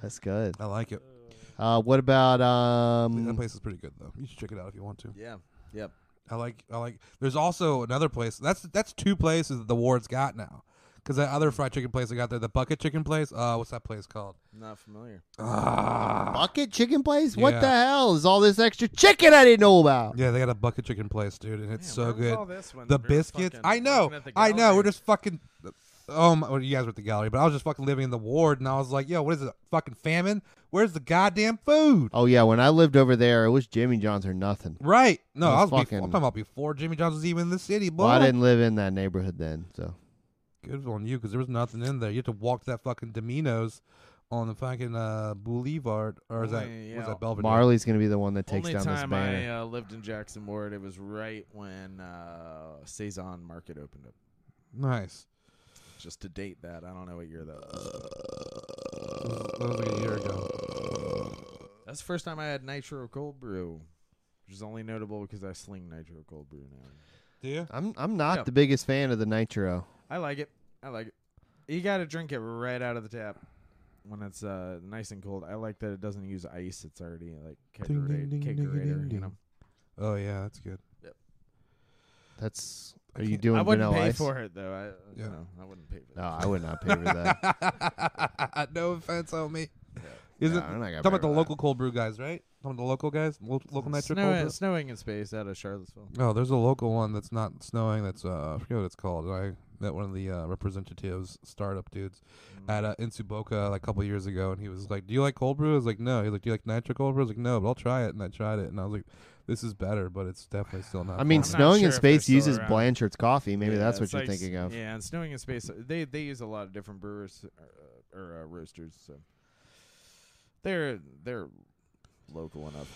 A: That's good.
B: I like it.
A: Uh, what about
B: that
A: um?
B: place is pretty good though. You should check it out if you want to.
D: yeah. Yep.
B: I like I like. There's also another place. That's that's two places that the ward's got now. Because that other fried chicken place I got there, the bucket chicken place. Uh, what's that place called?
D: Not familiar.
A: Bucket chicken place? What
B: Yeah.
A: the hell is all this extra chicken I didn't know about?
B: Yeah, they got a bucket chicken place, dude, and it's so
D: where was
B: good.
D: all this when
B: the
D: we were
B: biscuits.
D: fucking
B: I know.
D: looking at the
B: I know.
D: gallery?
B: We're just fucking. Oh, my, well, you guys were at the gallery, but I was just fucking living in the ward, and I was like, yo, what is it? Fucking famine? Where's the goddamn food?
A: Oh yeah, when I lived over there, it was Jimmy John's or nothing.
B: Right. No,
A: It
B: I was before,
A: fucking.
B: I'm talking about before Jimmy John's was even in the city, boy.
A: well, I didn't live in that neighborhood then, so
B: Good on you, because there was nothing in there. You had to walk to that fucking Domino's on the fucking uh, Boulevard, or is that
D: Only,
B: was
D: yeah.
B: that Belvedere?
A: Marley's gonna be the one that takes
D: Only
A: down this
D: time
A: banner.
D: I uh, lived in Jackson Ward, it was right when uh, Saison Market opened up.
B: Nice.
D: Just to date that, I don't know what year that
B: That
D: was.
B: was, that was like a year ago.
D: That's the first time I had nitro cold brew, which is only notable because I sling nitro cold brew now.
B: Do you?
A: I'm I'm not
D: No.
A: the biggest fan of the nitro.
D: I like it. I like it. You got to drink it right out of the tap when it's uh, nice and cold. I like that it doesn't use ice. It's already like
B: Ding, ding,
D: kegerator,
B: ding, ding, ding,
D: kegerator you
B: ding.
D: know.
B: Oh yeah, that's good.
A: That's
B: I
A: are you
B: can't-
A: doing
D: I wouldn't
A: vanilla
D: pay
A: ice?
D: for it though. I
B: Yeah.
D: no, I wouldn't pay for
A: No, I would not pay for that.
B: no offense, homie. Is
A: No,
B: it
A: I'm not gonna
B: talking
A: pay
B: about
A: for
B: the
A: that.
B: local cold brew guys, right? Talking about the local guys, lo- local
D: that.
B: nitro
D: Snow,
B: cold brew.
D: snowing in space out of Charlottesville.
B: Oh, there's a local one that's not snowing. That's uh, I forget what it's called. I met one of the uh, representatives, startup dudes, at
D: Mm.
B: uh, Insuboka like a couple years ago, and he was like, "Do you like cold brew?" I was like, "No." He's like, "Do you like nitro cold brew?" I was like, "No," but I'll try it, and I tried it, and I was like, "This is better, but it's definitely still not."
A: I mean,
B: cold brew."
A: snowing
D: sure
A: in
D: if they're
A: space
D: still
A: uses
D: around.
A: Blanchard's coffee. Maybe
D: Yeah,
A: that's what
D: it's
A: you're
D: like s-
A: thinking of.
D: Yeah, and snowing in space, uh, they they use a lot of different brewers uh, or uh, roasters, so they're they're local enough.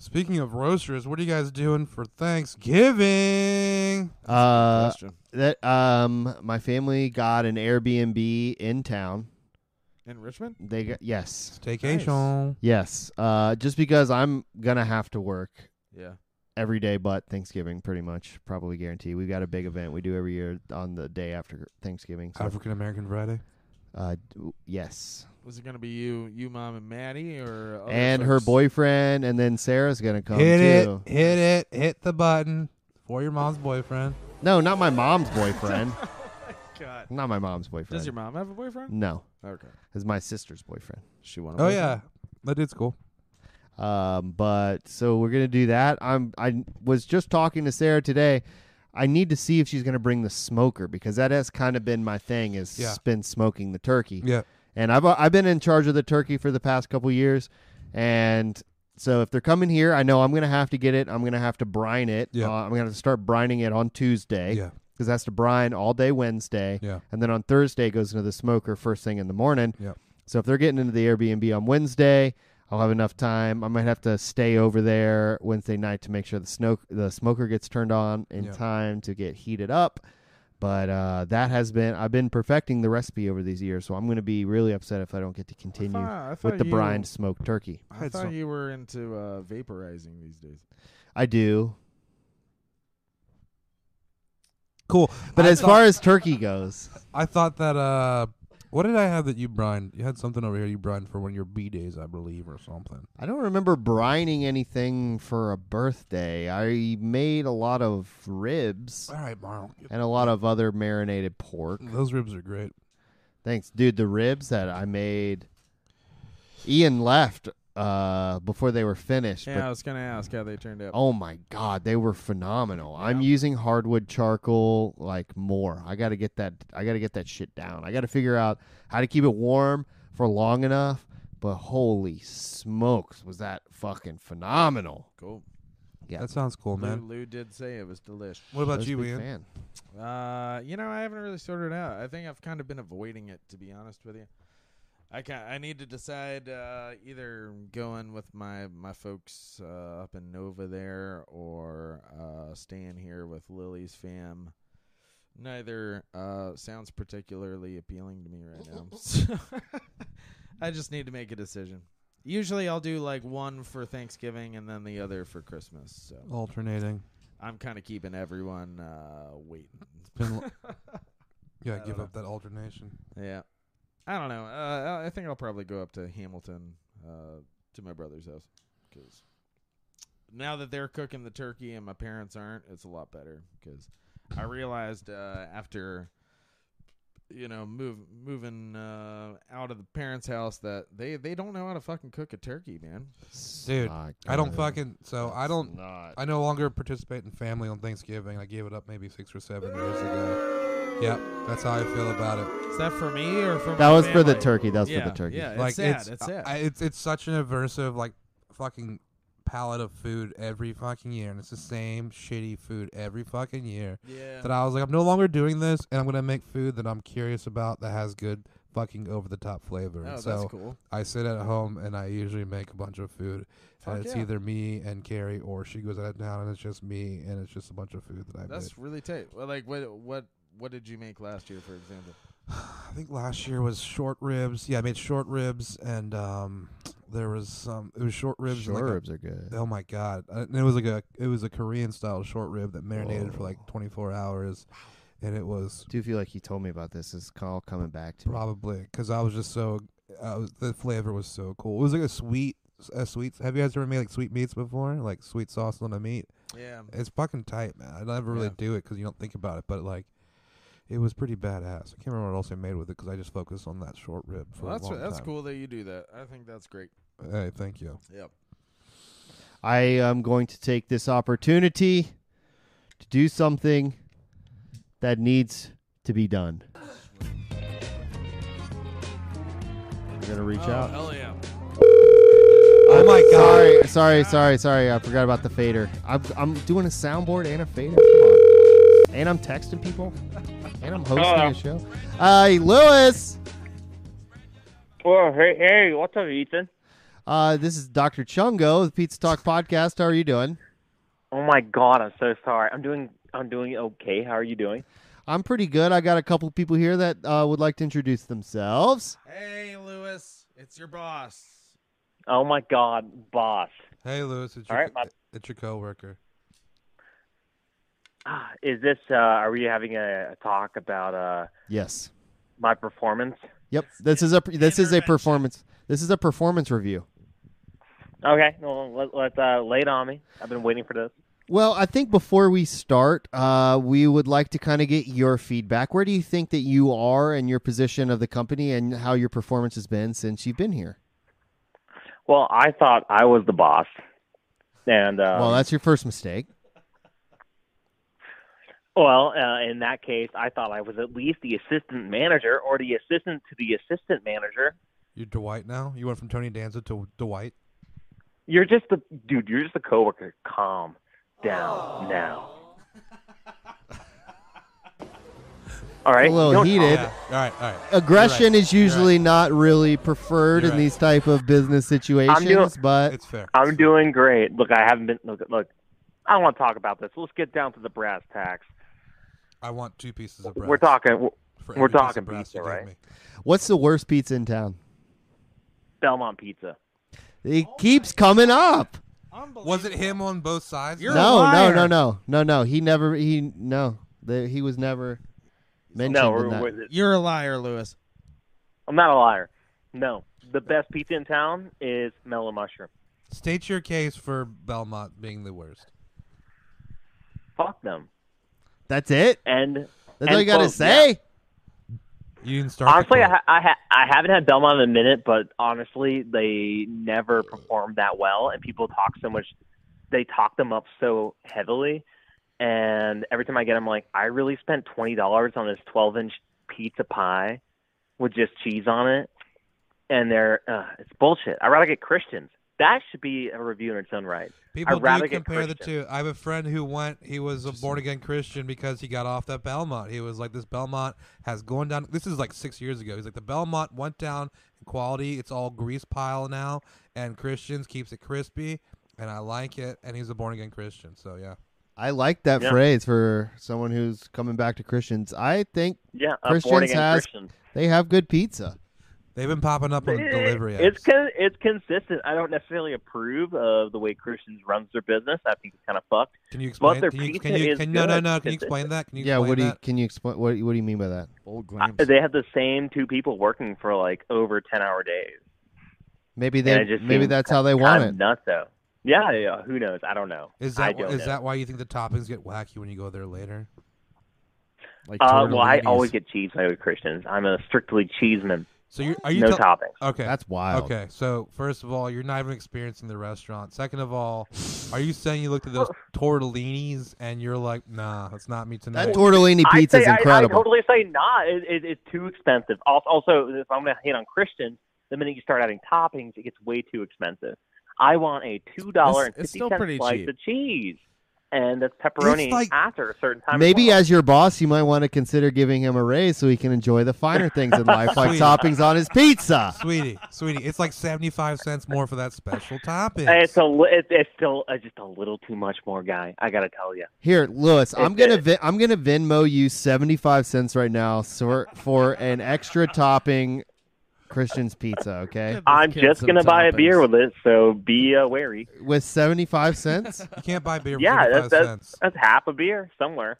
B: Speaking of roasters, what are you guys doing for Thanksgiving?
A: Uh,
D: question.
A: that um, my family got an Airbnb in town.
D: In Richmond,
A: They got yes,
B: Staycation.
A: yes. Uh, just because I'm gonna have to work
D: yeah,
A: every day, but Thanksgiving, pretty much, probably guarantee. We've got a big event we do every year on the day after Thanksgiving. So,
B: African American Friday.
A: uh, d- yes,
D: was it gonna be you, you, mom, and Maddie, or other
A: and her
D: folks?
A: boyfriend, and then Sarah's gonna come
B: hit
A: too.
B: it, hit it, hit the button for your mom's boyfriend.
A: No, not my mom's boyfriend.
D: God.
A: Not my mom's boyfriend.
D: Does your mom have a boyfriend?
A: No.
D: Okay.
A: It's my sister's boyfriend.
D: She want.
B: Oh yeah, that dude's cool.
A: Um, but so we're gonna do that. I'm I was just talking to Sarah today. I need to see if she's gonna bring the smoker because that has kind of been my thing is
B: Yeah.
A: been smoking the turkey.
B: Yeah.
A: And I've uh, I've been in charge of the turkey for the past couple years, and so if they're coming here, I know I'm gonna have to get it. I'm gonna have to brine it.
B: Yeah.
A: Uh, I'm gonna have to start brining it on Tuesday.
B: Yeah.
A: Because that's to brine all day Wednesday.
B: Yeah.
A: And then on Thursday it goes into the smoker first thing in the morning.
B: Yeah.
A: So if they're getting into the Airbnb on Wednesday, I'll have enough time. I might have to stay over there Wednesday night to make sure the snow the smoker gets turned on in
B: Yeah.
A: time to get heated up. But uh, that has been I've been perfecting the recipe over these years, so I'm going to be really upset if I don't get to continue
D: thought- I
A: with
D: thought
A: the
D: you-
A: brined smoked turkey.
D: I,
B: had
D: thought
B: some-
D: you were into uh, vaporizing these days.
A: I do,
B: Cool.
A: but
B: I
A: as
B: thought-
A: far as turkey goes,
B: I thought that uh what did I have that you brined? You had something over here you brined for one of your B days, I believe, or something.
A: I don't remember brining anything for a birthday. I made a lot of ribs
B: All right, Marl.
A: and a lot of other marinated pork.
B: Those ribs are great.
A: Thanks, dude. The ribs that I made. Ian left uh, before they were finished,
D: Yeah, I was gonna ask how they turned out.
A: but oh my god, they were phenomenal. I'm using hardwood charcoal like more. I got to get that. I got to get that shit down. I got to figure out how to keep it warm for long enough. But holy smokes, was that fucking phenomenal?
D: cool.
A: Yeah.
B: That sounds cool,
D: Lou,
B: man.
D: Lou did say it was delish.
B: What
A: I
B: about
A: was a
B: you,
A: big
B: Ian?
A: fan.
D: Uh, you know, I haven't really sorted it out. I think I've kind of been avoiding it, to be honest with you. I can I need to decide uh, either going with my my folks uh, up in Nova there or uh, staying here with Lily's fam. Neither uh, sounds particularly appealing to me right now. So I just need to make a decision. Usually, I'll do like one for Thanksgiving and then the other for Christmas. So
B: Alternating.
D: I'm kind of keeping everyone uh, waiting.
B: Been l- yeah,
D: don't
B: give
D: know.
B: up that alternation.
D: Yeah, I don't know. Uh, I- I think I'll probably go up to Hamilton uh, to my brother's house because now that they're cooking the turkey and my parents aren't, it's a lot better. Because I realized uh, after you know move moving uh, out of the parents' house that they they don't know how to fucking cook a turkey, man.
B: Dude,
A: Not
B: I don't
A: good.
B: fucking so I
A: It's
B: don't
A: Not.
B: I no longer participate in family on Thanksgiving. I gave it up maybe six or seven years ago. Yep, that's how I feel about it.
D: Is that for me or for
A: That was for the turkey. That was for the turkey.
D: Yeah, it's
B: like
D: sad.
B: it's uh,
D: it's sad.
B: I, it's it's such an aversive like fucking palette of food every fucking year, and it's the same shitty food every fucking year.
D: Yeah.
B: That I was like, I'm no longer doing this, and I'm gonna make food that I'm curious about that has good fucking over the top flavor.
D: Oh,
B: And
D: that's
B: so
D: cool.
B: I sit at home and I usually make a bunch of food.
D: Fuck
B: and it's
D: yeah.
B: either me and Carrie, or she goes out of town and it's just me, and it's just a bunch of food that I make.
D: That's really tight. Well, like what what what did you make last year, for example?
B: I think last year was short ribs. Yeah, I made short ribs, and um, there was some. It was short ribs. and,
A: Short
B: like, a-
A: ribs are good.
B: Oh my god! Uh, And it was like a it was a Korean style short rib that marinated for
A: Whoa.
B: like 24 hours, and it was
A: do feel like he told me about this. It's all coming back to me.
B: probably because I was just so I was, the flavor was so cool. It was like a sweet a sweet. Have you guys ever made like sweet meats before? Like sweet sauce on a meat.
D: Yeah.
B: it's fucking tight, man. I never really
D: Yeah.
B: do it because you don't think about it, but like. It was pretty badass. I can't remember what else I made with it because I just focused on that short rib for
D: Well,
B: a
D: that's
B: long
D: that's
B: time.
D: cool that you do that. I think that's great.
B: Hey, thank you.
D: Yep.
A: I am going to take this opportunity to do something that needs to be done. I'm gonna reach out.
D: Hell yeah.
A: Oh my god! Sorry, sorry, sorry, sorry. I forgot about the fader. I'm, I'm doing a soundboard and a fader. Come on. And I'm texting people. And I'm hosting
L: Hello.
A: a show. Uh, Lewis.
L: Well, hey, hey, what's up, Ethan?
A: Uh, this is Dr. Chungo, the Pizza Talk podcast. How are you doing?
L: Oh my God, I'm so sorry. I'm doing, I'm doing okay. How are you doing?
A: I'm pretty good. I got a couple people here that uh, would like to introduce themselves.
D: Hey, Lewis, it's your boss.
L: Oh my God, boss.
B: Hey, Lewis, it's
L: All
B: your,
L: right, my-
B: it's your coworker.
L: Ah, Is this? Uh, are we having a, a talk about uh,
A: Yes.
L: my performance?
A: Yep. This is a this is a performance. This is a performance review.
L: Okay, well, let, let's uh, lay it on me. I've been waiting for this.
A: Well, I think before we start, uh, we would like to kind of get your feedback. Where do you think that you are and your position of the company and how your performance has been since you've been here?
L: Well, I thought I was the boss, and uh,
A: well, that's your first mistake.
L: well, uh, in that case, I thought I was at least the assistant manager or the assistant to the assistant manager.
B: You're Dwight now. You went from Tony Danza to Dwight.
L: You're just the dude. You're just a coworker. Calm down now. All right,
A: a little
L: don't-
A: heated.
B: right, all right.
A: Aggression is usually not really preferred in these type of business situations, but
L: I'm doing great. Look, I haven't been. Look, look. I don't want to talk about this. Let's get down to the brass tacks.
B: I want two pieces of brass.
L: We're talking. We're,
B: For
L: we're
B: every piece of
L: talking
B: brass
L: pizza,
B: you give
L: right?
B: me.
A: what's the worst pizza in town?
L: Belmont Pizza.
A: It keeps coming up.
B: Was it him on both sides?
A: no, no, no, no, no, no. He never. He no. The, he was never mentioned. in that.
D: You're a liar, Lewis.
L: I'm not a liar. No, the best pizza in town is Mellow Mushroom.
B: State your case for Belmont being the worst.
L: Fuck them.
A: That's it.
L: And
A: That's
L: and
A: all you gotta
L: quote,
A: say.
L: yeah.
B: You didn't start.
L: Honestly, I, ha- I, ha- I haven't had Belmont in a minute, but honestly, they never performed that well, and people talk so much. They talk them up so heavily, and every time I get them, like I really spent twenty dollars on this twelve-inch pizza pie with just cheese on it, and they're uh, it's bullshit. I'd rather get Christians. That should be a review in its own right.
B: People
L: I'd rather
B: do
L: get
B: compare the
L: Christians.
B: two. I have a friend who went. He was a born again Christian because he got off that Belmont. He was like, "This Belmont has gone down." This is like six years ago. He's like, "The Belmont went down in quality. It's all grease pile now, and Christians keeps it crispy, and I like it." And he's a born again Christian. So yeah.
A: I like that
B: Yeah.
A: phrase for someone who's coming back to Christians. I think
L: Yeah, a
A: Christians
L: born-again
A: has
L: Christian.
A: they have good pizza.
B: They've been popping up on delivery apps.
L: Eh, It's con- it's consistent. I don't necessarily approve of the way Christians runs their business. I think it's kind of fucked.
B: Can you
L: But
B: explain?
L: their
B: Can you,
L: pizza
B: can you,
L: is
B: can, no, no,
L: good.
B: no. Can you
L: It's-
B: explain that? Can you
A: yeah,
B: explain
A: what do you
B: that?
A: can you explain what what do you mean by that?
D: Bold
L: Uh, They have the same two people working for like over ten hour days.
A: Maybe
L: And
A: they
L: it just
A: maybe
L: seems
A: that's
L: ki-
A: how they
L: kind
A: want
L: of
A: it.
L: Nuts though. Yeah, yeah. Who knows? I don't know.
B: Is
L: I
B: that
L: don't
B: is
L: know.
B: that why you think the toppings get wacky when you go there later?
L: uh, well, I always get cheese. I with Christians. I'm a strictly cheeseman.
B: So you're, are you
L: No
B: tell-
L: toppings.
B: Okay,
A: That's wild.
B: Okay, so first of all, you're not even experiencing the restaurant. Second of all, are you saying you looked at those tortellinis and you're like, nah, that's not me tonight?
L: I'd say- I- I totally say not. It, it, it's too expensive. Al- Also, if I'm going to hate on Christian, the minute you start adding toppings, it gets way too expensive. I want a two dollar and
D: It's- it's
L: fifty
D: still
L: cent
D: pretty
L: slice
D: cheap.
L: of cheese, and that's pepperoni
B: like-
L: after a certain time. as
A: Maybe
L: well.
A: as your boss, you might want to consider giving him a raise so he can enjoy the finer things in life, like
B: Sweet.
A: toppings on his pizza.
B: sweetie, sweetie, it's like seventy-five cents more for that special topping.
L: It's a li- it, it's still uh, just a little too much more, guy. I gotta tell you.
A: Here, Lewis, I'm
L: It-
A: gonna
L: it-
A: vi- I'm gonna Venmo you 75 cents right now for for an extra topping Christian's pizza. Okay,
L: I'm just gonna buy a beer with it, so be uh, wary.
A: with 75 cents.
B: You can't buy beer.
L: Yeah, that's, that's that's half a beer somewhere.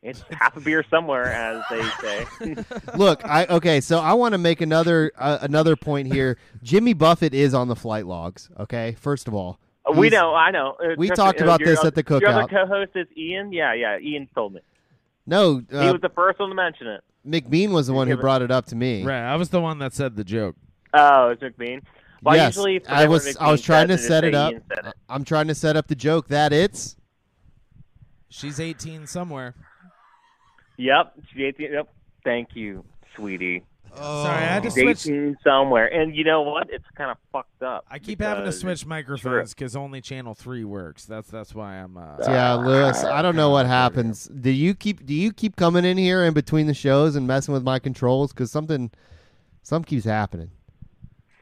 L: It's half a beer somewhere, as they say. Uh,
A: Look, I okay, so I want to make another uh, another point here. Jimmy Buffett is on the flight logs. Okay, first of all,
L: we
A: He's-
L: know, I know. Uh,
A: we
L: trust me,
A: talked
L: uh,
A: about
L: your
A: this
L: oth-
A: at the
L: Your other
A: cookout.
L: co-host is Ian. Yeah, yeah. Ian told me
A: No,
L: he
A: uh,
L: was the first one to mention it.
A: McBean was the one who brought it up to me.
D: Right, I was the one that said the joke.
L: Oh, it's McBean. Well,
A: yes,
L: I usually
A: I
L: forget what
A: was I was
L: McBean
A: trying to
L: says and
A: set
L: just
A: it
L: say
A: up.
L: Ian said it.
A: I'm trying to set up the joke that it's
D: She's 18 somewhere.
L: Yep. She ate the- Yep. Thank you, sweetie.
B: Oh.
D: Sorry, I had to
L: She's
D: switch-
L: 18 somewhere, and you know what? It's kind of fucked up.
D: I keep having to
L: because-
D: switch microphones because only channel three works. That's that's why I'm. Uh,
A: Yeah, Lewis, I don't know what happens. Do you keep do you keep coming in here in between the shows and messing with my controls cuz something some keeps happening.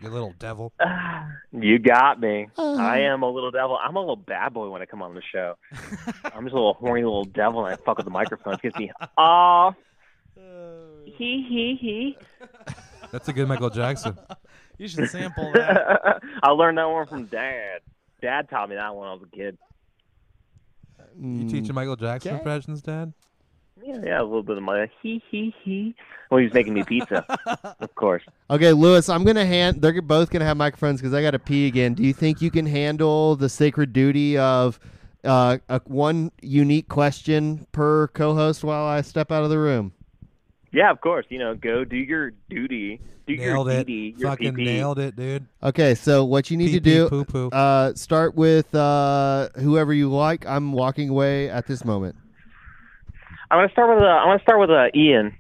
B: You little devil.
L: You got me.
B: Uh-huh.
L: I am a little devil. I'm a little bad boy when I come on the show. I'm just a little horny little devil, and I fuck with the microphone. It gets me off. He he he.
B: That's a good Michael Jackson.
D: You should sample
L: that. I learned that one from Dad. Dad taught me that when I was a kid.
B: You teaching Michael Jackson
L: Okay.
B: impressions, Dad?
L: Yeah, yeah, a little bit of my he he he. Well, he was making me pizza, of course.
A: Okay, Lewis, I'm going to hand they're both going to have microphones cuz I got to pee again. Do you think you can handle the sacred duty of uh, a, one unique question per co-host while I step out of the room?
L: Yeah, of course. You know, go do your duty. Do
B: Nailed
L: your
B: it.
L: duty. Your
B: Fucking
L: PP.
B: nailed it, dude.
A: Okay, so what you need to do Uh, start with uh, whoever you like. I'm walking away at this moment.
L: I'm gonna start with uh, I'm gonna start with uh, Ian.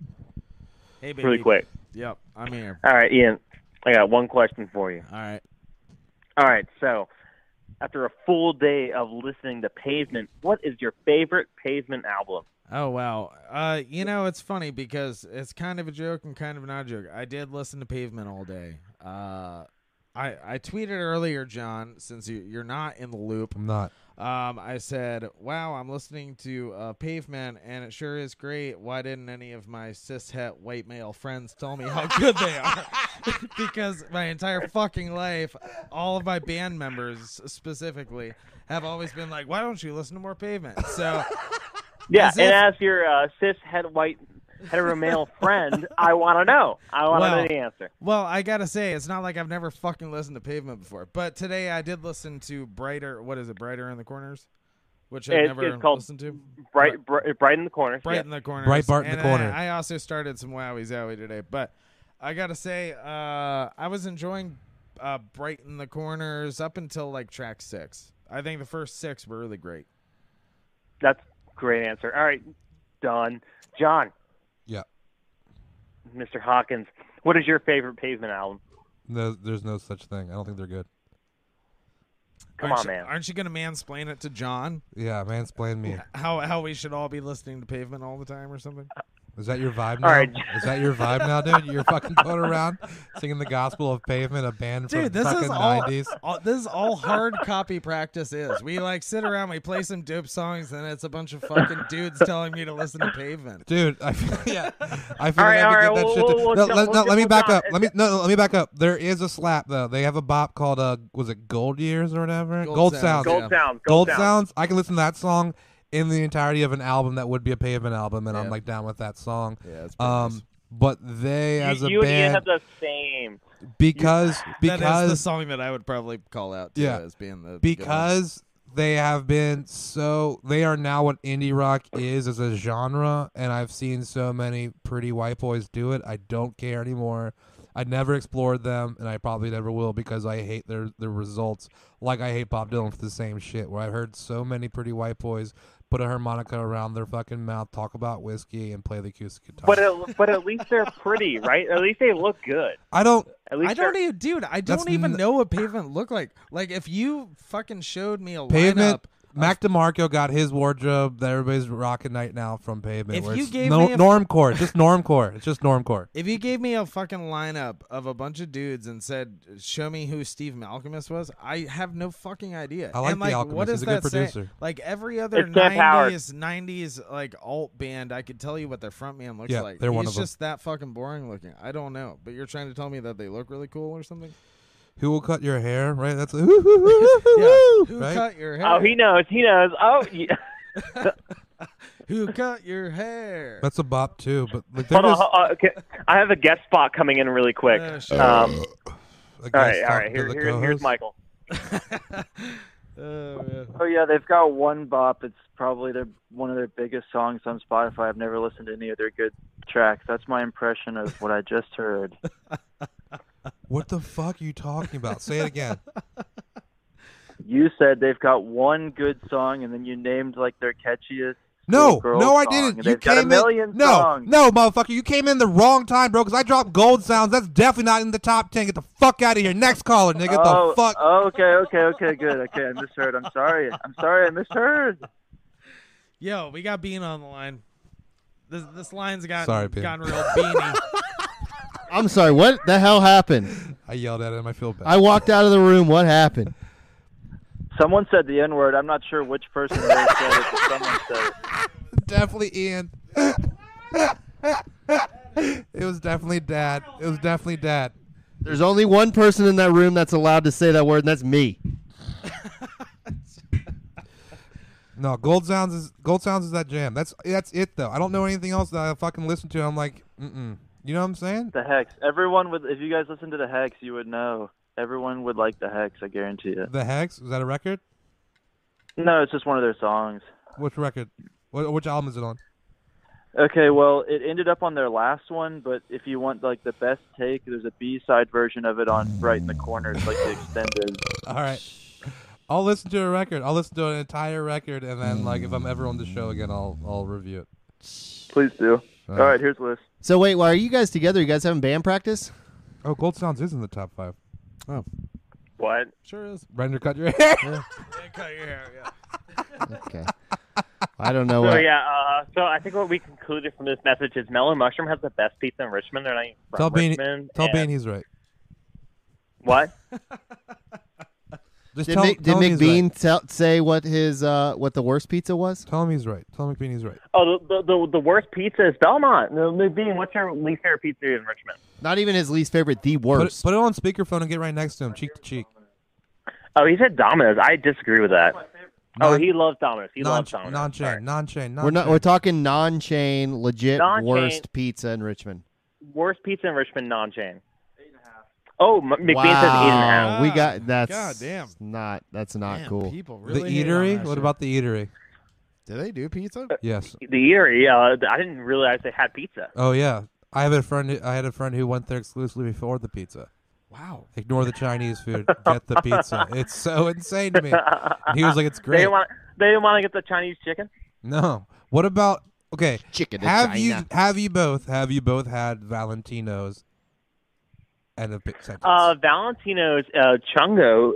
D: Hey, baby.
L: Really quick.
D: Yep, I'm here.
L: All right, Ian. I got one question for you.
D: All right.
L: All right. So, after a full day of listening to Pavement, what is your favorite Pavement album?
D: Oh wow. Uh, you know it's funny because it's kind of a joke and kind of not a joke. I did listen to Pavement all day. Uh, I I tweeted earlier, John, since you you're not in the loop.
B: I'm not.
D: Um, I said, "Wow, I'm listening to uh, Pavement, and it sure is great. Why didn't any of my cishet white male friends tell me how good they are?" because my entire fucking life, all of my band members specifically have always been like, "Why don't you listen to more Pavement?" So.
L: Yeah,
D: As
L: and
D: if-
L: as your uh, cis head white hetero male friend, I want to know. I want to
D: Well-
L: know the answer.
D: Well, I gotta say, it's not like I've never fucking listened to Pavement before. But today I did listen to Brighter. What is it? Brighter in the Corners, which I've
L: It's-
D: never
L: it's called
D: listened to.
L: Bright, bright, bright in the corner.
D: Bright
L: yeah.
D: in the Corners. And I- I, also started some Wowie Zowie today, but I gotta say, uh, I was enjoying uh, Bright in the Corners up until like track six. I think the first six were really great.
L: That's great answer. All right, done. John.
B: Yeah.
L: Mr. Hawkins, what is your favorite Pavement album?
B: No, there's no such thing. I don't think they're good.
L: Come
D: aren't
L: on,
D: you,
L: man.
D: Aren't you gonna mansplain it to John?
B: Yeah, mansplain me.
D: How how we should all be listening to Pavement all the time or something?
B: Is that your vibe now?
D: All right.
B: Is that your vibe now, dude? You're fucking going around singing the gospel of pavement, a band from
D: Dude, this
B: fucking
D: is all,
B: 90s.
D: all- this is all hard copy practice is. We like sit around, we play some dope songs, and it's a bunch of fucking dudes telling me to listen to Pavement.
B: Dude, I feel, yeah, I feel
D: All right,
B: like
D: all
B: I have
D: right,
B: to get that
D: we'll-
B: shit.
D: we'll- we'll
B: no,
D: jump-
B: let, no,
D: we'll
B: let me
D: jump
B: back
D: on.
B: up. Let me no, no, let me back up. There is a slap though. They have a bop called uh, was it Gold Years or whatever?
L: Gold
B: Gold, Sounds.
L: Sounds, Gold yeah. Sounds,
B: Gold
L: Gold
B: Sounds.
L: Sounds.
B: I can listen to that song in the entirety of an album that would be a pavement album, and I'm like down with that song.
D: Yeah, that's
L: pretty
B: um, but they as
L: you
B: a
L: you and Ian
B: band
L: have the same.
B: because
D: that is the
B: because
D: song that I would probably call out to
B: yeah
D: as being the good one.
B: because they have been so they are now what indie rock is as a genre and i've seen so many pretty white boys do it i don't care anymore I never explored them, and I probably never will because I hate their their results. Like I hate Bob Dylan for the same shit. Where I heard so many pretty white boys put a harmonica around their fucking mouth, talk about whiskey, and play the acoustic guitar.
L: But at, but at least they're pretty, right? At least they look good.
B: I don't.
L: At least
D: I don't
L: they're-
D: even, dude. I
B: That's
D: don't even
B: n-
D: know what pavement looked like. Like if you fucking showed me a lineup,
B: Pavement. Mac DeMarco got his wardrobe that everybody's rocking right now from Pavement.
D: If
B: where
D: you
B: it's
D: gave
B: no,
D: me a-
B: normcore, it's just normcore. It's just normcore.
D: if you gave me a fucking lineup of a bunch of dudes and said, "Show me who Steve Malcolmus was," I have no fucking idea.
B: I like
D: and
B: The
D: like, what
B: Alchemist.
D: does
B: He's a good
D: that say?
B: producer.
D: Like every other
L: It's Jeff Howard.
D: '90s '90s like alt band, I could tell you what their front man looks
B: Yeah,
D: like.
B: they're
D: He's
B: one of them.
D: just that fucking boring looking. I don't know, but you're trying to tell me that they look really cool or something.
B: Who will cut your hair? Right. That's a,
D: Who
B: right?
D: cut your hair?
L: Oh, he knows. He knows. Oh, yeah.
D: Who cut your hair?
B: That's a bop too. But like, they're
L: Hold on,
B: just,
L: hold on, okay. I have a guest spot coming in really quick.
D: Yeah, sure.
B: Uh,
L: um, all right,
B: talking
L: all right.
B: to
L: Here,
B: the
L: here, here's
B: co-host.
L: Michael.
M: Oh yeah, they've got one bop. It's probably their one of their biggest songs on Spotify. I've never listened to any of their good tracks. That's my impression of what I just heard.
B: What the fuck are you talking about? Say it again.
M: You said they've got one good song, and then you named like their catchiest.
B: No,
M: girl
B: no, I
M: song,
B: didn't.
M: and
B: You
M: they've got a
B: came
M: million
B: in. No,
M: songs.
B: no, motherfucker, you came in the wrong time, bro. Because I dropped gold sounds. That's definitely not in the top ten. Get the fuck out of here, next caller, nigga. Get
M: oh,
B: the fuck.
M: Okay, okay, okay, good. Okay, I misheard. I'm sorry. I'm sorry. I misheard.
D: Yo, we got Bean on the line. This this line's got
B: Sorry, Bean.
D: gone real beanie.
A: I'm sorry. What the hell happened?
B: I yelled at him. I feel bad.
A: I walked out of the room. What happened?
M: Someone said the N word. I'm not sure which person really said it, but someone said it.
B: definitely Ian. it was definitely dad. It was definitely dad.
A: There's only one person in that room that's allowed to say that word, and that's me.
B: No, Gold Sounds is Gold Sounds is that jam. That's that's it though. I don't know anything else that I fucking listen to. I'm like, mm-mm. You know what I'm saying?
M: The Hex. Everyone would. If you guys listen to the Hex, you would know. Everyone would like the Hex. I guarantee it.
B: The Hex was that a record?
M: No, it's just one of their songs.
B: Which record? What, which album is it on?
M: Okay, well, it ended up on their last one, but if you want like the best take, there's a B-side version of it on right in the corner. It's like the extended.
B: All right. I'll listen to a record. I'll listen to an entire record, and then like if I'm ever on the show again, I'll I'll review it.
M: Please do.
B: All
M: All
B: right.
M: right, here's Liz.
A: So wait, why are you guys together? You guys having band practice?
B: Oh, Gold Sounds is in the top five. Oh,
L: What?
D: Sure is.
B: Render cut your hair.
D: cut your hair. Yeah.
A: Okay. I don't know
L: So
A: what.
L: yeah, uh, so I think what we concluded from this message is Mellow Mushroom has the best pizza in Richmond. They're not even from
B: Tell Bean,
L: Richmond.
B: tell
L: and-
B: Bean he's right.
L: what?
B: Just
A: Did,
B: tell,
A: Mc, did
B: tell him he's
A: McBean
B: right.
A: tell, say what his uh, what the worst pizza was?
B: Tell him he's right. Tell him McBean he's right.
L: Oh, the, the the the worst pizza is Belmont. No, Bean, what's your least favorite pizza in Richmond?
A: Not even his least favorite, the
B: Put it,
A: worst.
B: put it on speakerphone and get right next to him, cheek to cheek.
L: Oh, he said Domino's. I disagree with that. oh,
B: Non-
L: he loves Domino's. He
B: non,
L: loves Domino's.
B: non chain, non chain, non
A: we're not. We're talking non-chain, legit
L: Non-chain.
A: worst pizza in Richmond.
L: Worst pizza in Richmond, non-chain. Oh, M- McBean says eight and a half.
A: wow, we got that's
D: God damn.
A: not that's not
D: Damn,
A: cool.
D: People
B: Ah, the
D: really hate on
B: eatery.
D: that
B: What
D: shit.
B: about the eatery?
D: Do they do pizza?
B: Yes.
L: Uh, The eatery. Uh, I didn't realize they had pizza.
B: Oh yeah. I have a friend. who- I had a friend who went there exclusively for the pizza.
D: Wow.
B: Ignore the Chinese food. Get the pizza. It's so insane to me. And he was like, "It's
L: They
B: great."
L: didn't want. They didn't want to get the Chinese chicken.
B: No. What about okay?
A: Chicken to
B: Have you
A: China.
B: have you both have you both had Valentino's? And a bit sentence.
L: Uh, Valentino's uh, Chungo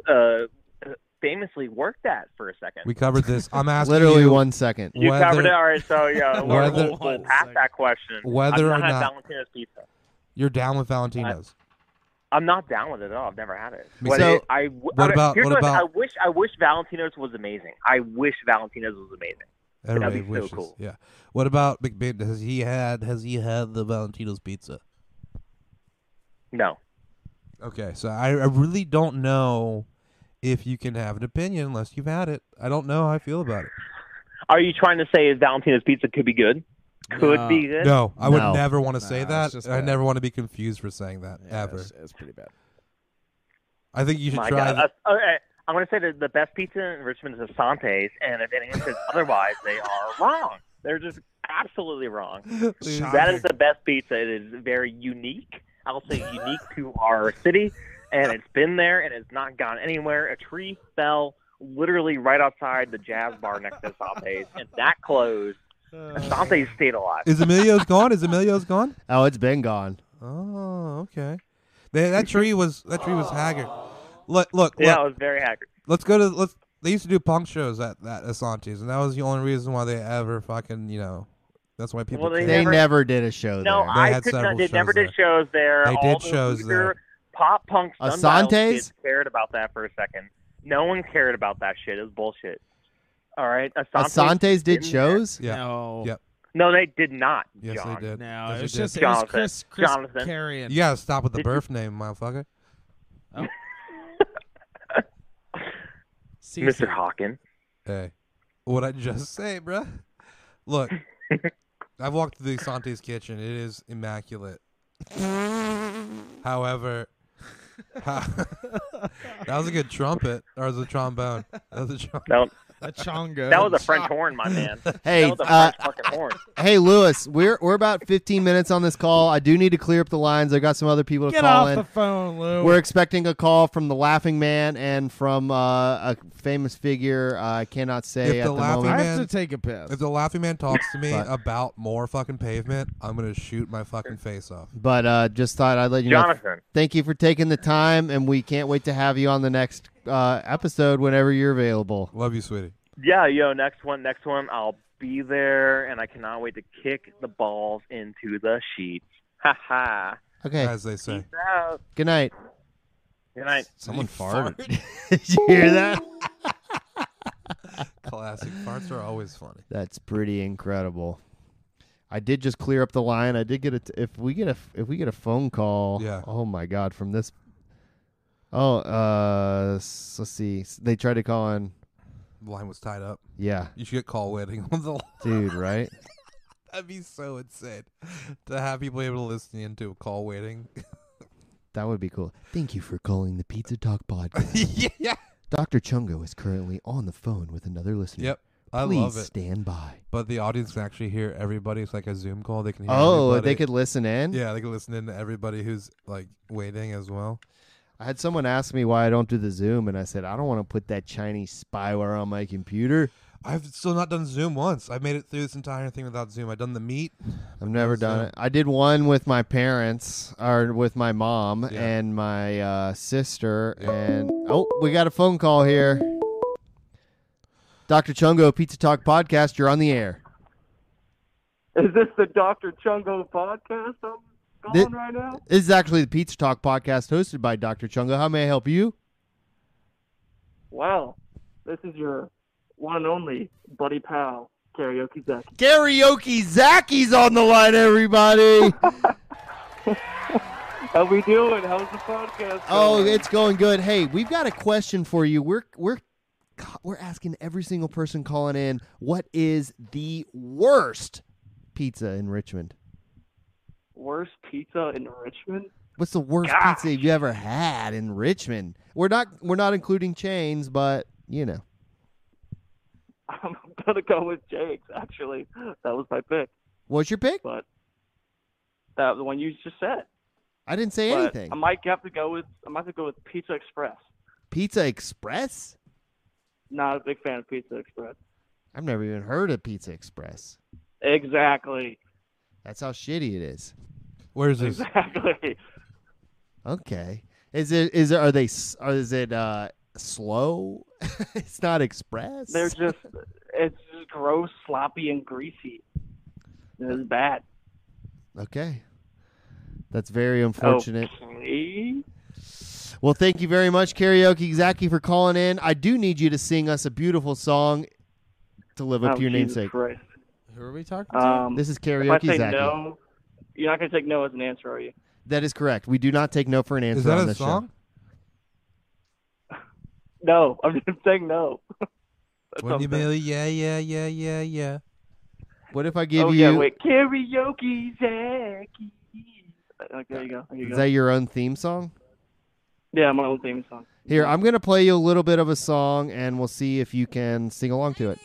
L: uh, famously worked that for a second.
B: we covered this. I'm asking
A: Literally
B: you
A: one second.
L: you
B: whether-
L: covered it, all right? So yeah, we'll,
B: Whether-
L: we'll, we'll pass that question.
B: whether
L: I've
B: or
L: not had
B: not-
L: Valentino's pizza.
B: You're down with Valentino's.
L: I'm not down with it at all. I've never had it.
B: Me
L: But
B: too.
L: it- I, w-
B: What
L: I mean,
B: about-
L: here's
B: what about-
L: I wish I wish Valentino's was amazing. I wish Valentino's was amazing.
B: Everybody
L: That'd be
B: wishes.
L: so cool.
B: Yeah. What about McBain? Has he had has he had the Valentino's pizza?
L: No.
B: Okay, so I, I really don't know if you can have an opinion unless you've had it. I don't know how I feel about it.
L: Are you trying to say is Valentino's pizza could be good? Could
D: No.
L: be good?
B: No, I
A: No.
B: would never want to say
D: it's
B: that.
D: just
B: and I
D: bad.
B: never want to be confused for saying that
D: Yeah,
B: ever.
D: It's, it's pretty bad.
B: I think you should
L: My
B: try.
L: God.
B: th-
L: Uh, okay, I'm going to say that the best pizza in Richmond is Asante's, and if anyone says otherwise, they are wrong. They're just absolutely wrong.
B: Please.
L: That is the best pizza. It is very unique. I will say unique to our city, and it's been there and it's not gone anywhere. A tree fell literally right outside the jazz bar next to Sante's, and that closed. Sante's stayed alive.
B: Uh, Is Emilio's gone? Is Emilio's gone?
A: Oh, it's been gone.
B: Oh, okay. They, that tree was that tree was haggard. Look, look,
L: Yeah,
B: look.
L: it was very haggard.
B: Let's go to let's. They used to do punk shows at that Asante's, and that was the only reason why they ever fucking you know. That's why people.
L: Well, they
B: came.
A: They never, did a show
L: No,
A: there.
B: They
L: I
B: had
L: could
B: several
L: not. They never
B: shows
L: did shows there.
B: They
L: All
B: did
L: the
B: shows
L: loser
B: there.
L: Pop punk sundial
A: Asante's?
L: kids cared about that for a second. No one cared about that shit. It was bullshit. All right, Asante's,
A: Asante's did
L: didn't-
A: shows.
B: Yeah.
D: No.
B: Yep.
L: No, they did not.
B: Yes,
L: John.
B: they did.
D: No,
B: yes,
D: it
B: they
D: was
B: did.
D: just it was
L: Jonathan.
D: Chris Chris
L: Jonathan.
D: Carrion.
B: You gotta stop with the
L: Did
B: birth name, motherfucker.
L: Mr. Hawken.
B: Hey, what I just say, bruh. Look, I've walked through the Sante's kitchen. It is immaculate. However, how- that was a good trumpet, or was it a trombone? That was a trombone.
D: A chongo.
L: That was a French horn, my man.
A: Hey,
L: that was a
A: uh,
L: French fucking horn.
A: Hey Lewis, we're we're about 15 minutes on this call. I do need to clear up the lines. I got some other people to
D: Get
A: call
D: off
A: in.
D: the phone, Lou.
A: We're expecting a call from the Laughing Man and from uh, a famous figure uh, I cannot
B: If
A: say
B: the
A: at the
B: Laughing
A: moment.
D: I have
B: Man-
D: to take a piss.
B: If the laughing man talks to me
A: But-
B: about more fucking pavement, I'm gonna shoot my fucking face off.
A: But uh, just thought I'd let you know.
B: Jonathan.
A: Thank you for taking the time, and we can't wait to have you on the next uh, episode whenever you're available.
B: Love you, sweetie.
L: Yeah, yo, next one, next one. I'll be there, and I cannot wait to kick the balls into the sheets. Ha ha.
A: Okay.
B: As they say.
L: Peace out.
A: Good night.
L: Good night.
A: Someone farted. Did you hear that?
B: Classic farts are always funny.
A: That's pretty incredible. I did just clear up the line. I did get a t- if we get a if we get a phone call.
B: Yeah.
A: Oh my god, from this. Oh, uh, s- let's see. S- They tried to call in.
B: The line was tied up.
A: Yeah,
B: You should get call waiting on the line.
A: dude. Right.
B: That'd be so insane to have people able to listen into a call waiting.
A: That would be cool. Thank you for calling the Pizza Talk podcast.
B: yeah.
A: Dr. Chungo is currently on the phone with another listener.
B: Yep. I
A: Please
B: love it.
A: stand by.
B: But the audience can actually hear everybody. It's like a Zoom call. They can hear
A: Oh,
B: everybody.
A: they could listen in.
B: Yeah, they can listen in to everybody who's like waiting as well.
A: I had someone ask me why I don't do the Zoom, and I said I don't want to put that Chinese spyware on my computer.
B: I've still not done Zoom once. I've made it through this entire thing without Zoom. I've done the meet.
A: I've never
B: So-
A: done it. I did one with my parents or with my mom
B: Yeah.
A: and my uh, sister. And oh, we got a phone call here. Dr. Chungo, Pizza Talk Podcast, you're on the air.
N: Is this the Dr. Chungo podcast I'm calling
A: Thi-
N: right now?
A: This is actually the Pizza Talk Podcast hosted by Dr. Chungo. How may I help you?
N: Wow. This is your one and only buddy pal, Karaoke Zach.
A: Karaoke Zacky's on the line, everybody.
N: How we doing? How's the podcast?
A: oh,
N: going?
A: it's going good. Hey, we've got a question for you. We're we're co- we're asking every single person calling in, what is the worst pizza in Richmond?
N: Worst pizza in Richmond?
A: What's the worst pizza you ever had in Richmond? We're not we're not including chains, but you know.
N: I'm going to go with Jake's, actually. That was my pick.
A: What's your pick?
N: But that the one you just said.
A: I didn't say
N: But
A: anything.
N: I might have to go with I might have to go with Pizza Express.
A: Pizza Express?
N: Not a big fan of Pizza Express.
A: I've never even heard of Pizza Express.
N: Exactly.
A: That's how shitty it is.
B: Where's this?
N: Exactly.
A: Okay. Is it is it, are they s- are, is it uh slow? it's not express.
N: They're just it's just gross, sloppy, and greasy. It's bad.
A: Okay. That's very
N: Oh.
A: unfortunate.
N: Okay.
A: Well, thank you very much, Karaoke Zaki, for calling in. I do need you to sing us a beautiful song to live up
N: Oh,
A: to your
N: Jesus
A: namesake.
N: Christ.
D: Who are we talking to?
N: Um,
A: This is
N: If I
A: Karaoke
N: say
A: Zaki.
N: no, you're not gonna take no as an answer, are you?
A: That is correct. We do not take no for an answer
B: Is that
A: on
B: a
A: this
B: song?
N: No, I'm just saying no. That's
B: When
N: what
B: you
N: I'm saying.
B: be like, yeah, yeah, yeah, yeah, yeah.
A: show. What if I give
N: oh
A: you
N: yeah, wait, karaoke Zaki. Okay, there you go. There you
A: Is
N: go.
A: that your own theme song?
N: yeah, my own theme song.
A: Here, I'm going to play you a little bit of a song and we'll see if you can sing along to it.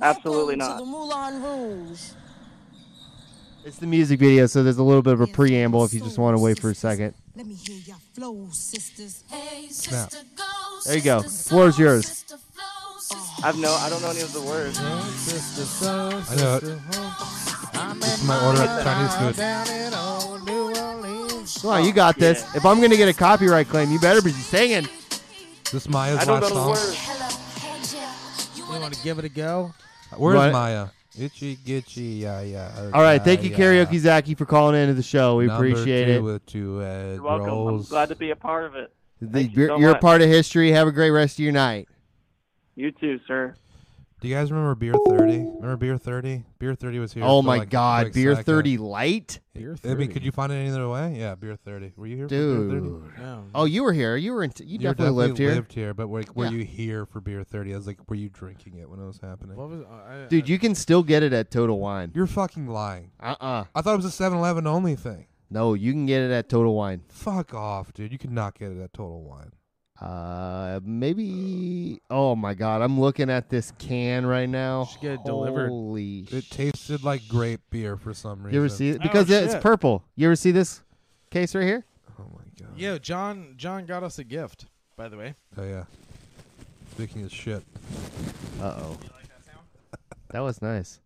N: Absolutely
O: Welcome
N: not.
O: To the Moulin Rouge.
A: It's the music video, so there's a little bit of a preamble if you just want to wait for a second.
O: Let me hear your flow, sisters. Hey,
A: Now, there you go. Floor's yours.
N: I've no, I don't know any of the words.
B: I know it. It's my order at Chinese food.
A: Come on, you got this. If I'm gonna get a copyright claim, you better be singing.
B: This Maya's I don't last know the song?
D: You want to give it a go?
B: Where's
A: What?
B: Maya? Itchy, gitchy, yeah, yeah.
A: All right, thank you, Karaoke Zaki, for calling into the show. We
B: Number
A: appreciate
B: two
A: it.
B: With two uh,
N: You're welcome. I'm
B: rolls.
N: glad to be a part of it.
A: The-
N: you
A: you're
N: so
A: you're a
N: much.
A: part of history. Have a great rest of your night.
N: You too, sir.
B: Do you guys remember Beer 30? Remember Beer 30? Beer 30 was here.
A: Oh
B: for
A: my
B: like a
A: God,
B: quick
A: Beer
B: second.
A: 30 light?
D: Beer
B: I mean,
D: 30.
B: could you find it any other way? Yeah, Beer 30. Were you here for Beer 30?
A: Dude. Oh, you were here. You were in. T- you,
B: You
A: definitely, lived here.
B: lived here, but like, were
A: Yeah.
B: you here for Beer 30? I was like, were you drinking it when it was happening?
D: What was, uh, I,
A: Dude, you can still get it at Total Wine.
B: You're fucking lying.
A: Uh-uh.
B: I thought it was a 7-Eleven only thing.
A: No, you can get it at Total Wine.
B: Fuck off, dude. You could not get it at Total Wine.
A: Uh, maybe. Oh my God, I'm looking at this can right now.
D: Should get it delivered.
A: Holy
B: It tasted like grape beer for some reason.
A: You ever see
D: Oh,
A: it? Because it's purple. You ever see this case right here?
D: Yo, John. John got us a gift, by the way.
B: Oh yeah. Speaking of shit.
A: Uh oh. That was nice.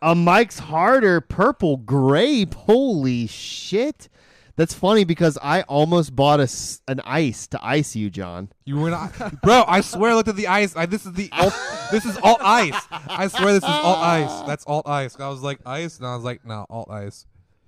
A: A Mike's Harder purple grape. Holy shit. That's funny because I almost bought a, s- an ice to ice you, John.
B: You were not, bro. I swear, I looked at the ice. I, this is the all, this is all ice. I swear, this is all ice. That's all ice. I was like ice, and I was like, no, all ice.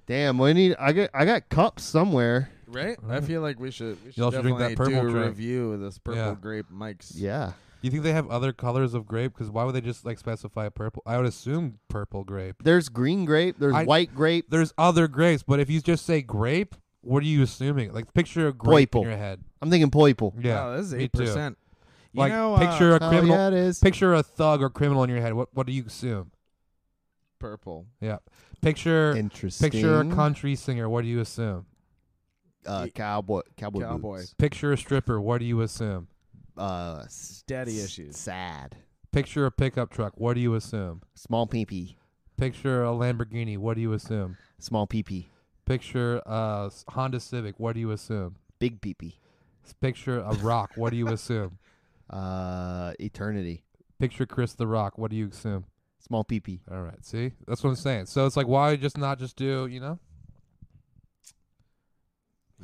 A: Damn, we need. I got I got cups somewhere.
D: Right? I feel like we should. We should
B: Y'all should drink
D: definitely
B: that purple
D: do a
B: drink.
D: review of this purple
B: Yeah.
D: grape Mike's.
A: Yeah.
B: Do you think they have other colors of grape? Because why would they just like specify purple? I would assume purple grape.
A: There's green grape. There's
B: I-
A: white grape.
B: There's other grapes, but if you just say grape, what are you assuming? Like picture a grape
A: Purple.
B: in your head.
A: I'm thinking purple.
B: Yeah,
D: Oh, this is
B: me too.
D: 8%. You
B: Like
D: know, uh,
B: picture a
A: Oh,
B: criminal.
A: yeah, it is.
B: Picture a thug or criminal in your head. What what do you assume?
D: Purple.
B: Yeah. Picture Picture a
A: Interesting.
B: country singer. What do you assume?
A: Uh, cowboy. Cowboy.
D: Cowboy.
A: Boots.
B: Picture a stripper. What do you assume?
A: Uh, s-
D: Daddy
A: s-
D: issues.
A: Sad.
B: Picture a pickup truck. What do you assume?
A: Small peepee.
B: Picture a Lamborghini. What do you assume?
A: Small peepee.
B: Picture a s- Honda Civic. What do you assume?
A: Big peepee.
B: S- Picture a rock. What do you assume?
A: Uh, eternity.
B: Picture Chris the Rock. What do you assume?
A: Small peepee.
B: All right. See, that's what I'm saying. So it's like, why just not just do you know?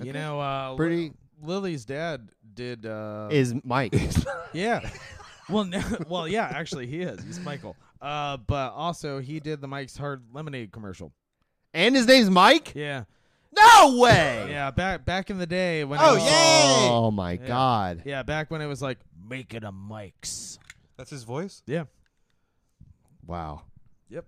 D: You know, uh, Li-
A: Pretty-
D: Lily's dad did. Uh,
A: Is Mike.
D: Yeah. Well, no, well, yeah. Actually, he is. He's Michael. Uh, but also he did the Mike's Hard Lemonade commercial.
A: And his name's Mike.
D: Yeah.
A: No way.
D: Yeah. Back back in the day when. it
A: Oh,
D: was-
A: yay! Oh, my
D: Yeah.
A: God.
D: Yeah. Back when it was like make it a Mike's.
B: That's his voice.
D: Yeah.
A: Wow.
D: Yep.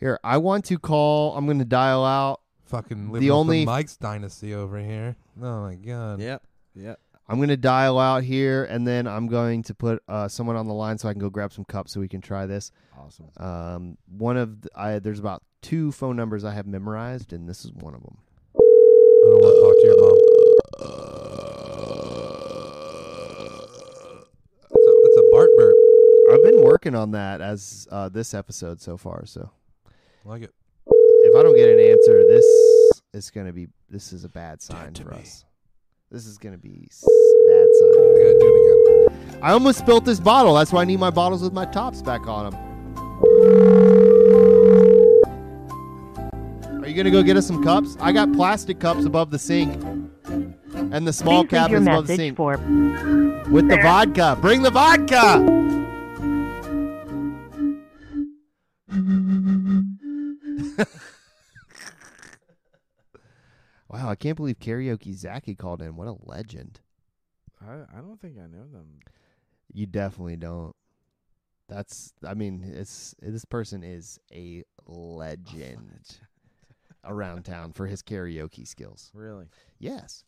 A: Here, I want to call. I'm going to dial out.
B: Fucking living
A: the
B: with
A: only.
B: Mike's dynasty over here. Oh my god.
D: Yep. Yep.
A: I'm going to dial out here, and then I'm going to put uh, someone on the line so I can go grab some cups so we can try this.
D: Awesome.
A: Um, one of the, I there's about two phone numbers I have memorized, and this is one of them.
B: I don't want to talk to your mom. That's a, that's a Bart burp.
A: I've been working on that as uh, this episode so far. So
B: Like it.
A: if I don't get an answer, this is going to be this is a bad sign for us. This is going to be s- bad sign. I
B: gotta do
A: it again. I almost spilt this bottle. That's why I need my bottles with my tops back on them. Are you gonna go get us some cups? I got plastic cups above the sink, and the small
F: Please leave your
A: cabinets above the
F: message
A: sink
F: for-
A: with the vodka. Bring the vodka. Wow, I can't believe karaoke Zaki called in. What a legend.
D: I I don't think I know them.
A: You definitely don't. That's I mean, it's this person is a legend around town for his karaoke skills.
D: Really?
A: Yes.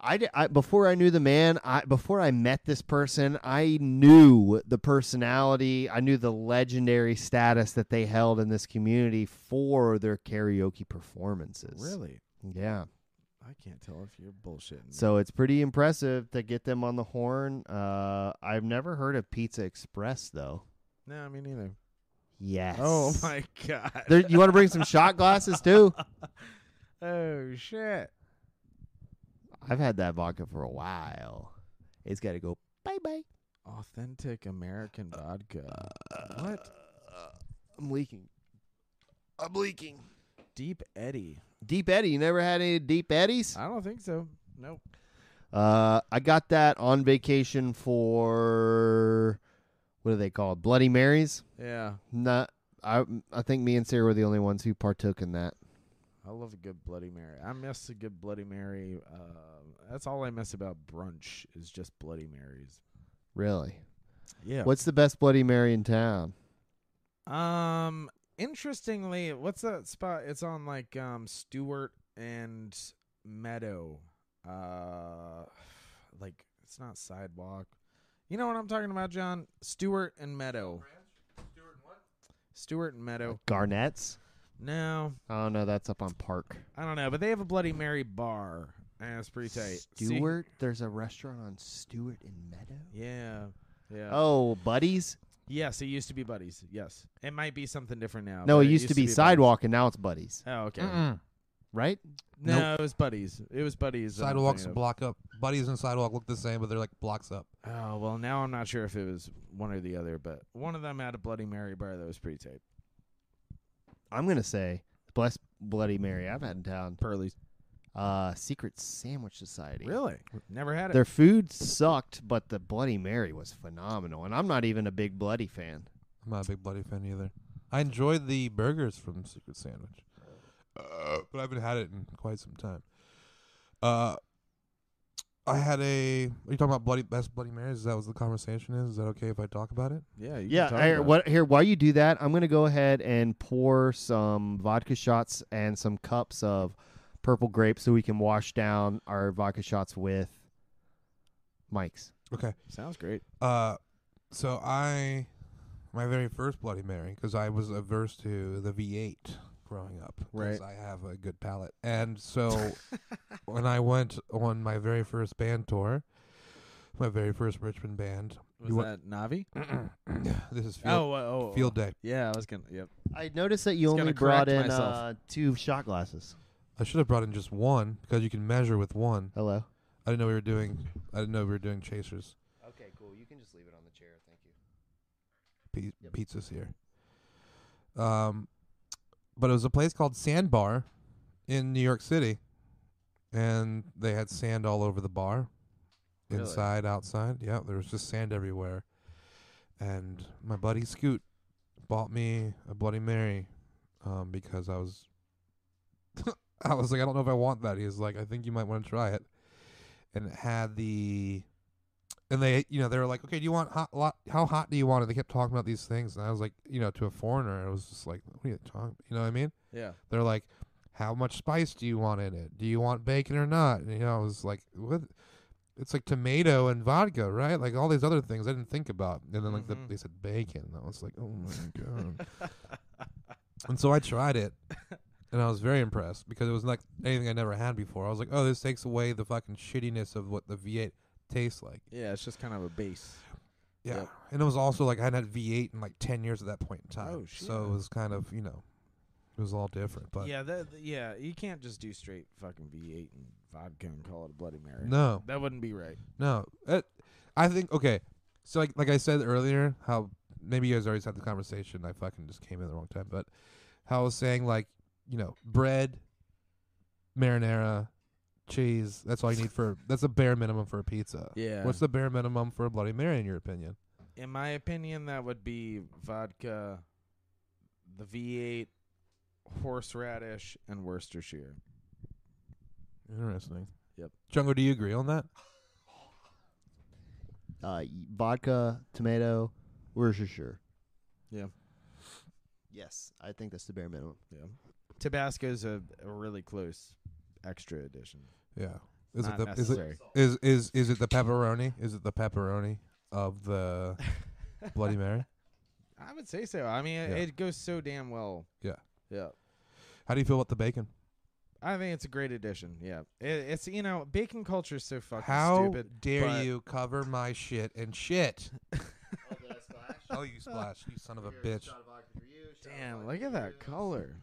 A: I, di- I before I knew the man, I before I met this person, I knew the personality, I knew the legendary status that they held in this community for their karaoke performances.
D: Really?
A: Yeah.
D: I can't tell if you're bullshitting.
A: So it's pretty impressive to get them on the horn. Uh, I've never heard of Pizza Express though.
D: No, me neither.
A: Yes.
D: Oh my God.
A: There, you want to bring some shot glasses too?
D: Oh shit.
A: I've had that vodka for a while. It's got to go. Bye bye.
D: Authentic American vodka. what?
A: Uh, I'm leaking. I'm leaking.
D: Deep Eddie.
A: Deep Eddie. You never had any Deep Eddies?
D: I don't think so. Nope.
A: Uh, I got that on vacation for what are they called? Bloody Marys.
D: Yeah.
A: Not. I. I think me and Sarah were the only ones who partook in that.
D: I love a good Bloody Mary. I miss a good Bloody Mary. Uh, that's all I miss about brunch is just Bloody Marys.
A: Really.
D: Yeah.
A: What's the best Bloody Mary in town?
D: Um, interestingly, what's that spot? It's on like um Stewart and Meadow. Uh, like it's not sidewalk. You know what I'm talking about, John? Stewart and Meadow. Stewart and Meadow.
A: Garnett's.
D: No.
A: Oh no, that's up on Park.
D: I don't know, but they have a Bloody Mary bar, and it's pretty tight. See-
A: Stewart. There's a restaurant on Stewart in Meadow.
D: Yeah. Yeah.
A: Oh, buddies.
D: Yes, it used to be buddies. Yes, it might be something different now.
A: no,
D: Oh, but
A: it used, to be,
D: Buddies.
A: sidewalk, and now it's buddies.
D: Oh, okay.
B: Mm-mm.
A: Right?
D: No,
A: Nope.
D: it was buddies. It was buddies. uh, that I'm
B: Sidewalks
D: thinking of.
B: block up. Buddies and sidewalk look the same, but they're like blocks up.
D: Oh well, now I'm not sure if it was one or the other, but one of them had a Bloody Mary bar that was pretty tight.
A: I'm gonna say bless Bloody Mary. I've had in town.
D: Pearlie's.
A: Uh, Secret Sandwich Society.
D: Really? Never had it.
A: Their food sucked, but the Bloody Mary was phenomenal. And I'm not even a big Bloody fan.
B: I'm not a big Bloody fan either. I enjoyed the burgers from Secret Sandwich, uh, but I haven't had it in quite some time. Uh, I had a. Are you talking about bloody best Bloody Marys? Is that what the conversation is? Is that okay if I talk about it?
D: Yeah. You
A: Yeah, I- what, here, while you do that, I'm going to go ahead and pour some vodka shots and some cups of purple grape so we can wash down our vodka shots with Mike's.
B: Okay.
D: Sounds great.
B: Uh, so I, my very first Bloody Mary, because I was averse to the V8 growing up.
D: Right.
B: 'cause I have a good palate, and so when I went on my very first band tour, my very first Richmond band.
D: Was
B: you wa-
D: that Navi?
B: this is field,
D: oh, oh, oh,
B: field day.
D: Yeah, I was gonna. Yep.
A: I noticed that you
D: Just
A: only
D: gotta
A: brought
D: correct
A: in
D: myself.
A: uh, two shot glasses.
B: I should have brought in just one because you can measure with one.
A: Hello.
B: I didn't know we were doing. I didn't know we were doing chasers.
A: Okay, cool. You can just leave it on the chair. Thank you.
B: Pi- Pizzas here. Um, but it was a place called Sandbar in New York City, and they had sand all over the bar,
D: Really?
B: inside, outside. Yeah, there was just sand everywhere. And my buddy Scoot bought me a Bloody Mary, um, because I was, I was like, I don't know if I want that. He was like, I think you might want to try it, and it had the and they you know they were like okay do you want hot lot, how hot do you want it they kept talking about these things and i was like you know to a foreigner it was just like what are you talking you know what i mean
D: Yeah.
B: they're like how much spice do you want in it do you want bacon or not and you know i was like what it's like tomato and vodka right like all these other things i didn't think about and then like the, they said bacon and i was like oh my god and so I tried it, and I was very impressed because it was like anything I never had before. I was like, oh, this takes away the fucking shittiness of what the V8 tastes like.
D: Yeah, it's just kind of a base.
B: Yeah,
D: Yep.
B: and it was also like I hadn't had V8 in like ten years at that point in time.
D: Oh,
B: So it was kind of you know, it was all different. But
D: yeah, that, th- yeah, you can't just do straight fucking V8 and vodka and call it a Bloody Mary.
B: No.
D: that wouldn't be right.
B: No, it, I think okay. So like like I said earlier, how maybe you guys already had the conversation. I fucking just came in at the wrong time, but how I was saying like you know bread, marinara, cheese. That's all you need for. That's a bare minimum for a pizza.
D: Yeah.
B: What's the bare minimum for a Bloody Mary in your opinion?
D: In my opinion, that would be vodka, the V8, horseradish, and Worcestershire.
B: Interesting.
D: Yep.
B: Jungle, do you agree on that?
A: Uh, y- vodka, tomato, Worcestershire.
D: Yeah.
A: Yes, I think that's the bare minimum.
D: Yeah. Tabasco's a, a really close extra addition.
B: Yeah.
D: Is
B: Is
D: Not
B: it the is
D: necessary.
B: it, is is is it the pepperoni? Is it the pepperoni of the Bloody Mary?
D: I would say so. I mean, it-
B: Yeah.
D: it goes so damn well.
B: Yeah.
D: Yeah.
B: How do you feel about the bacon?
D: I think it's a great addition. Yeah. It, it's, you know, bacon culture is so fucking
B: How
D: stupid.
B: dare
D: but-
B: you cover my shit and shit? Oh, you splash, you son of a bitch.
D: Damn, look at that color.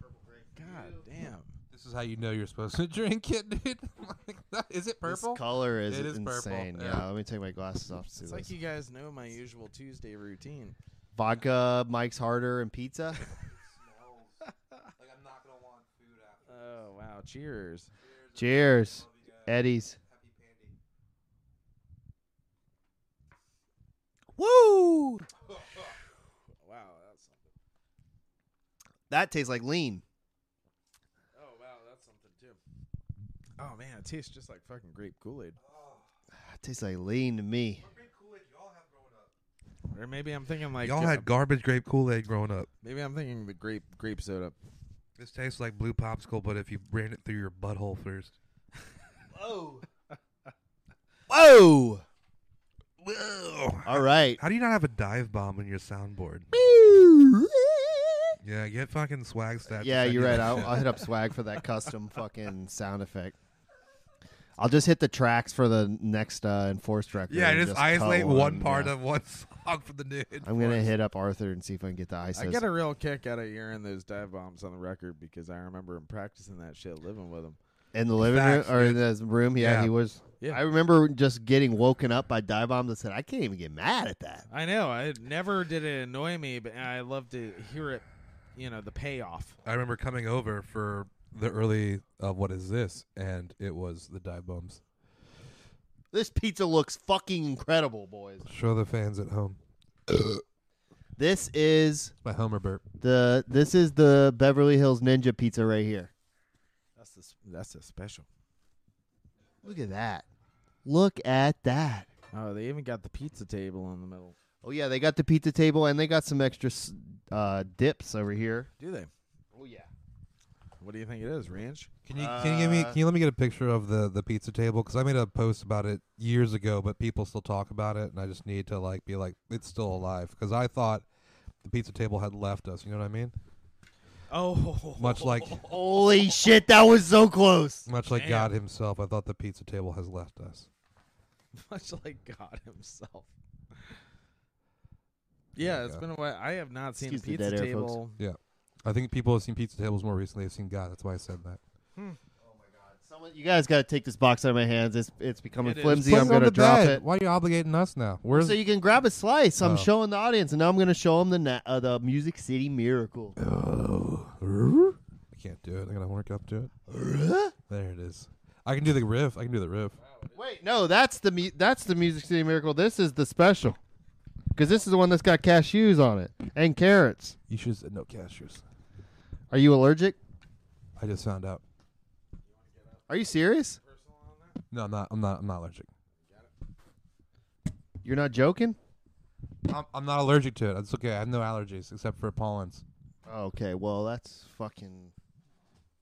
D: God damn.
B: This is how you know you're supposed to drink it, dude. like, that- is it purple?
A: This color is,
B: It is purple,
A: insane.
B: yeah.
A: Yeah. let me take my glasses off to see
D: It's
A: this.
D: like you guys know my usual Tuesday routine.
A: Vodka, Mike's Harder, and pizza.
D: Oh wow! Cheers.
A: Cheers, Eddie's. Woo!
D: Wow, that's something.
A: That tastes like lean.
D: Oh wow, that's something too. Oh man, it tastes just like fucking grape Kool Aid.
A: That tastes like lean to me.
D: Or maybe I'm thinking like
B: Y'all
D: uh,
B: had garbage grape Kool Aid growing up.
D: Maybe I'm thinking the grape grape soda.
B: This tastes like blue popsicle, but if you ran it through your butthole first.
A: Whoa. Whoa.
B: Whoa.
A: All right.
B: How do you not have a dive bomb on your soundboard? yeah, get fucking swag stats.
A: yeah, you're right. I'll, I'll hit up Swag for that custom fucking sound effect. I'll just hit the tracks for the next uh, enforced record.
B: Yeah,
A: and
B: just isolate
A: cut
B: one, part
A: yeah.
B: of one song for the new.
A: I'm gonna hit up Arthur and see if I can get the ISOs.
D: I get a real kick out of hearing those dive bombs on the record because I remember him practicing that shit living with him.
A: In the living
D: Facts,
A: room or in
D: dude.
A: the room, yeah,
D: Yeah.
A: he was.
D: Yeah.
A: I remember just getting woken up by dive bombs and said, "I can't even get mad at that."
D: I know. I never did it annoy me, but I love to hear it. You know the payoff.
B: I remember coming over for the early uh, what is this, and it was the dive bombs.
A: This pizza looks fucking incredible, boys.
B: Show the fans at home.
A: This is
B: my Homer burp.
A: The this is the Beverly Hills Ninja pizza right here.
D: That's the, s- that's a special.
A: Look at that. Look at that.
D: Oh, they even got the pizza table in the middle.
A: Oh yeah, they got the pizza table and they got some extra s- uh, dips over here.
D: Do they?
A: Oh yeah.
D: What do you think it is? Ranch?
B: Can you Can you give me?
A: Uh,
B: Can you let me get a picture of the the pizza table? Because I made a post about it years ago, but people still talk about it, and I just need to like be like it's still alive. Because I thought the pizza table had left us. You know what I mean?
D: Oh,
B: Much like
A: holy shit, that was so close.
B: Much like
D: Damn.
B: God Himself, I thought the pizza table has left us.
D: much like God Himself. Yeah, it's been a while. I have not seen
A: Excuse the
D: a pizza
A: dead air, folks.
D: table.
B: Yeah, I think people have seen pizza tables more recently. They've seen God. That's why I said that.
A: You guys got to take this box out of my hands. It's it's becoming
B: It is.
A: flimsy.
B: Put it
A: I'm
B: on
A: gonna
B: the
A: drop
B: bed.
A: it.
B: Why are you obligating us now? Where's
A: so you can grab a slice. I'm
B: Oh.
A: showing the audience, and now I'm gonna show them the na- uh, the Music City Miracle.
B: I can't do it. I gotta work up to it. there it is. I can do the riff. I can do the riff.
A: Wait, no, that's the mu- that's the Music City Miracle. This is the special, because this is the one that's got cashews on it and carrots.
B: You should have said no cashews.
A: Are you allergic?
B: I just found out.
A: Are you serious?
B: No, I'm not. I'm not. I'm not allergic.
A: You're not joking.
B: I'm, I'm not allergic to it. It's okay. I have no allergies except for pollens.
A: Oh, Okay, well that's fucking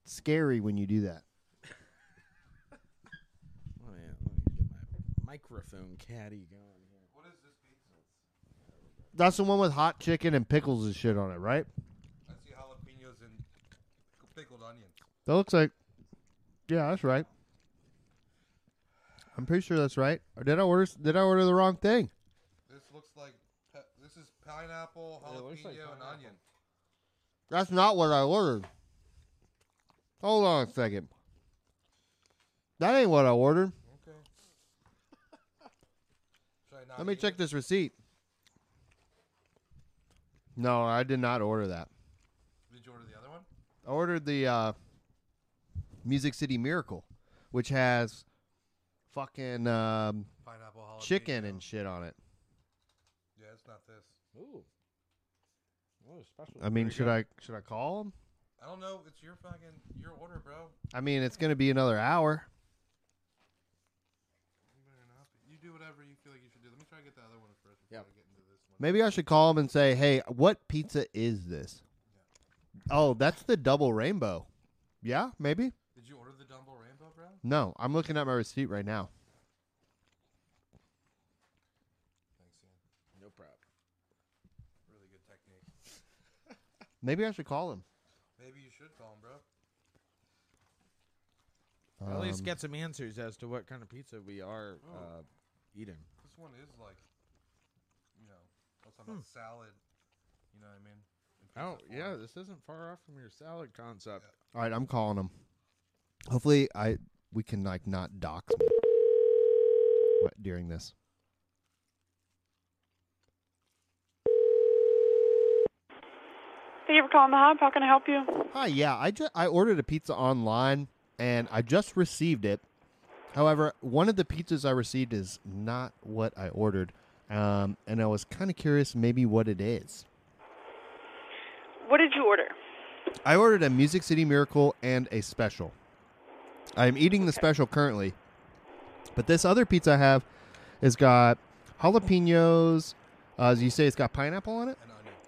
A: scary when you do that.
D: Oh, yeah. Let me get my microphone caddy going here. What is this pizza?
A: That's the one with hot chicken and pickles and shit on it, right?
B: I see jalapenos and pickled onions.
A: That looks like. Yeah, that's right. I'm pretty sure that's right. Or did I order? s- Did I order the wrong thing?
B: This looks like pe- this is pineapple, jalapeno, and onion.
A: That's not what I ordered. Hold on a second. That ain't what I ordered.
B: Okay.
A: Let me check this receipt. No, I did not order that.
B: Did you order the other one?
A: I ordered the uh, Music City Miracle, which has fucking um,
B: Pineapple jalapeno.
A: chicken and shit on it.
B: Yeah, it's not this.
D: Ooh. What a special.
A: I mean, should I should I call them?
B: I don't know. It's your fucking your order, bro.
A: I mean, it's gonna be another hour.
B: You do whatever you feel like you should do. Let me try to get the other one first. Yeah.
A: Maybe I should call them and say, "Hey, what pizza is this?" Oh, that's the double rainbow. Yeah, maybe.
B: Did you order the Dumble Rainbow, bro?
A: No, I'm looking at my receipt right now.
D: No problem.
B: Really good technique.
A: Maybe I should call him.
B: Maybe you should call him, bro.
D: At least
A: Um,
D: get some answers as to what kind Oh. of pizza we are uh, eating.
B: This one is like, you know, a talking
D: Hmm.
B: about salad. You know what I mean? In pizza
D: Oh
B: form.
D: yeah, this isn't far off from your salad concept.
A: All right, I'm calling him. Hopefully, I we can like not dox me what- during this.
K: Thank you for calling the hub. How can I help you?
A: Hi, yeah, I just I ordered a pizza online and I just received it. However, one of the pizzas I received is not what I ordered, um, and I was kind of curious maybe what it is.
K: What did you order?
A: I ordered a Music City Miracle and a special. I'm eating the special currently, but this other pizza I have has got jalapenos. Uh, as you say, it's got pineapple on it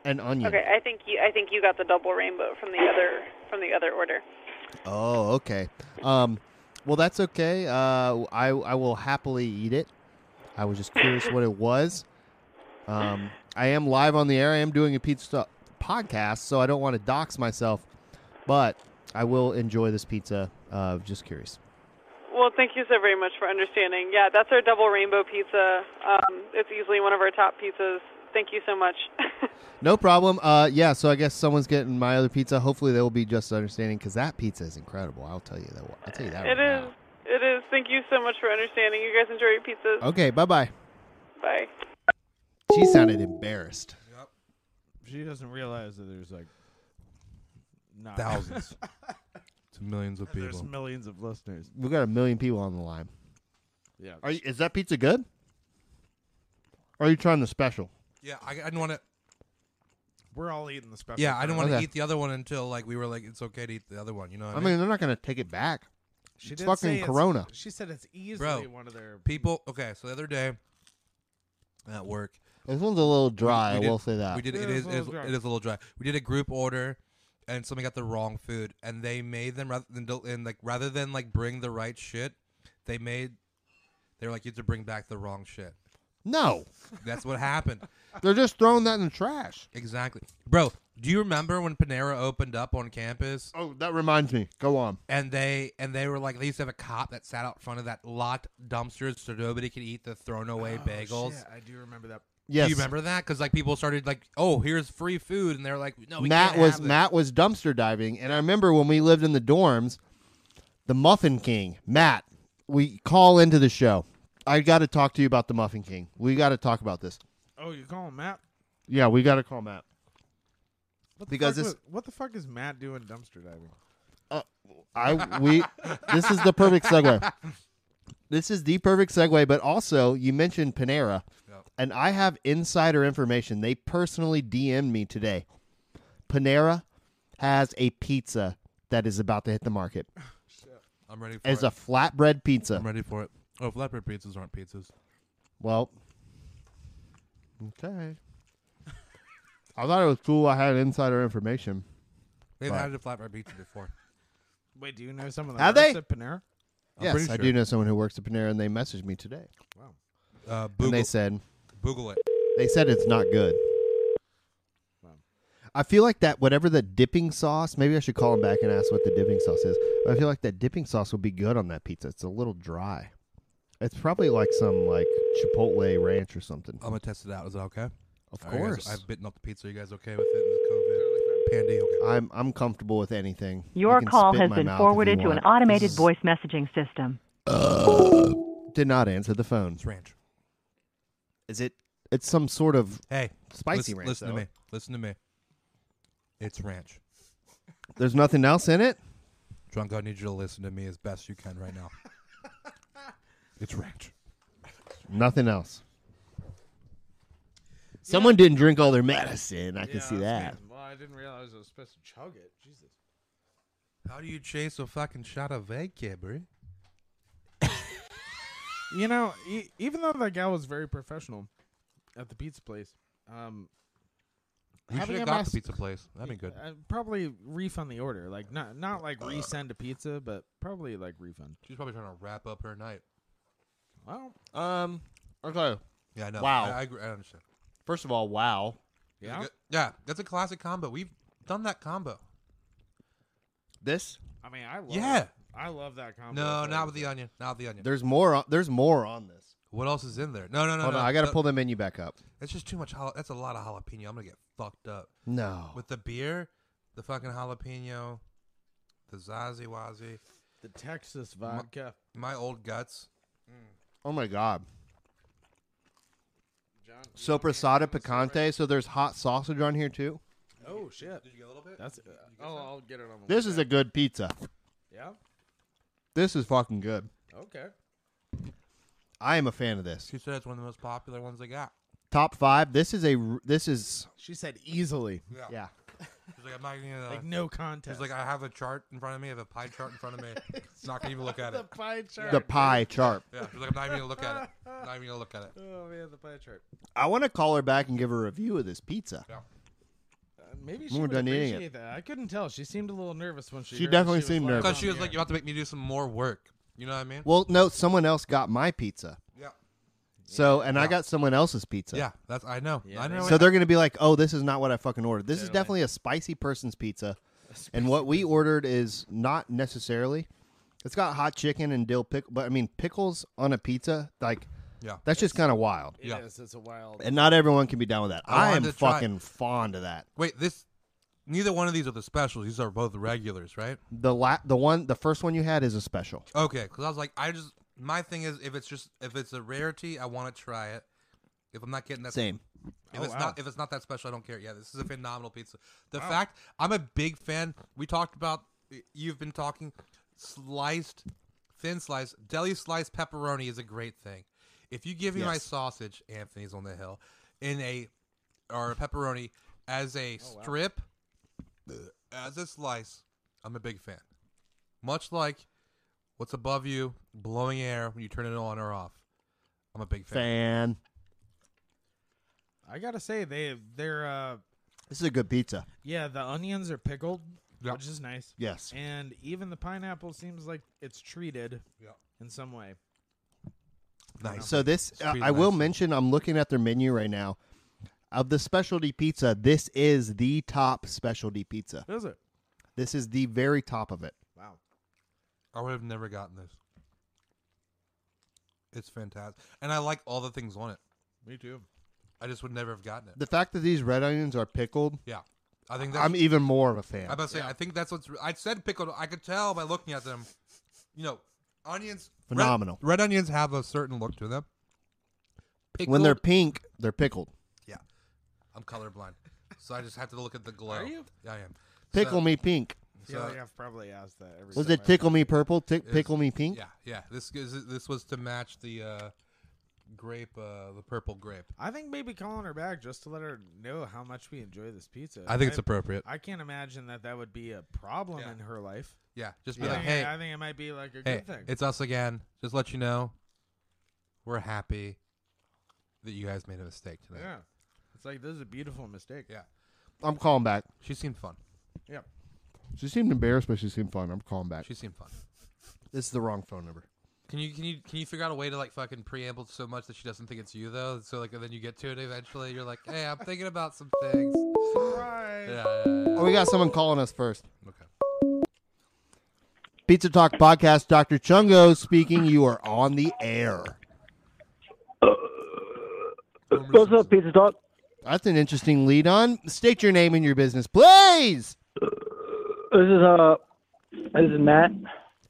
A: and onion.
K: Okay, I think you I think you got the double rainbow from the other from the other order.
A: Oh, okay. Um, well, that's okay. Uh, I I will happily eat it. I was just curious what it was. Um, I am live on the air. I am doing a pizza stu- podcast, so I don't want to dox myself, but I will enjoy this pizza. Uh, just curious.
K: Well, thank you so very much for understanding. Yeah, that's our double rainbow pizza. Um, it's easily one of our top pizzas. Thank you so much.
A: Oh, No problem. Uh, yeah. So I guess someone's getting my other pizza. Hopefully, they will be just understanding because that pizza is incredible. I'll tell you that. I'll tell you that.
K: It
A: Right
K: is. It is. Thank you so much for understanding. You guys enjoy your pizzas.
A: now. Okay. Bye bye.
K: Bye.
A: She sounded embarrassed.
D: She doesn't realize that there's like not
B: Thousands. to millions of
D: There's
B: people.
D: millions of listeners.
A: We've got a million people on the line.
D: Yeah.
A: Are you, is that pizza good? Or are you trying the special?
B: Yeah, I, I didn't want to.
D: We're all eating the special.
B: Yeah, I didn't want to
A: Okay.
B: eat the other one until like we were like it's okay to eat the other one. You know what
A: I
B: I
A: mean,
B: mean?
A: they're not going to take it back.
D: She
A: it's
D: did say
A: fucking
D: it's-
A: Corona.
D: She said it's easily
B: Bro,
D: one of their.
B: people. Okay, so the other day at work,
A: This one's a little dry.
B: we
A: I
B: did-
A: will say that.
B: We did it is, it is it is a little dry. We did a group order and somebody got the wrong food and they made them rather than del- and like rather than like bring the right shit, they made they were like you have to bring back the wrong shit.
A: No.
B: That's what happened.
A: They're just throwing that in the trash.
B: Exactly. Bro, do you remember when Panera opened up on campus?
A: Oh, that reminds me. Go on.
B: and they and they were like they used to have a cop that sat out front of that lot dumpsters so nobody could eat the thrown away bagels.
D: Oh, Shit, I do remember that.
A: Yes.
B: Do you remember that? Because like people started like, oh, here's free food, and they're like, no, we
A: Matt
B: can't
A: was
B: have it.
A: Matt was dumpster diving, and I remember when we lived in the dorms, the Muffin King, Matt. We call into the show. I got to talk to you about the Muffin King. We got to talk about this.
D: Oh, you call him Matt?
A: Yeah, we got to call Matt.
D: What the
A: Because
D: fuck
A: this-
D: was- what the fuck is Matt doing dumpster diving?
A: Uh, I we this is the perfect segue. This is the perfect segue, but also you mentioned Panera, and I have insider information. They personally DM'd me today. Panera has a pizza that is about to hit the market.
B: I'm ready for
A: It's
B: it.
A: a flatbread pizza.
B: I'm ready for it. Oh, flatbread pizzas aren't pizzas.
A: Well, okay. I thought it was cool. I had insider information.
B: They've
A: but-
B: had a flatbread pizza before.
D: Wait, do you know someone that
A: have
D: works
A: they?
D: at Panera?
B: I'm
A: Yes,
B: pretty
A: I
B: sure.
A: do know someone who works at Panera, and they messaged me today.
D: Wow.
B: Uh,
A: And they
B: Boogle-
A: said,
B: Google it.
A: They said it's not good. I feel like that whatever the dipping sauce. Maybe I should call him back and ask what the dipping sauce is. But I feel like that dipping sauce would be good on that pizza. It's a little dry. It's probably like some like Chipotle ranch or something.
B: I'm gonna test it out. Is that okay?
A: Of
B: All right, guys,
A: course.
B: I've bitten up the pizza. Are you guys okay with it? in this COVID pandy. Okay.
A: I'm I'm comfortable with anything.
F: Your
A: You can
F: call
A: spit in
F: has
A: my
F: been
A: mouth if
F: forwarded
A: you
F: to an
A: want.
F: automated voice messaging system.
A: Uh, Did not answer the phone. It's
B: ranch.
A: Is it? It's some sort of
B: Hey,
A: spicy
B: listen,
A: ranch.
B: Listen
A: though.
B: to me. Listen to me. It's ranch.
A: There's nothing else in it.
B: Drunk, I need you to listen to me as best you can right now. it's ranch.
A: Nothing else. Someone didn't drink all their medicine. I can see that.
D: Well, I didn't realize I was supposed to chug it. Jesus.
B: How do you chase a fucking shot of vodka, bro?
D: You know, e- even though that gal was very professional at the pizza place, um,
B: We
D: having
B: should
D: a
B: have got
D: mass-
B: the pizza place. That'd be good.
D: Uh, probably refund the order, like not not like resend a pizza, but probably like refund.
B: She's probably trying to wrap up her night.
D: Well,
A: um, okay.
B: Yeah, I know.
A: Wow.
B: I, I, agree- I understand.
A: First of all, wow.
D: Yeah.
B: Yeah, that's a classic combo. We've done that combo.
A: This
D: I mean, I love
B: Yeah.
D: I love that combo.
B: No,
D: of
B: not
D: flavors.
B: with the onion. Not with the onion.
A: there's more. On, there's more on this.
B: What else is in there? No, no, no.
A: Hold
B: no,
A: on, I gotta
B: no.
A: pull the menu back up.
B: That's just too much. Jala- that's a lot of jalapeno. I'm gonna get fucked up.
A: No.
B: With the beer, the fucking jalapeno, the zazie wazie,
D: the Texas vodka.
B: My, old guts.
D: Mm.
A: Oh my god.
D: John,
A: Soprasada picante. So there's hot sausage on here too.
D: Oh shit! Did you get a little bit? That's. Uh, oh, I'll get it on. the
A: This
D: way
A: is a
D: back.
A: good pizza.
D: Yeah.
A: Oh. This is fucking good.
D: Okay.
A: I am a fan of this.
B: She said it's one of the most popular ones they got.
A: Top five. This is a. r- This is.
D: She said easily.
B: Yeah.
A: Yeah.
B: She's like, I'm not gonna
D: Like, no
B: She's
D: contest.
B: like, I have a chart in front of me. I have a pie chart in front of me. not gonna even look at
D: The
B: it.
D: pie chart.
A: The pie chart.
B: Yeah. She's like, I'm not even gonna look at it. Not even gonna look at it.
D: Oh man, the pie chart.
A: I want to call her back and give her a review of this pizza.
D: Uh, maybe
A: I'm
D: she
A: more
D: would
A: done eating it.
D: appreciate that. I couldn't tell. She seemed a little nervous when she.
A: She
D: heard
A: definitely
D: was
A: seemed
D: live
A: nervous.
B: Because she
D: on
B: was
D: the
B: like, you have to make me do some more work. You know what I mean?
A: Well, no, someone else got my pizza.
B: Yeah.
A: So and I got someone else's pizza.
B: Yeah. That's I know. I know.
A: So they're gonna be like, "Oh, this is not what I fucking ordered. This is definitely a spicy person's pizza." And what we ordered is not necessarily. It's got hot chicken and dill pickle, but I mean pickles on a pizza, like
B: Yeah.
A: that's just kind of wild.
D: It is. It's a wild.
A: And not everyone can be down with that.
B: I
A: I,
B: wanted
A: am
B: to try-
A: fucking fond of that.
B: Wait, this. Neither one of these are the specials. These are both regulars, right?
A: The la- the one, the first one you had is a special.
B: Okay, because I was like, I just my thing is if it's just if it's a rarity, I want to try it. If I'm not getting that
A: Same.
B: If
A: Oh,
B: it's
A: wow.
B: not if it's not that special, I don't care. Yeah, this is a phenomenal pizza. The
A: Wow.
B: fact I'm a big fan. We talked about you've been talking sliced, thin slice, deli sliced pepperoni is a great thing. If you give me my
A: Yes.
B: sausage, Anthony's on the hill, in a or a pepperoni as a
A: wow.
B: strip, uh, as a slice, I'm a big fan. Much like what's above you blowing air when you turn it on or off. I'm a big fan.
A: Fan,
D: I gotta say they they're uh
A: this is a good pizza.
D: yeah the onions are pickled, which is nice.
A: Yes.
D: And even the pineapple seems like it's treated. In some way.
A: So this, uh,
D: Sweet
A: I will
D: nice.
A: mention, I'm looking at their menu right now. Of the specialty pizza, this is the top specialty pizza.
D: Is it?
A: This is the very top of it.
D: Wow.
B: I would have never gotten this. It's fantastic. And I like all the things on it.
D: Me too.
B: I just would never have gotten it.
A: The fact that these red onions are pickled,
B: Yeah. I think that's
A: I'm even more of a fan.
B: I about to say I think that's what's I said pickled I could tell by looking at them. You know, onions red-
A: Phenomenal.
B: Red, onions have a certain look to them.
A: When they're
B: Pickled-
A: pink, they're pickled.
B: Yeah. I'm colorblind. so I just have to look at the glow.
D: Are you?
B: Yeah, I am.
A: Tickle
B: So-
A: me pink.
D: I feel
B: So-
D: like I've probably asked that every.
A: Was
D: time
A: it
D: I've-
A: tickle me purple? Tick,
B: Is-
A: pickle me pink.
B: Yeah, yeah. This is this was to match the uh, grape, uh, the purple grape.
D: I think maybe calling her back just to let her know how much we enjoy this pizza.
B: I think it's appropriate.
D: I can't imagine that that would be a problem in her life.
B: Yeah, just be
D: I
B: like,
D: think-
B: hey,
D: I think it might be like a
B: hey,
D: good thing.
B: it's us again. Just let you know, we're happy that you guys made a mistake today.
D: yeah, it's like this is a beautiful mistake.
B: Yeah,
A: I'm calling back.
B: She seemed fun.
D: Yep.
A: She seemed embarrassed, but she seemed fun. I'm calling back.
B: She seemed fun.
A: This is the wrong phone number.
B: Can you can you can you figure out a way to like fucking preamble so much that she doesn't think it's you though? So like, and then you get to it eventually. You're like, hey, I'm thinking about some things. Surprise! Yeah, yeah, yeah.
A: Oh, we got someone calling us first.
B: Okay.
A: Pizza Talk Podcast, Dr. Chungo speaking. You are on the air.
E: What's up, Pizza Talk?
A: That's an interesting lead on. State your name and your business, please.
N: This is uh, this is Matt.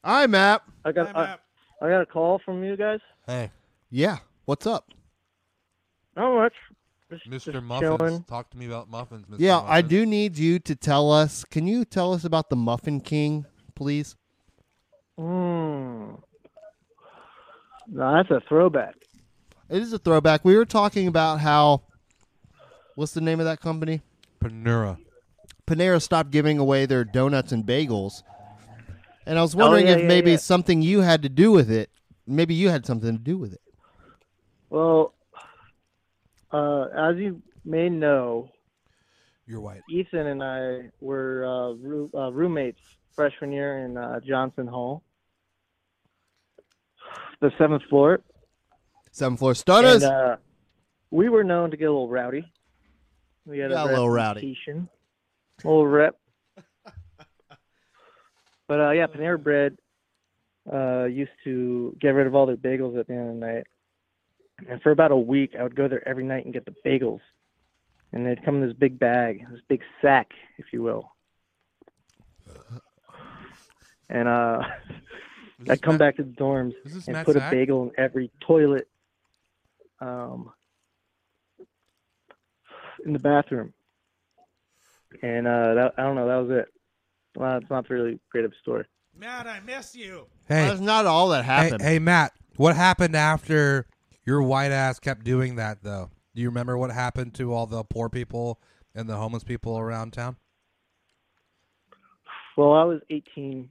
A: Hi, Matt.
N: I got uh, I, I got a call from you guys.
B: Hey.
A: Yeah. What's up?
N: Not much.
B: Mr.
N: just
B: Muffins,
N: chilling.
B: talk to me about muffins. Mr.
A: yeah,
B: Muffins.
A: I do need you to tell us. Can you tell us about the Muffin King, please?
N: Mm. No, that's a throwback.
A: It is a throwback. We were talking about how. What's the name of that company?
B: Panera.
A: Panera stopped giving away their donuts and bagels. And I was wondering
N: Oh, yeah,
A: if
N: yeah,
A: maybe
N: yeah.
A: something you had to do with it. Maybe you had something to do with it.
N: Well, uh, as you may know,
B: You're white.
N: Ethan and I were uh, roo- uh, roommates freshman year in uh, Johnson Hall, the seventh floor.
A: Seven floor stutters.
N: And, uh, we were known to get a little rowdy. We had
A: Got
N: a,
A: a little rowdy.
N: reputation, a little rep. but uh, yeah, Panera Bread uh, used to get rid of all their bagels at the end of the night, And for about a week, I would go there every night and get the bagels. And they'd come in this big bag, this big sack, if you will. And uh, I'd come back to the dorms
B: Is this
N: and
B: Matt
N: put
B: Sack?
N: a bagel in every toilet um, in the bathroom. And uh, that, I don't know, that was it. Well, it's not really great of a story.
D: Matt, I miss you.
B: Hey,
A: that's not all that happened.
B: Hey, hey, Matt, what happened after your white ass kept doing that though? Do you remember what happened to all the poor people and the homeless people around town?
N: Well, I was 18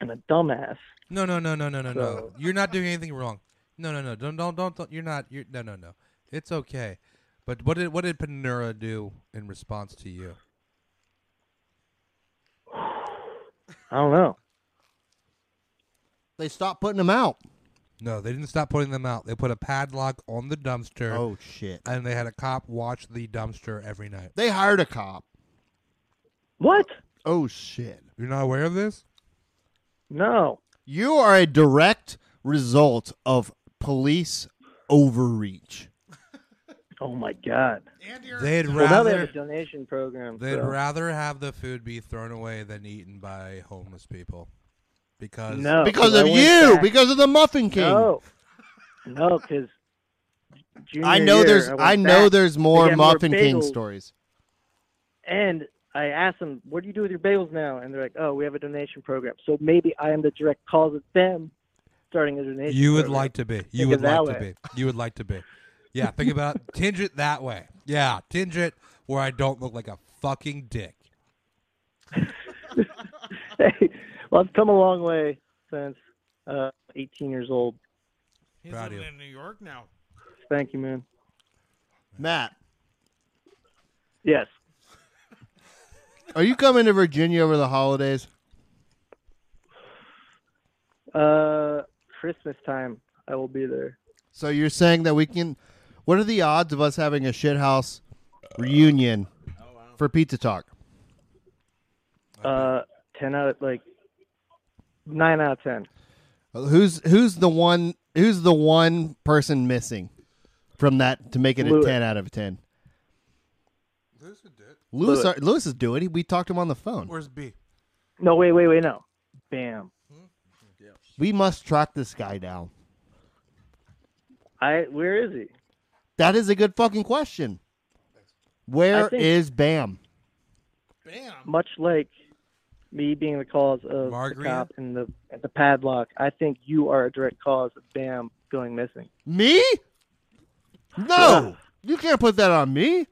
N: and a dumbass.
B: No, no, no, no, no, no, no.
N: So-
B: You're not doing anything wrong. No, no, no. Don't, don't, don't. don't you're not. You're no, no, no. It's okay. But what did what did Panura do in response to you?
N: I don't know.
A: They stopped putting them out.
B: No, they didn't stop putting them out. They put a padlock on the dumpster.
A: Oh shit!
B: And they had a cop watch the dumpster every night.
A: They hired a cop.
N: What?
A: Oh shit!
B: You're not aware of this?
N: No.
A: You are a direct result of police overreach.
N: Oh my god!
B: They'd
N: Well, now they
B: rather
N: have a donation program.
B: They'd
N: so-
B: rather have the food be thrown away than eaten by homeless people. Because
N: No,
A: Because
N: I
A: of
N: went
A: you,
N: back-
A: because of the Muffin King.
N: No, no, because
A: I know there's- I know there's more Muffin King stories.
N: And I asked them, "What do you do with your bagels now?" And they're like, "Oh, we have a donation program." So maybe I am the direct cause of them starting a donation.
B: you would
N: program.
B: like to be. You
N: Think
B: would
N: of that
B: like to
N: way.
B: be. You would like to be. Yeah, think about tinge it that way. Yeah, tinge it where I don't look like a fucking dick.
N: hey, well, I've come a long way since uh, 18 years old.
D: He's
B: Proud of
D: living in New York now.
N: Thank you, man.
A: Matt,
N: Yes.
A: are you coming to Virginia over the holidays?
N: Uh, Christmas time, I will be there.
A: So you're saying that we can? What are the odds of us having a shithouse reunion for Pizza Talk?
N: Uh, 10 out of like nine out of 10.
A: Who's who's the one? Who's the one person missing from that to make it a
N: Lewis.
A: ten out of ten? Lewis,
N: Lewis.
A: Lewis. Lewis is doing it. We talked to him on the phone.
B: Where's B?
N: No, wait, wait, wait, no. Bam.
A: We must track this guy down.
N: I where is he?
A: That is a good fucking question. Where
N: I think-
A: is Bam?
N: Much like me being the cause of
B: Margarita?
N: the cop and the and the padlock, I think you are a direct cause of Bam going missing.
A: Me? No, you can't put that on me.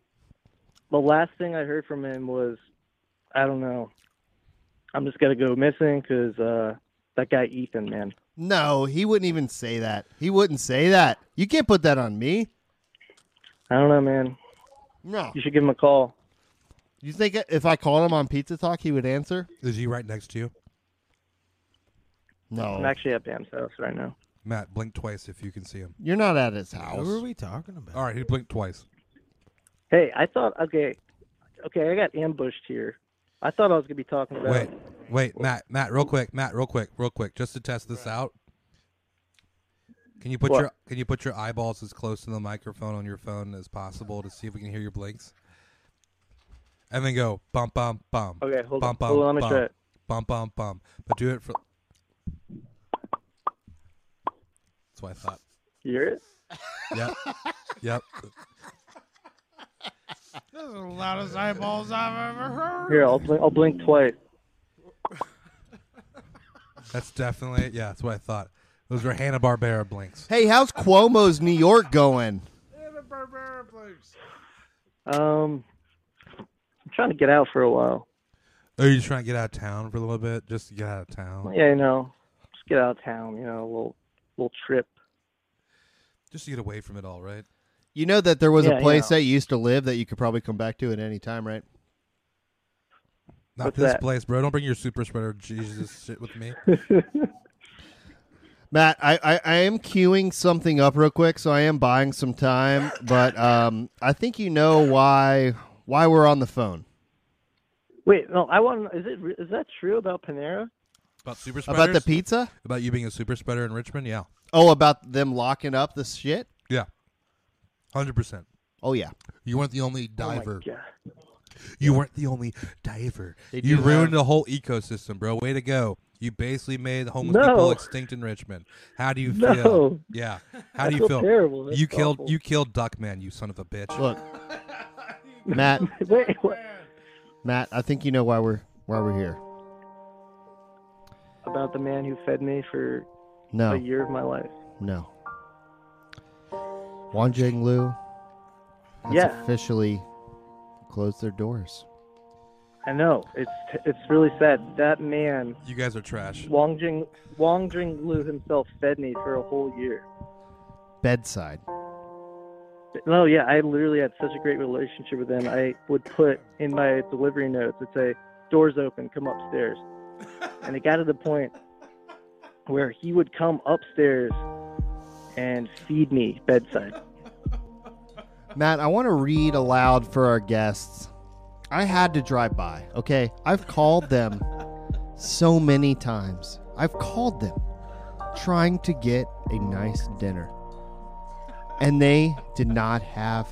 N: The last thing I heard from him was, I don't know. I'm just gonna go missing because uh, that guy Ethan, man.
A: No, he wouldn't even say that. He wouldn't say that. You can't put that on me.
N: I don't know, man.
A: No.
N: You should give him a call.
A: You think if I called him on Pizza Talk, he would answer?
B: Is he right next to you?
A: No.
N: I'm actually at Bam's house right now.
B: Matt, blink twice if you can see him.
A: You're not at his house.
D: Who are we talking about?
B: All right, he blinked twice.
N: Hey, I thought okay, okay, I got ambushed here. I thought I was gonna be talking about.
B: Wait, wait, Matt, Matt, real quick, Matt, real quick, real quick, just to test this out. Can you put
N: What?
B: your can you put your eyeballs as close to the microphone on your phone as possible to see if we can hear your blinks? And then go bum bum bum.
N: Okay, hold
B: bum,
N: on.
B: Bum,
N: Hold on, let me
B: bum,
N: try it.
B: Bum bum bum. But do it for. That's what I thought.
N: You hear it?
B: Yep. yep.
D: Those are the loudest eyeballs I've ever heard.
N: Here, I'll blink, I'll blink twice.
B: That's definitely yeah. That's what I thought. Those were Hanna Barbera blinks.
A: Hey, how's Cuomo's New York going?
N: Um, I'm trying to get out for a while.
B: Are you just trying to get out of town for a little bit? Just to get out of town.
N: Yeah, you know, just get out of town. You know, a little little trip.
B: Just to get away from it all, right?
A: You know that there was
N: Yeah,
A: a
N: you
A: place
N: know.
A: that you used to live that you could probably come back to at any time, right?
B: Not
N: What's
B: this
N: that?
B: place, bro. Don't bring your super spreader Jesus shit with me.
A: Matt, I, I, I am queuing something up real quick, so I am buying some time, but um, I think you know why why we're on the phone.
N: Wait, no, I want. Is it re- is that true about Panera?
B: About super spreaders?
A: About the pizza?
B: About you being a super spreader in Richmond? Yeah.
A: Oh, about them locking up the shit?
B: Yeah. Hundred percent.
A: Oh yeah.
B: You weren't the only diver.
A: Oh, God.
B: you weren't the only diver.
A: They
B: you
A: do
B: ruined
A: have-
B: the whole ecosystem, bro. Way to go. You basically made the homeless people
N: No.
B: extinct in Richmond. How do you
N: No.
B: feel? Yeah. How
N: I
B: do you
N: feel
B: feel?
N: terrible. That's
B: You killed
N: awful.
B: you killed Duckman, you son of a bitch.
A: Look. Matt.
N: Wait, what?
A: Matt, I think you know why we're why we're here.
N: About the man who fed me for
A: No.
N: a year of my life.
A: No. Wanjing Lu has
N: Yeah.
A: officially closed their doors.
N: I know. It's it's really sad. That man,
B: You guys are trash.
N: Wong Jing Wong Jing Lu himself, fed me for a whole year.
A: Bedside.
N: No, yeah, I literally had such a great relationship with him. I would put in my delivery notes, it'd say, doors open, come upstairs. And it got to the point where he would come upstairs and feed me bedside.
A: Matt, I want to read aloud for our guests. I had to drive by, okay? I've called them so many times. I've called them trying to get a nice dinner. And they did not have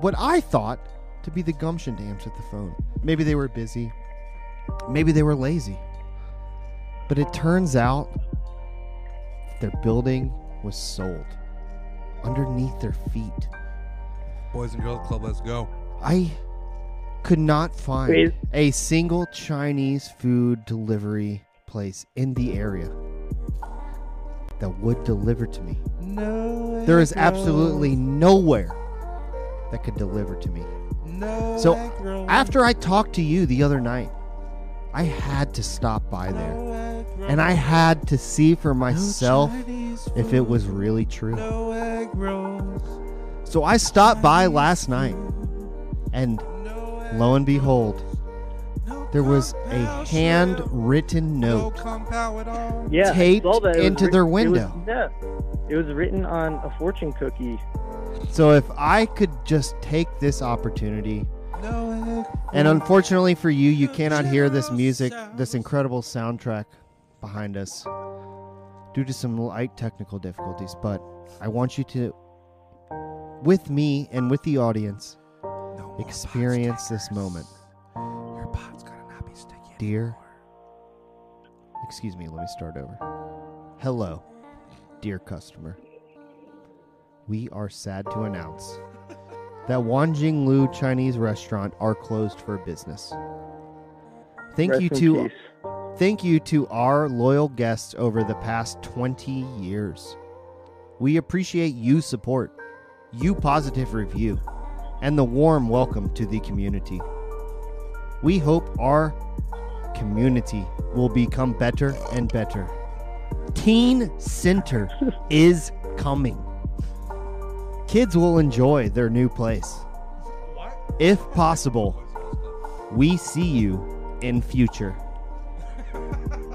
A: what I thought to be the gumption to answer the phone. Maybe they were busy. Maybe they were lazy. But it turns out their building was sold underneath their feet.
B: Boys and Girls Club, let's go.
A: I could not find
B: Wait.
A: a single Chinese food delivery place in the area that would deliver to me.
B: No.
A: There is absolutely nowhere that could deliver to me. So after I talked to you the other night, I had to stop by there. And I had to see for myself if it was really true. So I stopped by last night, and lo and behold, there was a handwritten note
N: Yeah, I
A: taped
N: saw that. It was
A: into
N: writ-
A: their
N: it was-
A: window.
N: yeah, it was written on a fortune cookie.
A: So if I could just take this opportunity, and unfortunately for you, you cannot hear this music, this incredible soundtrack behind us due to some light technical difficulties, but I want you to, with me and with the audience, experience this moment. Your pot's gonna not be sticky. Dear, excuse me, let me start over. Hello, dear customer we are sad to announce that Wanjing Lu Chinese restaurant are closed for business. Thank you
N: Rest in
A: to
N: peace.
A: thank you to our loyal guests over the past 20 years. We appreciate you support, you positive review, and the warm welcome to the community. We hope our community will become better and better. Teen Center is coming. Kids will enjoy their new place. If possible, we see you in future.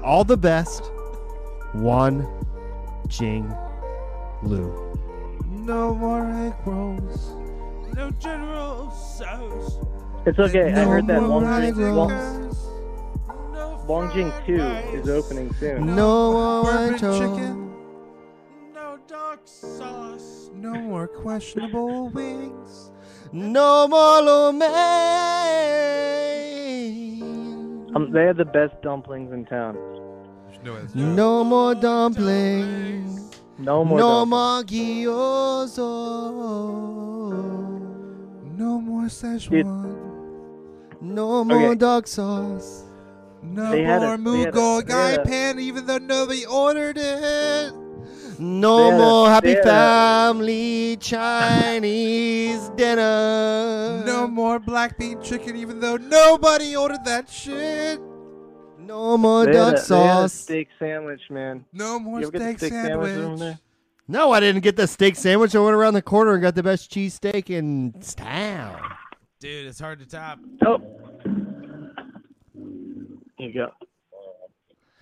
A: All the best, Wan Jing Lu.
B: No more egg rolls.
D: No general sows.
N: It's okay. I
D: No
N: heard that
D: more
N: Wong Jing
D: Niagara
N: Wong, Wong Jing Two is opening soon.
A: No
B: Bourbon
A: one told-
B: chicken.
D: No dark sauce.
B: No more questionable wings.
A: No more lo mein.
N: Um, they have the best dumplings in town.
A: No more dumplings.
N: No more.
A: No
N: dumplings.
A: more gyozo.
B: No more Szechuan.
A: No more
B: Okay.
A: dog sauce.
B: No
A: They had a-
B: more
A: they had a-
B: Mugo
A: they had
B: Guy
A: a-
B: Pan, even though nobody ordered it.
A: No
B: They had a-
A: more happy
B: they had a-
A: family Chinese dinner.
B: No more black bean chicken, even though nobody ordered that shit.
A: No more
N: They had
A: duck
N: a- they had a
A: sauce.
N: steak sandwich, man.
B: No more
N: you ever get the
B: steak
N: steak sandwich. over there?
A: No, I didn't get the steak sandwich. I went around the corner and got the best cheesesteak in town.
D: Dude, it's hard to top.
N: There you go.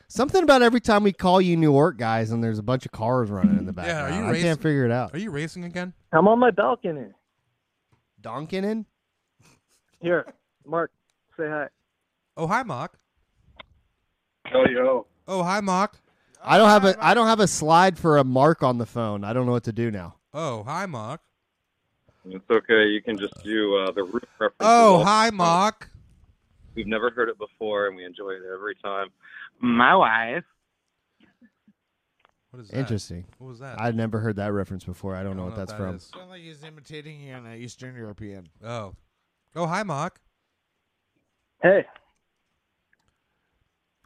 A: Something about every time we call you New York guys and there's a bunch of cars running in the
B: Yeah, are
A: background.
B: you
A: I can't
B: racing-
A: figure it out.
B: Are you racing again?
N: I'm on my balcony.
A: Donkin in?
N: Here, Mark, say hi.
B: Oh, hi, Mock.
J: Oh, yo.
B: Oh, hi, Mock.
A: I don't have a I don't have a slide for a mark on the phone. I don't know what to do now.
B: Oh, hi, Mock.
P: It's okay. You can just do uh, the root reference.
B: Oh, hi, Mock.
P: We've never heard it before, and we enjoy it every time. My wife.
B: What is that?
A: Interesting.
B: What was that?
A: I'd never heard that reference before. I don't know what that's from.
D: Sound like he's imitating an uh, Eastern European.
B: Oh. Oh, hi, Mock.
N: Hey.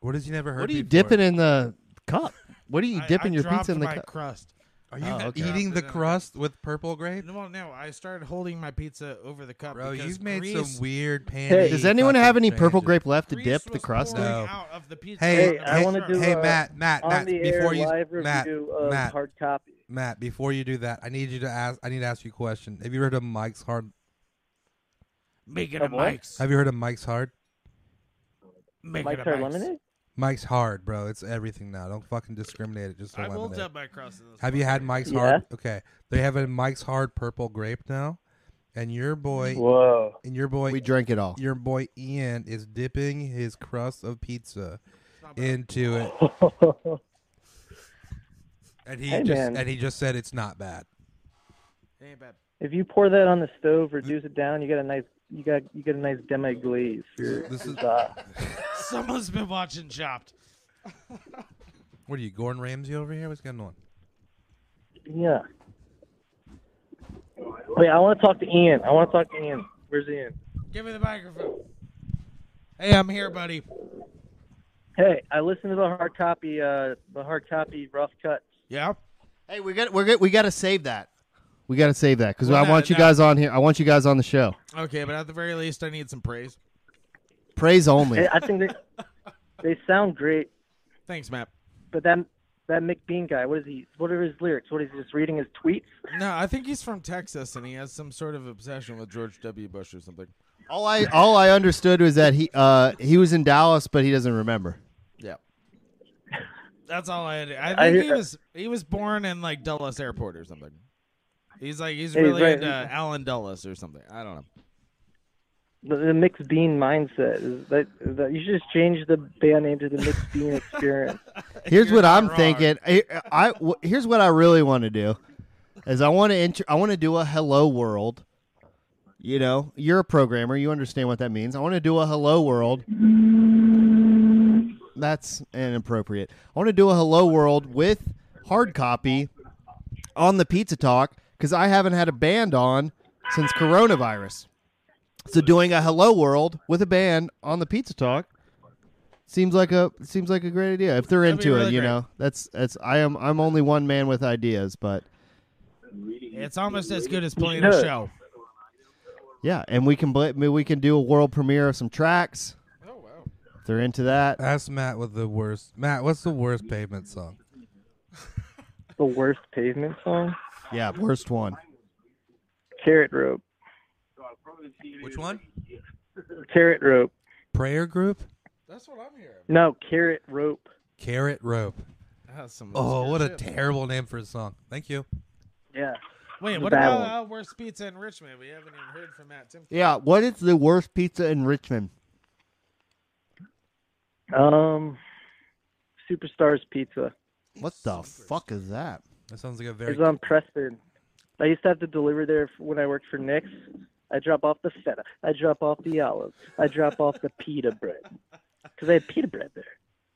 B: What has you never heard
A: What are you
B: before?
A: dipping in the cup? What are you
D: I-
A: dipping
D: I
A: your
D: dropped
A: pizza in the
D: my
A: cup? Oh,
D: crust.
B: Are you eating the crust with purple grape?
D: No, well, no. I started holding my pizza over the cup.
B: Bro,
D: because
B: you've made
D: grease,
B: some weird pan.
A: Does anyone have any purple grape left to dip the crust in?
B: Hey,
N: Hey, I
B: hey,
N: wanna do,
B: hey
N: uh,
B: Matt, Matt,
N: on
B: Matt,
N: the air
B: before you
N: live
B: Matt,
N: review of
B: Matt,
N: Hard Copy.
B: Matt, before you do that, I need you to ask. I need to ask you a question. Have you heard of Mike's Hard?
D: Make it
N: Of
D: a
N: what?
D: Mike's.
B: Have you heard of Mike's Hard?
D: Make
N: Mike's
D: it a
N: Hard
D: Mike's.
N: Lemonade?
B: Mike's Hard, bro. It's everything now. Don't fucking discriminate it. Just
D: I will
B: eliminate.
D: dub my crust in this
B: Have you had Mike's
D: Yeah.
B: Hard? Okay, they have a Mike's Hard purple grape now, and your boy.
A: Whoa.
B: And your boy.
A: We drank it all.
B: Your boy Ian is dipping his crust of pizza into it. And he
N: Hey,
B: just
N: man.
B: and he just said it's not bad.
N: If you pour that on the stove, reduce it down. You get a nice, you got, you get a nice demi glaze. for your
B: This is-
N: sauce.
D: Someone's been watching Chopped.
B: What are you, Gordon Ramsay over here? What's going on?
N: yeah. Wait, I want to talk to Ian. I want to talk to Ian. Where's Ian?
D: Give me the microphone. Hey, I'm here, buddy.
N: Hey, I listened to the hard copy, uh, the hard copy rough cuts.
D: Yeah.
A: Hey, we got we're good. We got to save that. We got to save that because
D: Well,
A: I
D: no,
A: want you
D: no.
A: guys on here. I want you guys on the show.
D: Okay, but at the very least, I need some praise.
A: Praise only.
N: I think they, they sound great,
D: Thanks, Matt.
N: but that that McBean guy, what is he? What are his lyrics? What is he just reading his tweets?
D: No, I think he's from Texas and he has some sort of obsession with George W. Bush or something.
A: all I all I understood was that he uh he was in Dallas, but he doesn't remember.
D: Yeah. That's all I had. I think
A: I
D: he
A: hear-
D: was he was born in like Dulles Airport or something. He's like he's
N: Hey,
D: really
N: right.
D: into Alan Dulles or something. I don't know.
N: The, the mixed bean mindset. Is that, is that you should just change the band name to the mixed bean experience.
A: Here's what I'm thinking. I, I- w- here's what I really want to do is I want to enter. I want to do a hello world. You know, you're a programmer. You understand what that means. I want to do a hello world. That's inappropriate. I want to do a hello world with hard copy on the pizza talk because I haven't had a band on since coronavirus. So doing a hello world with a band on the pizza talk seems like a seems like a great idea if they're
D: That'd be
A: into it.
D: really
A: You
D: great.
A: know, that's that's I am I'm only one man with ideas, but
D: It's almost as good as
N: You
D: playing a
N: should.
D: show.
A: yeah, and we can bl- we can do a world premiere of some tracks.
D: Oh wow!
A: If they're into that.
B: Ask Matt what the worst. Matt, what's the worst pavement song?
N: the worst pavement song.
A: Yeah, worst one.
N: Carrot rope.
B: Which one?
N: Carrot rope.
B: Prayer group.
D: That's what I'm hearing.
N: No, carrot rope.
B: Carrot rope.
D: That's some
B: Oh,
D: obscure
B: what a
D: shit.
B: terrible name for a song. Thank you.
N: Yeah.
D: Wait,
N: The
D: what
N: bad
D: about uh, worst pizza in Richmond? We haven't even heard from Matt Tim.
A: Yeah, what is the worst pizza in Richmond?
N: Um, Superstars Pizza.
A: What the fuck is that?
B: That sounds like a
N: It
B: very.
N: was on Preston. I used to have to deliver there f- when I worked for Nick's. I drop off the feta. I drop off the olives. I drop off the pita bread. Because they had pita bread there.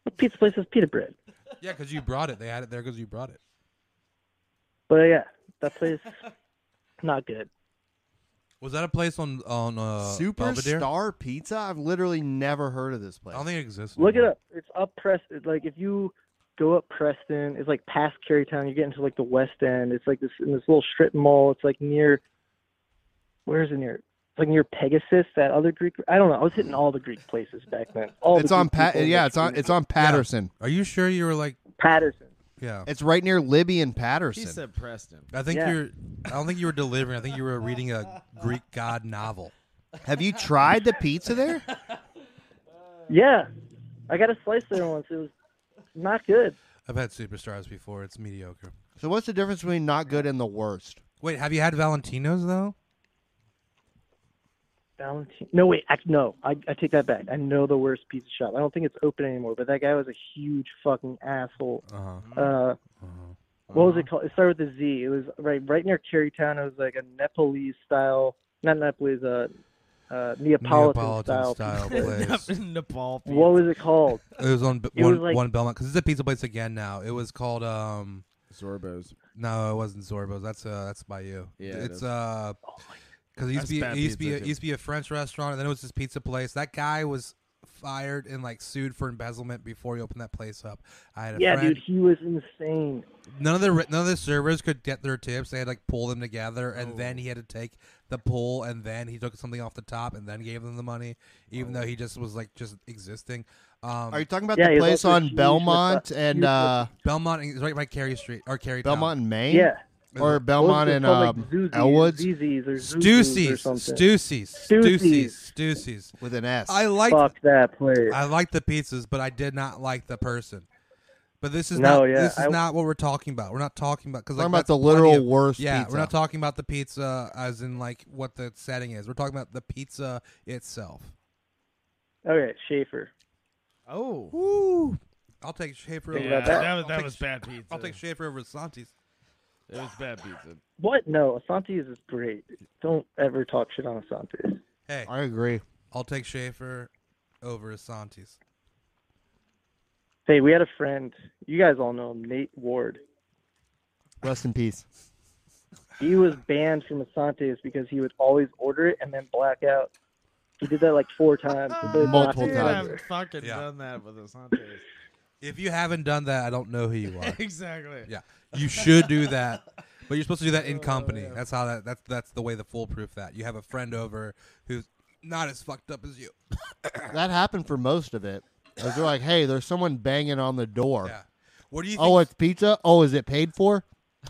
N: What pizza place has pita bread?
B: Yeah, because you brought it. They had it there because you brought it.
N: But yeah, that place, not good.
B: Was that a place on on uh, Belvedere?
A: Superstar Pizza? I've literally never heard of this place. I don't
B: think it exists.
N: Look it up. It's up Preston. Like if you go up Preston, it's like past Carytown. You get into like the West End. It's like this in this little strip mall. It's like near. Where is it near? It's like near Pegasus, that other Greek. I don't know. I was hitting all the Greek places back then. All the
A: it's on
N: Greek
A: Pat.
N: people in
A: Yeah, it's on.
N: Richmond.
A: It's on Patterson.
B: Are you sure you were like
N: Patterson?
B: Yeah.
A: It's right near Libby and Patterson.
D: He said Preston.
B: I think
A: Yeah.
B: you're. I don't think you were delivering. I think you were reading a Greek god novel.
A: Have you tried the pizza there?
N: Yeah, I got a slice there once. It was not good.
B: I've had superstars before. It's mediocre.
A: So what's the difference between not good and the worst?
B: Wait, have you had Valentino's though?
N: Valentine. No, wait. I, no, I, I take that back. I know the worst pizza shop. I
L: Uh,
N: don't think it's open anymore, but that guy was a huge fucking asshole.
B: Uh-huh.
N: Uh, What was it called? It started with a Z. It was right right near Carytown. It was like a Nepalese style, not Nepalese, uh, uh, Neapolitan,
B: Neapolitan
N: style.
B: style
N: pizza.
B: place.
D: Nepal.
N: What was it called?
B: It was on B-
N: It
B: one,
N: was like-
B: one Belmont because it's a pizza place again now. It was called um
D: Zorbo's.
B: No, it wasn't Zorbo's. That's uh that's by you.
D: Yeah, it
B: it's
D: is.
B: uh
N: Oh
B: because it used
D: That's
B: to be
D: bad
B: it used to be
D: pizza,
B: a, it
D: too.
B: used to be a French restaurant and then it was this pizza place. That guy was fired and like sued for embezzlement before he opened that place up. I had a
N: Yeah,
B: friend.
N: dude, he was insane.
B: None of the re- none of the servers could get their tips. They had to, like pull them together,
A: Oh.
B: and then he had to take the pull, and then he took something off the top, and then gave them the money, even though he just was like just existing. Um,
A: Oh. Are you talking about Yeah, the he's place also on huge with Belmont the- and, huge with- uh,
B: Belmont? and- It's right by Cary Street or Cary.
A: Belmont
B: Town.
A: and Maine? Yeah. Or
B: Is it-
A: Belmont
B: What was it
A: and,
B: called,
A: um,
B: Zuzi's,
A: Elwoods?
N: Zuzi's or Zuzi's or
B: Stussy's,
N: something.
B: Stussy's, Stussy's,
N: Stussy's.
B: Stussy's
A: with an S.
B: I like
N: Fuck that place.
B: I like the pizzas, but I did not like the person. But this is
N: No,
B: not
N: yeah,
B: this is
N: I-
B: not what we're talking about. We're not talking about because like
A: Talking about
B: that's
A: the
B: plenty
A: literal
B: of-
A: worst
B: Yeah,
A: pizza.
B: we're not talking about the pizza as in like what the setting is. We're talking about the pizza itself.
N: Okay, Schaefer.
D: Oh.
B: Woo. I'll take Schaefer
N: Think
B: over.
N: about that.
B: I'll
N: That was- that
B: take-
N: was bad pizza.
B: I'll take Schaefer over Santi's.
D: It was bad pizza.
N: What? No, Asante's is great. Don't ever talk shit on Asante's.
B: Hey,
A: I agree.
B: I'll take Schaefer over Santi's.
N: Hey, we had a friend. You guys all know him, Nate Ward.
A: Rest in peace.
N: He was banned from Asante's because he would always order it and then black out. He did that like four times.
A: Multiple
D: Dude, I've fucking
B: Yeah.
D: done that with Asante.
B: If you haven't done that, I don't know who you are.
D: Exactly.
B: Yeah, you should do that, but you're supposed to do
N: Oh,
B: that in company. That's how that that's that's the way the foolproof that you have a friend over who's not as fucked up as you.
A: that happened for most of it. 'Cause They're like, hey, there's someone banging on the door.
B: Yeah. What do you
A: Oh, it's pizza. Oh, is it paid for?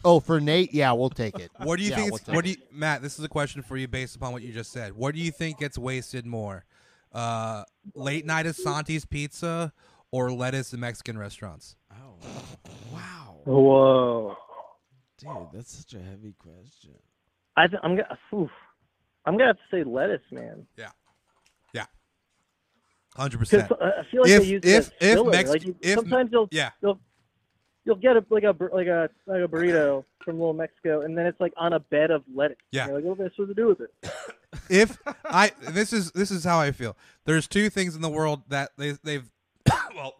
A: Oh, for Nate. Yeah, we'll take it.
B: What do you
A: Yeah,
B: think?
A: we'll
B: it's-
A: take
B: what do
A: it.
B: you, Matt? This is a question for you based upon what you just said. What do you think gets wasted more, uh, late night at Santi's Pizza or lettuce in Mexican restaurants?
N: Whoa.
D: Dude, that's such a heavy question.
N: I th- I'm gonna. Oof. I'm gonna have to say lettuce, man.
B: Yeah. Yeah. Hundred percent.
N: Because uh, I feel like
B: if
N: they use it
B: if
N: as
B: if,
N: filler.
B: Mex-
N: like, you-
B: if
N: sometimes you'll
B: yeah.
N: you'll you'll get a like a bur- like a like a burrito from Little Mexico, and then it's like on a bed of lettuce.
B: Yeah.
N: You're like, what am I supposed to do with it?
B: if I this is this is how I feel. There's two things in the world that they they've well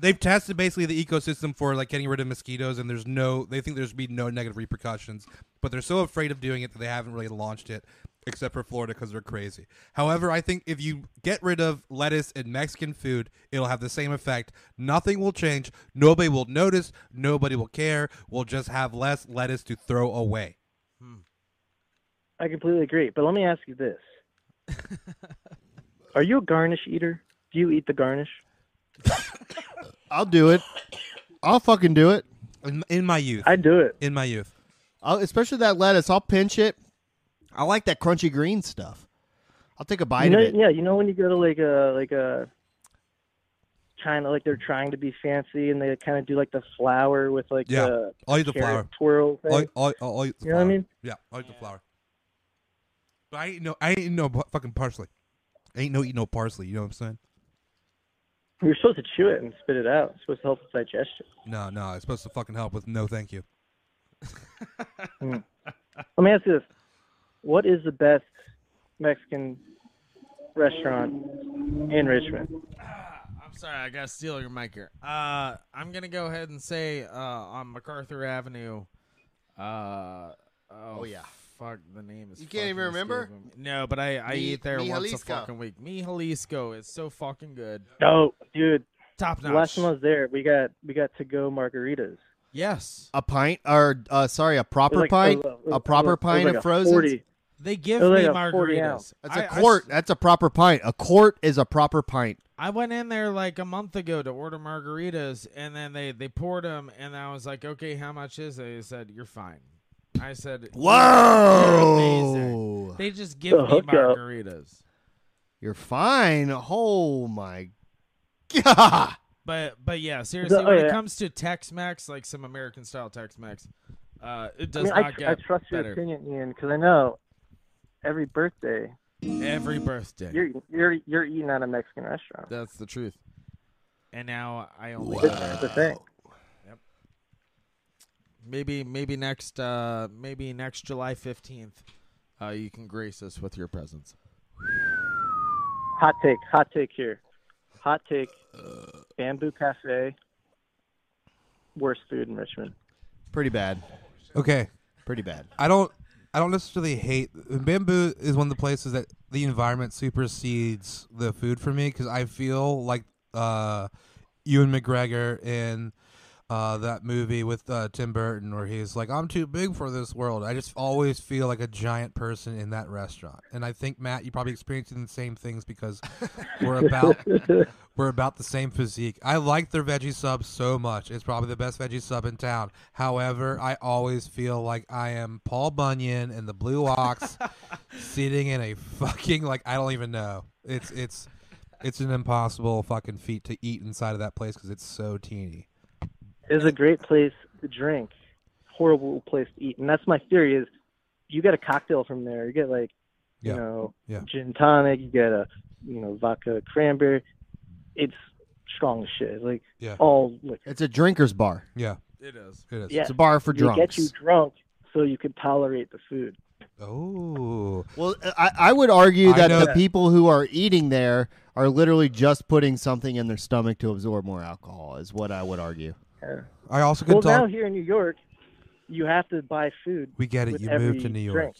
B: they've tested basically the ecosystem for like getting rid of mosquitoes and there's no they think there's be no negative repercussions, but they're so afraid of doing it that they haven't really launched it except for Florida cuz they're crazy. However, I think if you get rid of lettuce and Mexican food, it'll have the same effect. Nothing will change, nobody will notice, nobody will care. We'll just have less lettuce to throw away.
N: I completely agree, but let me ask you this: Are you a garnish eater? Do you eat the garnish?
A: I'll do it. I'll fucking do it.
B: In, in my youth,
N: I do it.
B: In my youth,
A: I'll, especially that lettuce. I'll pinch it. I like that crunchy green stuff. I'll take a bite
N: you know,
A: of it.
N: Yeah, you know when you go to like a like a China, like they're trying to be fancy, and they kind of do like the flower with like
B: Yeah,
N: the
B: I'll eat the
N: carrot
B: flour.
N: twirl thing.
B: I'll, I'll, I'll, I'll eat the
N: You know
B: flour.
N: what I mean?
B: Yeah, I'll eat the flour. But I ain't no, I ain't no bu- fucking parsley. I ain't no eat no parsley. You know what I'm saying?
N: You're supposed to chew it and spit it out. It's supposed to help with digestion.
B: No, no, it's supposed to fucking help with no thank you.
N: Hmm. Let me ask you this: What is the best Mexican restaurant in Richmond?
D: I'm sorry, I gotta steal your mic here. Uh, I'm gonna go ahead and say uh, on MacArthur Avenue. Uh, oh,
A: Oh, yeah.
D: fuck the name is.
A: You can't even
D: fucking
A: remember?
D: escaping me. No, but I, I
A: Mi-
D: eat there
A: Mi
D: once
A: Jalisco.
D: a fucking week. Mi Jalisco is so fucking good.
N: Oh, dude,
D: top notch.
N: Last time I was there, we got we got to go margaritas.
D: Yes.
A: A pint or uh, sorry, a proper
N: like- it
A: pint.
N: was- it
A: a
N: was- it
A: proper
N: was
A: pint
N: like
A: of
N: a
A: frozen.
N: 40.
D: They give
N: It was
D: me
N: like a 40
D: margaritas.
N: ounce.
A: That's a
D: I- I
A: quart. That's a proper pint. A quart is a proper pint.
D: I went in there like a month ago to order margaritas, and then they they poured them, and I was like, "Okay, how much is it?" They said, "You're fine." I said, "You're- you're amazing."
A: Whoa.
D: They just give me margaritas,
A: You're fine. Oh my god.
D: but but yeah, seriously,
A: oh,
D: when it
A: yeah.
D: comes to Tex-Mex, like some American style Tex-Mex, uh, it
N: I
D: does
N: mean,
D: not
N: I, tr-
D: get
N: I trust your
D: better
N: opinion, Ian, because I know every birthday
D: every birthday.
N: you're you're you're eating at a Mexican restaurant.
D: That's the truth. And now I only
N: That's the thing.
D: Maybe maybe next uh maybe next July 15th uh you can grace us with your presence.
N: Hot take, hot take here. Hot take.
B: Uh,
N: Bamboo Cafe. Worst food in Richmond.
A: Pretty bad.
B: Okay.
A: Pretty bad.
B: I don't I don't necessarily hate bamboo is one of the places that the environment supersedes the food for me because I feel like uh, Ewan McGregor in uh, that movie with uh, Tim Burton where he's like I'm too big for this world. I just always feel like a giant person in that restaurant, and I think Matt, you probably experiencing the same things because we're about we're about the same physique. I like their veggie sub so much. It's probably the best veggie sub in town. However, I always feel like I am Paul Bunyan and the Blue Ox sitting in a fucking like I don't even know. It's it's it's an impossible fucking feat to eat inside of that place because it's so teeny.
N: It's a great place to drink, horrible place to eat, and that's my theory. Is you get a cocktail from there, you get like,
B: Yeah.
N: you know,
B: Yeah.
N: gin tonic, you get a you know vodka cranberry. It's strong as shit. It's like
B: Yeah.
N: all liquor.
A: It's a drinker's bar.
B: Yeah.
D: It is.
B: It is.
N: Yeah.
A: It's a bar for
N: They Get you
A: drunks.
N: drunk so you can tolerate the food.
B: Oh.
A: Well, I, I would argue
B: I
A: that
B: know
A: the
B: that.
A: people who are eating there are literally just putting something in their stomach to absorb more alcohol, is what I would argue.
B: I also
N: Well, now here in New York, you have to buy food.
B: We get it.
N: with
B: You moved
N: every
B: to New York.
N: drink.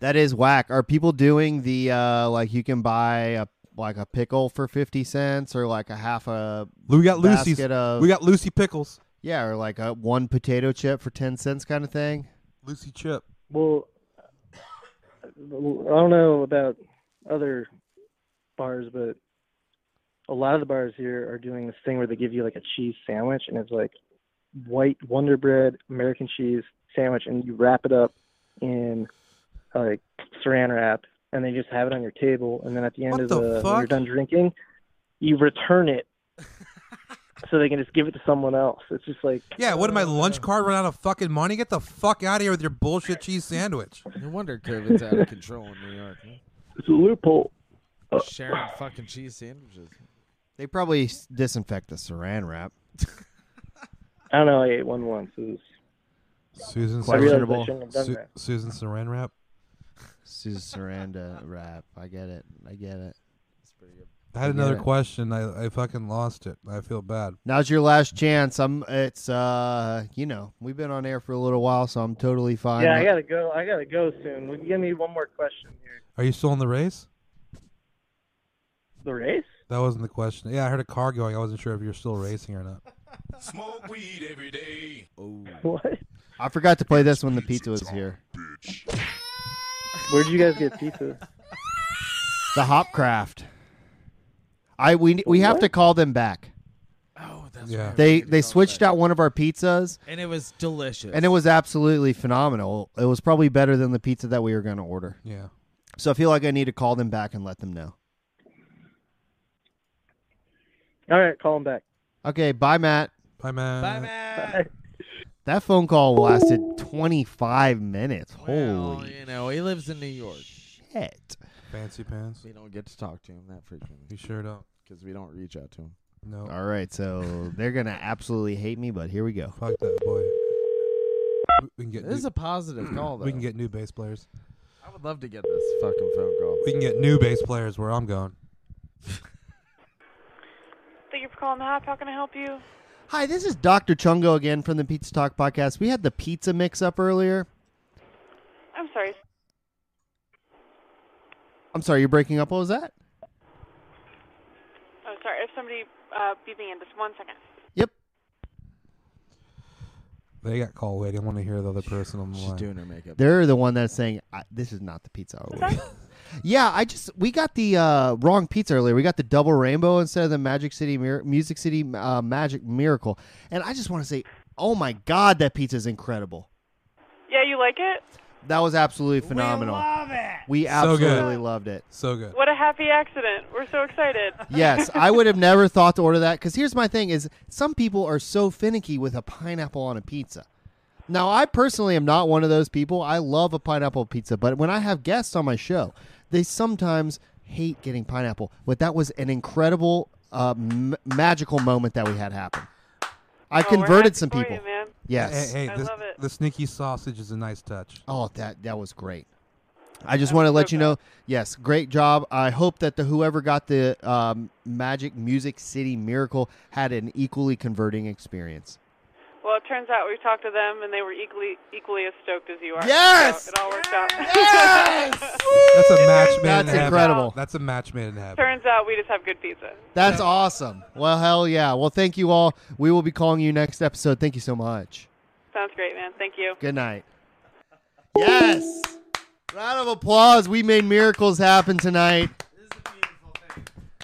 A: That is whack. Are people doing the uh like you can buy a like a pickle for fifty cents or like a half a
B: we got Lucy's.
A: basket of
B: we got Lucy pickles.
A: yeah or like a one potato chip for ten cents kind of thing?
B: Lucy chip.
N: Well, I don't know about other bars, but a lot of the bars here are doing this thing where they give you like a cheese sandwich, and it's like white Wonder Bread American cheese sandwich, and you wrap it up in like saran wrap, and they just have it on your table, and then at the end
B: What
N: of
B: the
N: when you're
B: fuck?
N: done drinking, you return it. So they can just give it to someone else. It's just like
B: Yeah, what did my
A: Uh,
B: lunch card run out of fucking money? Get the fuck out of here with your bullshit cheese sandwich.
D: No wonder COVID's out of control in New York. huh?
N: it's a loophole. Uh,
D: Sharing fucking cheese sandwiches.
A: They probably s- disinfect the saran wrap.
N: I don't know. I ate one once. It was
B: Susan
A: I realized I
B: Sarandon-
N: shouldn't have done
B: Su-
N: that.
B: Susan Saran wrap.
A: Susan Saranda wrap. I get it. I get it.
B: I had
A: I get
B: another
A: it.
B: question. I, I fucking lost it. I feel bad.
A: Now's your last chance. I'm. It's uh. You know, we've been on air for a little while, so I'm totally fine.
N: yeah, I gotta go. I gotta go soon. Well, Give me one more question here.
B: Are you still in the race?
N: The race?
B: That wasn't the question. Yeah, I heard a car going. I wasn't sure if you're still racing or not.
Q: Smoke weed every day.
D: Oh.
N: What?
A: I forgot to play this when the pizza was here.
N: Where'd you guys get pizza?
A: The Hopcraft. I we we have to call them back.
D: Oh, that's
B: yeah.
A: They they switched out one of our pizzas,
D: And it was delicious.
A: and it was absolutely phenomenal. It was probably better than the pizza that we were going to order.
B: Yeah.
A: So I feel like I need to call them back and let them know.
N: All right, call him back.
A: Okay, bye, Matt.
B: Bye, man. Bye,
D: man.
A: That phone call lasted 25 minutes.
D: Well,
A: Holy
D: you know, he lives in New York.
A: shit.
B: Fancy pants.
D: We don't get to talk to him that frequently.
B: You sure don't.
D: Because we don't reach out to him.
B: No.
A: All right, so they're going to absolutely hate me, but here we go.
B: Fuck that boy. We- We can get.
D: This is
B: new,
D: a positive call, though.
B: we can get new bass players.
D: I would love to get this fucking phone call.
B: We can get new bass players where I'm going.
K: Thank you for calling the hop. How can I help you?
A: Hi, this is Dr. Chungo again from the Pizza Talk podcast. We had the pizza mix up earlier.
K: I'm sorry.
A: I'm sorry, you're breaking up. What was that?
K: Oh, sorry. If somebody uh, beat me in just one second.
B: They got call waiting. I want to hear the other person on the
D: She's
B: line.
D: doing her makeup.
A: They're the one that's saying, I, This is not the pizza I ordered. yeah, I just, we got the uh, wrong pizza earlier. We got the double rainbow instead of the Magic City, Mir- Music City uh, Magic Miracle. And I just want to say, oh my God, that pizza is incredible.
K: Yeah, you like it?
A: That was absolutely phenomenal. We love it. We absolutely
B: good.
A: loved it.
B: So good.
K: What a happy accident. We're so excited.
A: Yes, I would have never thought to order that because here's my thing: is some people are so finicky with a pineapple on a pizza. Now, I personally am not one of those people. I love a pineapple pizza, but when I have guests on my show, they sometimes hate getting pineapple. But that was an incredible, uh, m- magical moment that we had happen. I
K: Oh, we're happy
A: converted some
K: for
A: people.
K: You, man.
A: Yes.
B: Hey, hey,
K: I
B: this-
K: love it.
B: the sneaky sausage is a nice touch.
A: Oh, that that was great. I just want to let you know. Yes, great job. I hope that the whoever got the um, Magic Music City Miracle had an equally converting experience.
K: Well, it turns out we talked to them, and they were equally equally as stoked as you are.
A: Yes!
K: So it all worked out.
B: That's a match made in
A: That's
B: heaven.
A: incredible.
B: That's a match made in heaven.
K: turns out we just have good pizza.
A: That's awesome. Well, hell yeah. Well, thank you all. We will be calling you next episode. Thank you so much.
K: Sounds great, man. Thank you.
A: Good night. Yes. Round of applause. We made miracles happen tonight.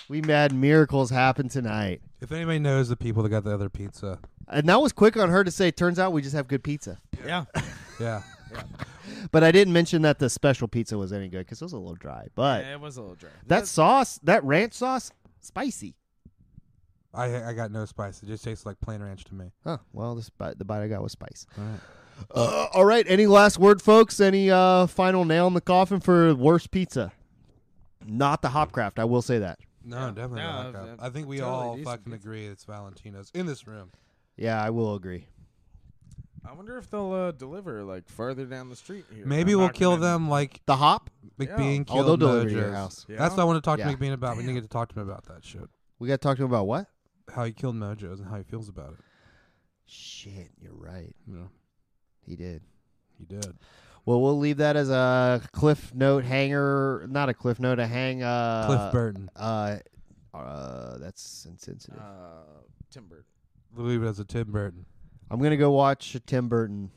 A: We made miracles happen tonight.
B: If anybody knows the people that got the other pizza,
A: And that was quick on her to say, turns out we just have good pizza.
D: Yeah.
B: yeah.
A: But I didn't mention that the special pizza was any good because it was a little dry. But
D: Yeah, it was a little dry.
A: that sauce, that ranch sauce, spicy.
B: I I got no spice. It just tastes like plain ranch to me.
A: Huh. Well, this bite, the bite I got was spice.
B: All right.
A: Uh, all right. Any last word, folks? Any uh, final nail in the coffin for worst pizza? Not the Hopcraft. I will say that.
B: No, definitely
D: No,
B: not.
D: I've-
B: Cap.
D: I've
B: I think we
D: totally
B: all
D: decent
B: fucking agree it's Valentino's in this room.
A: Yeah, I will agree.
D: I wonder if they'll uh, deliver like farther down the street here.
B: Maybe
D: I'm
B: we'll
D: not
B: kill
D: gonna-
B: them like
A: the hop.
B: McBean
A: Oh,
B: killed
A: they'll deliver to your
B: Mojo's.
A: house.
D: Yeah.
B: That's what I want to talk
A: Yeah.
B: to McBean about. We need to talk to him about that shit.
A: We got to talk to him about what?
B: How he killed Mojo's and how he feels about it.
A: Shit, you're right.
B: You know,
A: He did.
B: he did.
A: Well, we'll leave that as a cliff note hanger. Not a cliff note, a hang. Uh,
B: Cliff Burton.
A: Uh, uh, that's insensitive.
D: Uh, Timber.
B: Louis was a Tim Burton.
A: I'm gonna go watch a Tim Burton